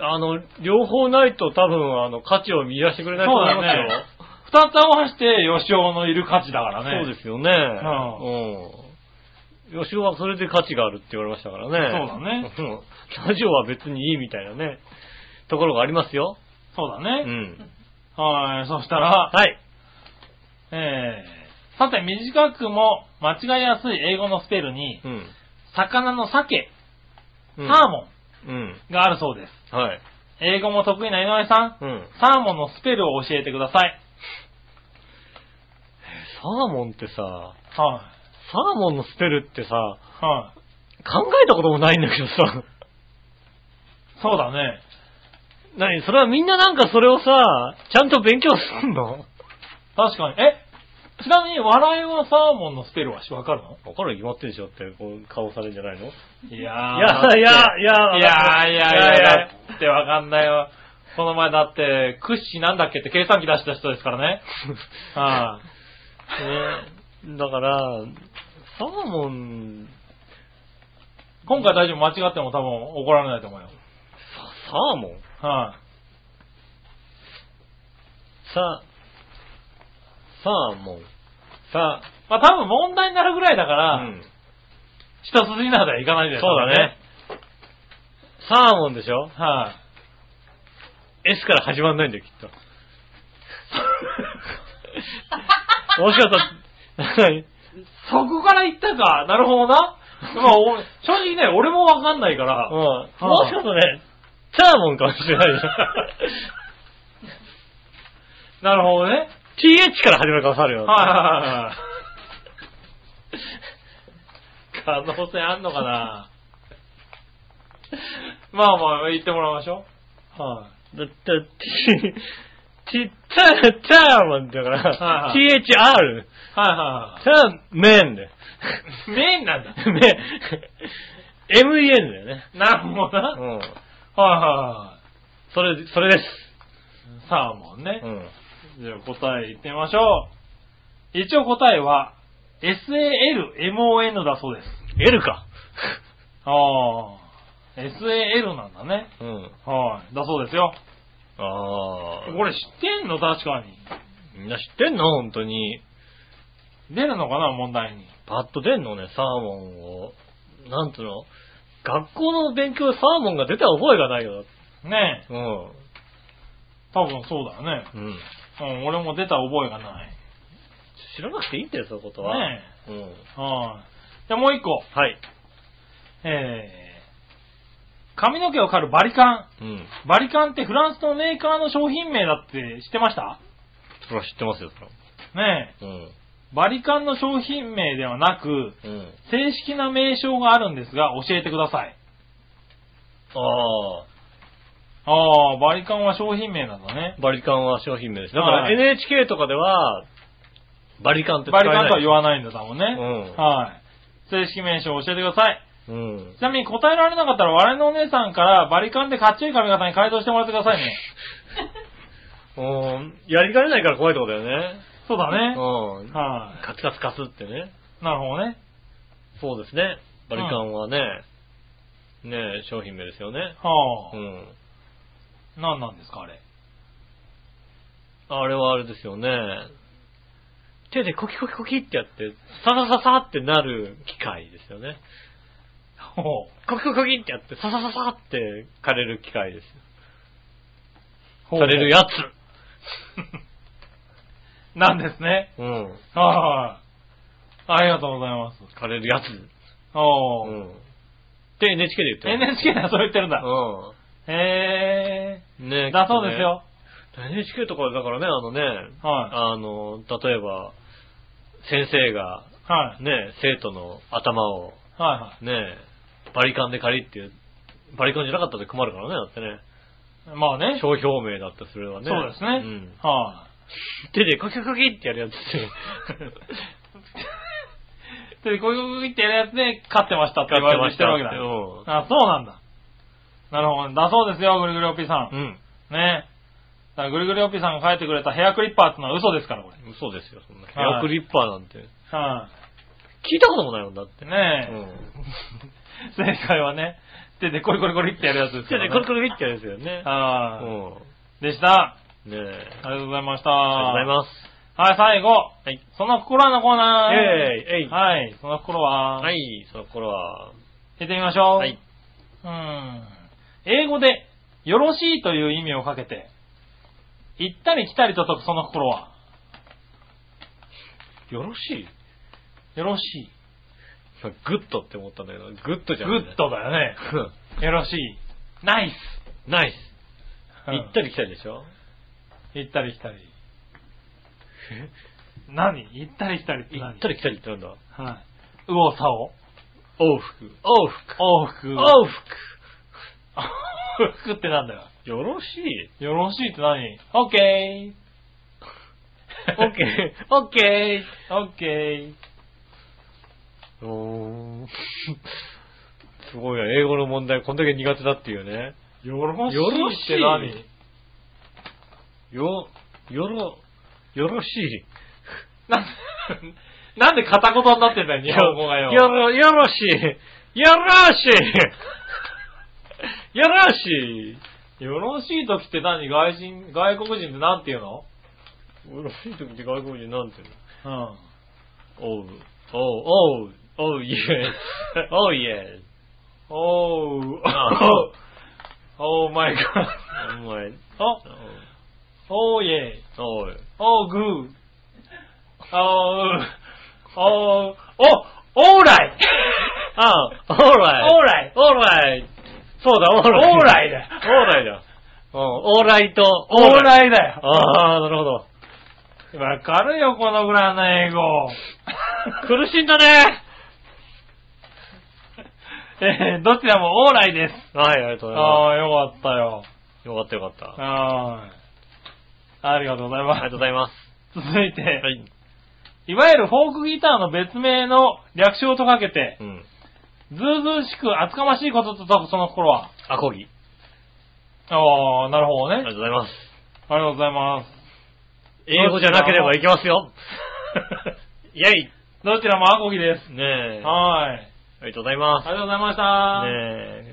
[SPEAKER 2] あ。あの、両方ないと多分、あの、価値を見出してくれないと思いますよ。
[SPEAKER 3] 二つ合わせて、吉尾のいる価値だからね。
[SPEAKER 2] そう
[SPEAKER 3] す。
[SPEAKER 2] ですよね。うん。吉尾はそれで価値があるって言われましたからね。
[SPEAKER 3] そうだね
[SPEAKER 2] うん。ラジオは別にいいみたいなね、ところがありますよ。
[SPEAKER 3] そうだ
[SPEAKER 2] う
[SPEAKER 3] ね。
[SPEAKER 2] ん。
[SPEAKER 3] はい、そしたら、
[SPEAKER 2] はい。
[SPEAKER 3] えー、さて、短くも間違いやすい英語のスペルに、
[SPEAKER 2] うん。
[SPEAKER 3] 魚の鮭、サ
[SPEAKER 2] う
[SPEAKER 3] ー
[SPEAKER 2] ん
[SPEAKER 3] モ
[SPEAKER 2] うん。
[SPEAKER 3] ンがあるそうです。
[SPEAKER 2] はい。
[SPEAKER 3] 英語も得意な井上さん、
[SPEAKER 2] うん。
[SPEAKER 3] サーモンのスペルを教えてください。
[SPEAKER 2] サーモンってさ、
[SPEAKER 3] は
[SPEAKER 2] サーモンのスペルってさ、
[SPEAKER 3] い。はい。
[SPEAKER 2] 考えたこともないんだけどさ。 [laughs]
[SPEAKER 3] そうだね。
[SPEAKER 2] 何それはみんななんかそれをさ、ちゃんと勉強すんの
[SPEAKER 3] 確かに。えちなみに、笑いはサーモンのスペルはわかるの
[SPEAKER 2] わかるに決まってるでしょって、こう、顔されるんじゃないの
[SPEAKER 3] いや
[SPEAKER 2] いや
[SPEAKER 3] だって
[SPEAKER 2] いやいや
[SPEAKER 3] [laughs] いやいやいや
[SPEAKER 2] いやいや
[SPEAKER 3] だってわかんないよ。この前だって、クッシーなんだっけって計算機出した人ですからね。はい、
[SPEAKER 2] ねだから、サーモン、
[SPEAKER 3] 今回大丈夫、間違っても多分怒られないと思うよ。はい、
[SPEAKER 2] サーモンさ、サーモン、さ、
[SPEAKER 3] まあ多分問題になるぐらいだか
[SPEAKER 2] う
[SPEAKER 3] ら、
[SPEAKER 2] ん、
[SPEAKER 3] 一筋縄ではいかないです
[SPEAKER 2] そうだね。サーモンでしょ
[SPEAKER 3] はい、
[SPEAKER 2] ?S から始まんないんだよ、きっと。 [laughs] もしか [laughs] したら、
[SPEAKER 3] そこから言ったか。なるほどな。まあ、お [laughs] 正直ね、俺もわかんないから。
[SPEAKER 2] うん。もしかしたらね、サーモンかもしれないよ。
[SPEAKER 3] [laughs] なるほどね。
[SPEAKER 2] TH から始まるかもし
[SPEAKER 3] [laughs]
[SPEAKER 2] れないよ。
[SPEAKER 3] はいはいはいはい。可能性あんのかなまあまあ、言ってもらいましょう。は
[SPEAKER 2] だって、T、T、タ、ターマンだから、
[SPEAKER 3] はい
[SPEAKER 2] THR、
[SPEAKER 3] い。はいは
[SPEAKER 2] ターメンで。
[SPEAKER 3] いはい。メインなん
[SPEAKER 2] [laughs]
[SPEAKER 3] だ。
[SPEAKER 2] め MEN だよね。
[SPEAKER 3] なるほどな。
[SPEAKER 2] う
[SPEAKER 3] はい
[SPEAKER 2] ん。
[SPEAKER 3] は
[SPEAKER 2] それ、それです。
[SPEAKER 3] いはい。サーモンね
[SPEAKER 2] う。ん。
[SPEAKER 3] じゃあ答え言ってみましょう。一応答えは、 SALMON だそうです。
[SPEAKER 2] L か。
[SPEAKER 3] ああ。SAL なんだね。
[SPEAKER 2] うん。
[SPEAKER 3] はい。だそうですよ。
[SPEAKER 2] ああ。
[SPEAKER 3] これ知ってんの確かに。
[SPEAKER 2] みんな知ってんの本当に。
[SPEAKER 3] 出るのかな問題に。
[SPEAKER 2] パッと出んのね、サーモンを。なんつうの学校の勉強でサーモンが出た覚えがないよ。
[SPEAKER 3] ねえ。
[SPEAKER 2] うん。
[SPEAKER 3] 多分そうだよね。
[SPEAKER 2] うん。
[SPEAKER 3] うん、俺も出た覚えがない。
[SPEAKER 2] 知らなくていいんだよ、そういうことは。
[SPEAKER 3] ね
[SPEAKER 2] うん。
[SPEAKER 3] え。はい。じゃあもう一個。
[SPEAKER 2] はい。
[SPEAKER 3] えー、髪の毛を刈るバリカン。
[SPEAKER 2] うん。
[SPEAKER 3] バリカンってフランスのメーカーの商品名だって知ってました
[SPEAKER 2] それは知ってますよ、それは
[SPEAKER 3] ね
[SPEAKER 2] うん。
[SPEAKER 3] え。バリカンの商品名ではなく、
[SPEAKER 2] うん。
[SPEAKER 3] 正式な名称があるんですが、教えてください。
[SPEAKER 2] あ
[SPEAKER 3] ああ、バリカンは商品名なんだね。
[SPEAKER 2] あ。バリカンは商品名です。だか
[SPEAKER 3] は
[SPEAKER 2] ら
[SPEAKER 3] い
[SPEAKER 2] NHK とかでは、バリカンって使
[SPEAKER 3] バ
[SPEAKER 2] え
[SPEAKER 3] リ
[SPEAKER 2] ない。
[SPEAKER 3] カンとは言わないんだ、多分ね。
[SPEAKER 2] うん
[SPEAKER 3] はい。正式名称を教えてください。
[SPEAKER 2] うん。
[SPEAKER 3] ちなみに答えられなかったら、我のお姉さんからバリカンでかっちょい髪型に改造してもらってくださいね。
[SPEAKER 2] うん。やりかねないから怖いとこだよね。
[SPEAKER 3] [laughs] そうだね。
[SPEAKER 2] うん。
[SPEAKER 3] は
[SPEAKER 2] カツカツカツってね。
[SPEAKER 3] い。なるほどね。
[SPEAKER 2] そうですね。バリカンはね、ね商品名ですよね。
[SPEAKER 3] はあ
[SPEAKER 2] う。ん。
[SPEAKER 3] 何なんですか、あれ。
[SPEAKER 2] あれはあれですよね。手でコキコキコキってやって、ササササってなる機械ですよね。
[SPEAKER 3] ほう。
[SPEAKER 2] コキコキコキってやって、ササササって枯れる機械です。
[SPEAKER 3] ほう
[SPEAKER 2] 枯れるやつ。
[SPEAKER 3] [laughs] なんですね。
[SPEAKER 2] うん。
[SPEAKER 3] はい。ありがとうございます。
[SPEAKER 2] 枯れるやつ。う
[SPEAKER 3] おー。
[SPEAKER 2] ん。って NHK で言ってます。
[SPEAKER 3] NHK ではそう言ってるんだ。へ
[SPEAKER 2] うん。ね
[SPEAKER 3] ー。だそうです。よ。
[SPEAKER 2] NHK とかだからね、あのね、
[SPEAKER 3] は
[SPEAKER 2] あの、例えば、先生が、
[SPEAKER 3] い。はい。
[SPEAKER 2] ね、生徒の頭を、
[SPEAKER 3] はいは
[SPEAKER 2] ね、バリカンで借りっていう、バリカンじゃなかったら困るからね、だってね。
[SPEAKER 3] い。まあね。
[SPEAKER 2] 商標名だってそれはね。
[SPEAKER 3] そうです
[SPEAKER 2] う
[SPEAKER 3] ね
[SPEAKER 2] ん。。
[SPEAKER 3] は
[SPEAKER 2] 手でコキコキコキってやる
[SPEAKER 3] [laughs]
[SPEAKER 2] やつですよ。
[SPEAKER 3] い。で、こういうってやるやつで勝ってましたって言われてるわけだ。
[SPEAKER 2] う
[SPEAKER 3] あ、そうなんだ。なるほど。だそうですよ、ぐるぐるおっぴーさん。
[SPEAKER 2] ん。うん。
[SPEAKER 3] ね。だからぐるぐるおっぴーさんが書いてくれたヘアクリッパーってのは嘘ですから、これ。
[SPEAKER 2] そうですよ、そんな。ヘアクリッパーなんて。
[SPEAKER 3] は
[SPEAKER 2] 聞いたこともないもんだって
[SPEAKER 3] い。
[SPEAKER 2] ね。
[SPEAKER 3] ねえ。
[SPEAKER 2] うん。
[SPEAKER 3] 正解はね、手でコリコリコリってやるやつですか
[SPEAKER 2] 手
[SPEAKER 3] ら、ね。
[SPEAKER 2] でコリコリコキってやるやつですよね。
[SPEAKER 3] は
[SPEAKER 2] う
[SPEAKER 3] い
[SPEAKER 2] ん。
[SPEAKER 3] でした。
[SPEAKER 2] ねえ。
[SPEAKER 3] ありがとうございました。
[SPEAKER 2] ありがとうございます。
[SPEAKER 3] はい、最後。
[SPEAKER 2] はい。
[SPEAKER 3] その心はのコーナー。
[SPEAKER 2] えいえい
[SPEAKER 3] はい、その心は、。
[SPEAKER 2] はいい、その頃は、
[SPEAKER 3] 行ってみましょう。
[SPEAKER 2] はい。。
[SPEAKER 3] うーん。英語で、よろしいという意味をかけて、行ったり来たりと解くその心は、
[SPEAKER 2] よろしい
[SPEAKER 3] よろしい。
[SPEAKER 2] 今グッドって思ったんだけど、グッドじゃ
[SPEAKER 3] グ
[SPEAKER 2] ない
[SPEAKER 3] ッ
[SPEAKER 2] [laughs]
[SPEAKER 3] ドだよね。
[SPEAKER 2] ド。
[SPEAKER 3] よろしい。ナイス。
[SPEAKER 2] ナイス。行った
[SPEAKER 3] り。
[SPEAKER 2] り来たりでしょ
[SPEAKER 3] 行ったり来たり。何行ったり来たりって
[SPEAKER 2] 行
[SPEAKER 3] 何
[SPEAKER 2] ったり来たりってなんだ
[SPEAKER 3] はい。右往左往。
[SPEAKER 2] 往復。往復。
[SPEAKER 3] 往復。
[SPEAKER 2] 往復。
[SPEAKER 3] 往復ってなんだよ。
[SPEAKER 2] よろしい。
[SPEAKER 3] よろしいって何オッケ
[SPEAKER 2] オ
[SPEAKER 3] ー。
[SPEAKER 2] ッケー。オッケ
[SPEAKER 3] ー。オッケ
[SPEAKER 2] ー。 [laughs] おー。すごいな、英語の問題、こんだけ苦手だっていうね。
[SPEAKER 3] ー。よろ
[SPEAKER 2] しい
[SPEAKER 3] よろしいって何
[SPEAKER 2] よ、よろ、よろしい。
[SPEAKER 3] なんで、なんで片言になってんだよ、日本語がよ。
[SPEAKER 2] よろ、よろしい。よろしい。よろしい。
[SPEAKER 3] よろしい時って何外人、外国人ってなんて言うの
[SPEAKER 2] よろしい時って外国人なんて言うの
[SPEAKER 3] うん。
[SPEAKER 2] おう、おう、おう、おう、イエ [laughs] ス、おう、イエス。[laughs]
[SPEAKER 3] おー、おー、マイガー。
[SPEAKER 2] お前、
[SPEAKER 3] おー、イェイ。
[SPEAKER 2] おう、
[SPEAKER 3] おー、グー。おー、おー、お、オーラ
[SPEAKER 2] [laughs]
[SPEAKER 3] イ
[SPEAKER 2] あ、オーライ。
[SPEAKER 3] オーライ
[SPEAKER 2] オーライ。そうだ、オーライ。
[SPEAKER 3] オーライだ
[SPEAKER 2] オーライだ。うん、オーライと、
[SPEAKER 3] オー
[SPEAKER 2] イ。
[SPEAKER 3] ライだよ。
[SPEAKER 2] ああ、なるほど。
[SPEAKER 3] わかるよ、このぐらいの
[SPEAKER 2] [laughs]
[SPEAKER 3] 英語。
[SPEAKER 2] 苦しんだね。
[SPEAKER 3] えーどちらもオーライです。
[SPEAKER 2] はい、ありがとうござい
[SPEAKER 3] あ
[SPEAKER 2] ま
[SPEAKER 3] あ、よかったよ。
[SPEAKER 2] す。よかったよかった。
[SPEAKER 3] はーい。ありがとうござい
[SPEAKER 2] ありが
[SPEAKER 3] ま
[SPEAKER 2] とうございます。
[SPEAKER 3] す。続いて、、
[SPEAKER 2] はいい。
[SPEAKER 3] わゆるフォークギターの別名の略称とかけて
[SPEAKER 2] う、ん。
[SPEAKER 3] ずうずうしく厚かましいことと解くその心は。
[SPEAKER 2] アコギ。
[SPEAKER 3] ああ、なるほど
[SPEAKER 2] あり
[SPEAKER 3] ね
[SPEAKER 2] が。とうございます。
[SPEAKER 3] ありがとうございます。
[SPEAKER 2] 英語じゃなければいきますよ。イェイ。
[SPEAKER 3] [laughs] どちらもアコギです。
[SPEAKER 2] ねえ。あ
[SPEAKER 3] はい。
[SPEAKER 2] りがとうござい
[SPEAKER 3] あ
[SPEAKER 2] ま
[SPEAKER 3] り
[SPEAKER 2] す。
[SPEAKER 3] がとうございました。
[SPEAKER 2] ね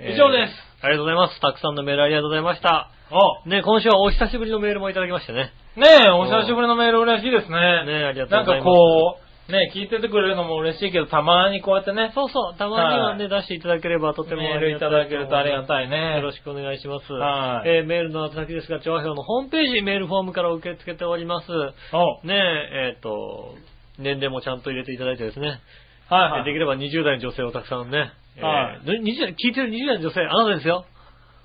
[SPEAKER 2] え
[SPEAKER 3] 以上です
[SPEAKER 2] えーありがとうございます。たくさんのメールありがとうございました。
[SPEAKER 3] お、
[SPEAKER 2] ねえ今週はお久しぶりのメールもいただきましてね。
[SPEAKER 3] ねえ、お久しぶりのメール嬉しいですね。
[SPEAKER 2] ねえありがとうご
[SPEAKER 3] なん
[SPEAKER 2] ざい
[SPEAKER 3] か
[SPEAKER 2] ます。
[SPEAKER 3] こう、ねえ、聞いててくれるのも嬉しいけど、たまにこうやってね、
[SPEAKER 2] そうそう、たまにはね、出していただければとても
[SPEAKER 3] メ
[SPEAKER 2] あ
[SPEAKER 3] ー
[SPEAKER 2] り
[SPEAKER 3] ル
[SPEAKER 2] が
[SPEAKER 3] い
[SPEAKER 2] た
[SPEAKER 3] た
[SPEAKER 2] い思
[SPEAKER 3] だけるとありがたいね。
[SPEAKER 2] よろしくお願いします。
[SPEAKER 3] はい
[SPEAKER 2] えーメールの宛先ですが、調和表のホームページ、メールフォームから受け付けております。
[SPEAKER 3] お、はい
[SPEAKER 2] ねえ、えっ、と、年齢もちゃんと入れていただいてですね。
[SPEAKER 3] はい。
[SPEAKER 2] できれば20代の女性をたくさんね。
[SPEAKER 3] はい
[SPEAKER 2] えー20代聞いてる20代の女性、あなたですよ。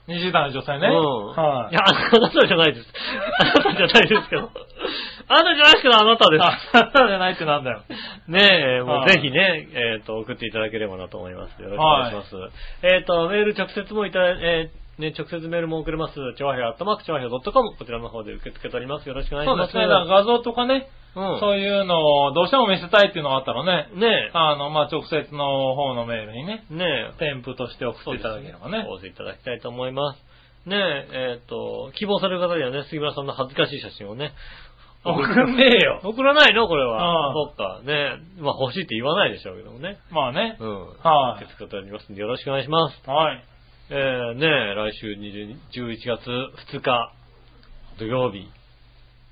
[SPEAKER 3] 20代の女性ね。
[SPEAKER 2] うん。
[SPEAKER 3] はい
[SPEAKER 2] い。や、あなたじゃないです。あなたじゃないですけ
[SPEAKER 3] [laughs]
[SPEAKER 2] ど。あなたじゃないですけど、あなたで
[SPEAKER 3] あ、そうじゃないってなんだよ。
[SPEAKER 2] す。 [laughs] ねえ、も
[SPEAKER 3] は
[SPEAKER 2] う
[SPEAKER 3] い
[SPEAKER 2] ぜひね、えっ、と、送っていただければなと思います。よろしくお願いします。えっ、と、メール直接もいただ、えーね、直接メールも送れます。ちょわひょアットマークちょわひょ .com。こちらの方で受け付けております。よろしくお願いし
[SPEAKER 3] そう
[SPEAKER 2] ま。
[SPEAKER 3] ですすね。だから画像とかね、
[SPEAKER 2] うん。
[SPEAKER 3] そういうのをどうしても見せたいっていうのがあったらね、
[SPEAKER 2] ね
[SPEAKER 3] あの、まあ、直接の方のメールにね、
[SPEAKER 2] え、ねえ、
[SPEAKER 3] 添付として送っていただければね。
[SPEAKER 2] お寄せいただきたいと思います。ねえ、えっ、と、希望される方にはね、杉村さんの恥ずかしい写真をね、
[SPEAKER 3] 送んねえよ
[SPEAKER 2] [laughs] 送らないのこれは。
[SPEAKER 3] うん
[SPEAKER 2] そっか、ねえ、まあ欲しいって言わないでしょうけどもね。
[SPEAKER 3] まあね
[SPEAKER 2] う。ん。
[SPEAKER 3] は
[SPEAKER 2] 受
[SPEAKER 3] い
[SPEAKER 2] け付けておりますんでよろしくお願いします。
[SPEAKER 3] はい。
[SPEAKER 2] えー、ねえ、来週20 11月2日、土曜日。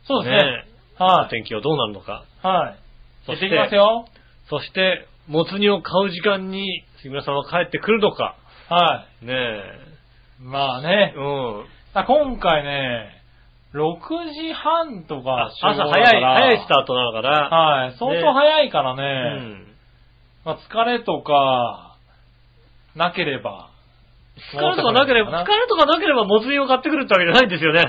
[SPEAKER 3] そうですね。
[SPEAKER 2] ねえ
[SPEAKER 3] は
[SPEAKER 2] 天気はどうなるのか。
[SPEAKER 3] い。はい。
[SPEAKER 2] そ
[SPEAKER 3] 行っ
[SPEAKER 2] して
[SPEAKER 3] てきますよ。
[SPEAKER 2] そして、もつ煮を買う時間に杉村さんは帰ってくるのか。
[SPEAKER 3] は
[SPEAKER 2] ね
[SPEAKER 3] い。まあ
[SPEAKER 2] え、
[SPEAKER 3] ね
[SPEAKER 2] う。ん。
[SPEAKER 3] あ今回ね、6時半とか集合
[SPEAKER 2] 朝
[SPEAKER 3] だ
[SPEAKER 2] 早い、
[SPEAKER 3] から
[SPEAKER 2] 早いスタートなのかな。
[SPEAKER 3] はい。相当早いからね。
[SPEAKER 2] うん
[SPEAKER 3] まあ、疲れとか、なければ。
[SPEAKER 2] 疲れとかなければ、疲れとかなければ、もつ煮を買ってくるってわけじゃないんですよね。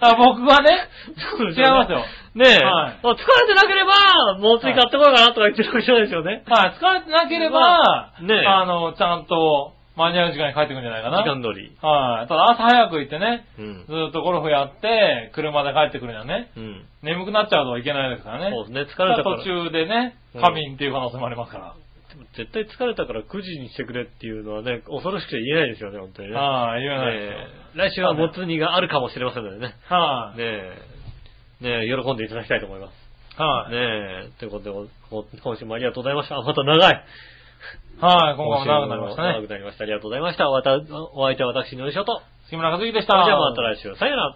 [SPEAKER 3] あ、僕はね、
[SPEAKER 2] そうです
[SPEAKER 3] 違いますよ。
[SPEAKER 2] [laughs] ねえ、
[SPEAKER 3] はい
[SPEAKER 2] まあ疲れてなければ、もつ煮買ってこようかなとか言ってるわけじゃないですよね。
[SPEAKER 3] はい、疲れてなければ
[SPEAKER 2] ま、あねえ
[SPEAKER 3] あの、ちゃんと間に合う時間に帰ってくるんじゃないかな。
[SPEAKER 2] 時間通り。
[SPEAKER 3] はい。ただ朝早く行ってね、
[SPEAKER 2] うん
[SPEAKER 3] ず。っとゴルフやって、車で帰ってくるにはね、
[SPEAKER 2] うん。
[SPEAKER 3] 眠くなっちゃうといけないですからね。
[SPEAKER 2] そうですね、疲
[SPEAKER 3] た
[SPEAKER 2] れ
[SPEAKER 3] だ
[SPEAKER 2] たから。
[SPEAKER 3] 途中でね、仮眠っていう可能性もありますから。
[SPEAKER 2] 絶対疲れたから9時にしてくれっていうのはね、恐ろしくて言えないですよね、本当にね。
[SPEAKER 3] はい、言わないですよ
[SPEAKER 2] ねえ来週はもつ煮があるかもしれませんのでね。
[SPEAKER 3] はい、
[SPEAKER 2] ねえ、ねえ、喜んでいただきたいと思います。
[SPEAKER 3] はい、
[SPEAKER 2] ねえ、ということでこ、今週もありがとうございました。あまた長い。
[SPEAKER 3] はい、今後も長くなりました
[SPEAKER 2] 長
[SPEAKER 3] ね
[SPEAKER 2] く。なりました。ありがとうございました。わたお相手は私、のりしょと。
[SPEAKER 3] 杉村和之でし
[SPEAKER 2] そ
[SPEAKER 3] た。
[SPEAKER 2] れじゃあまた来週。さよなら。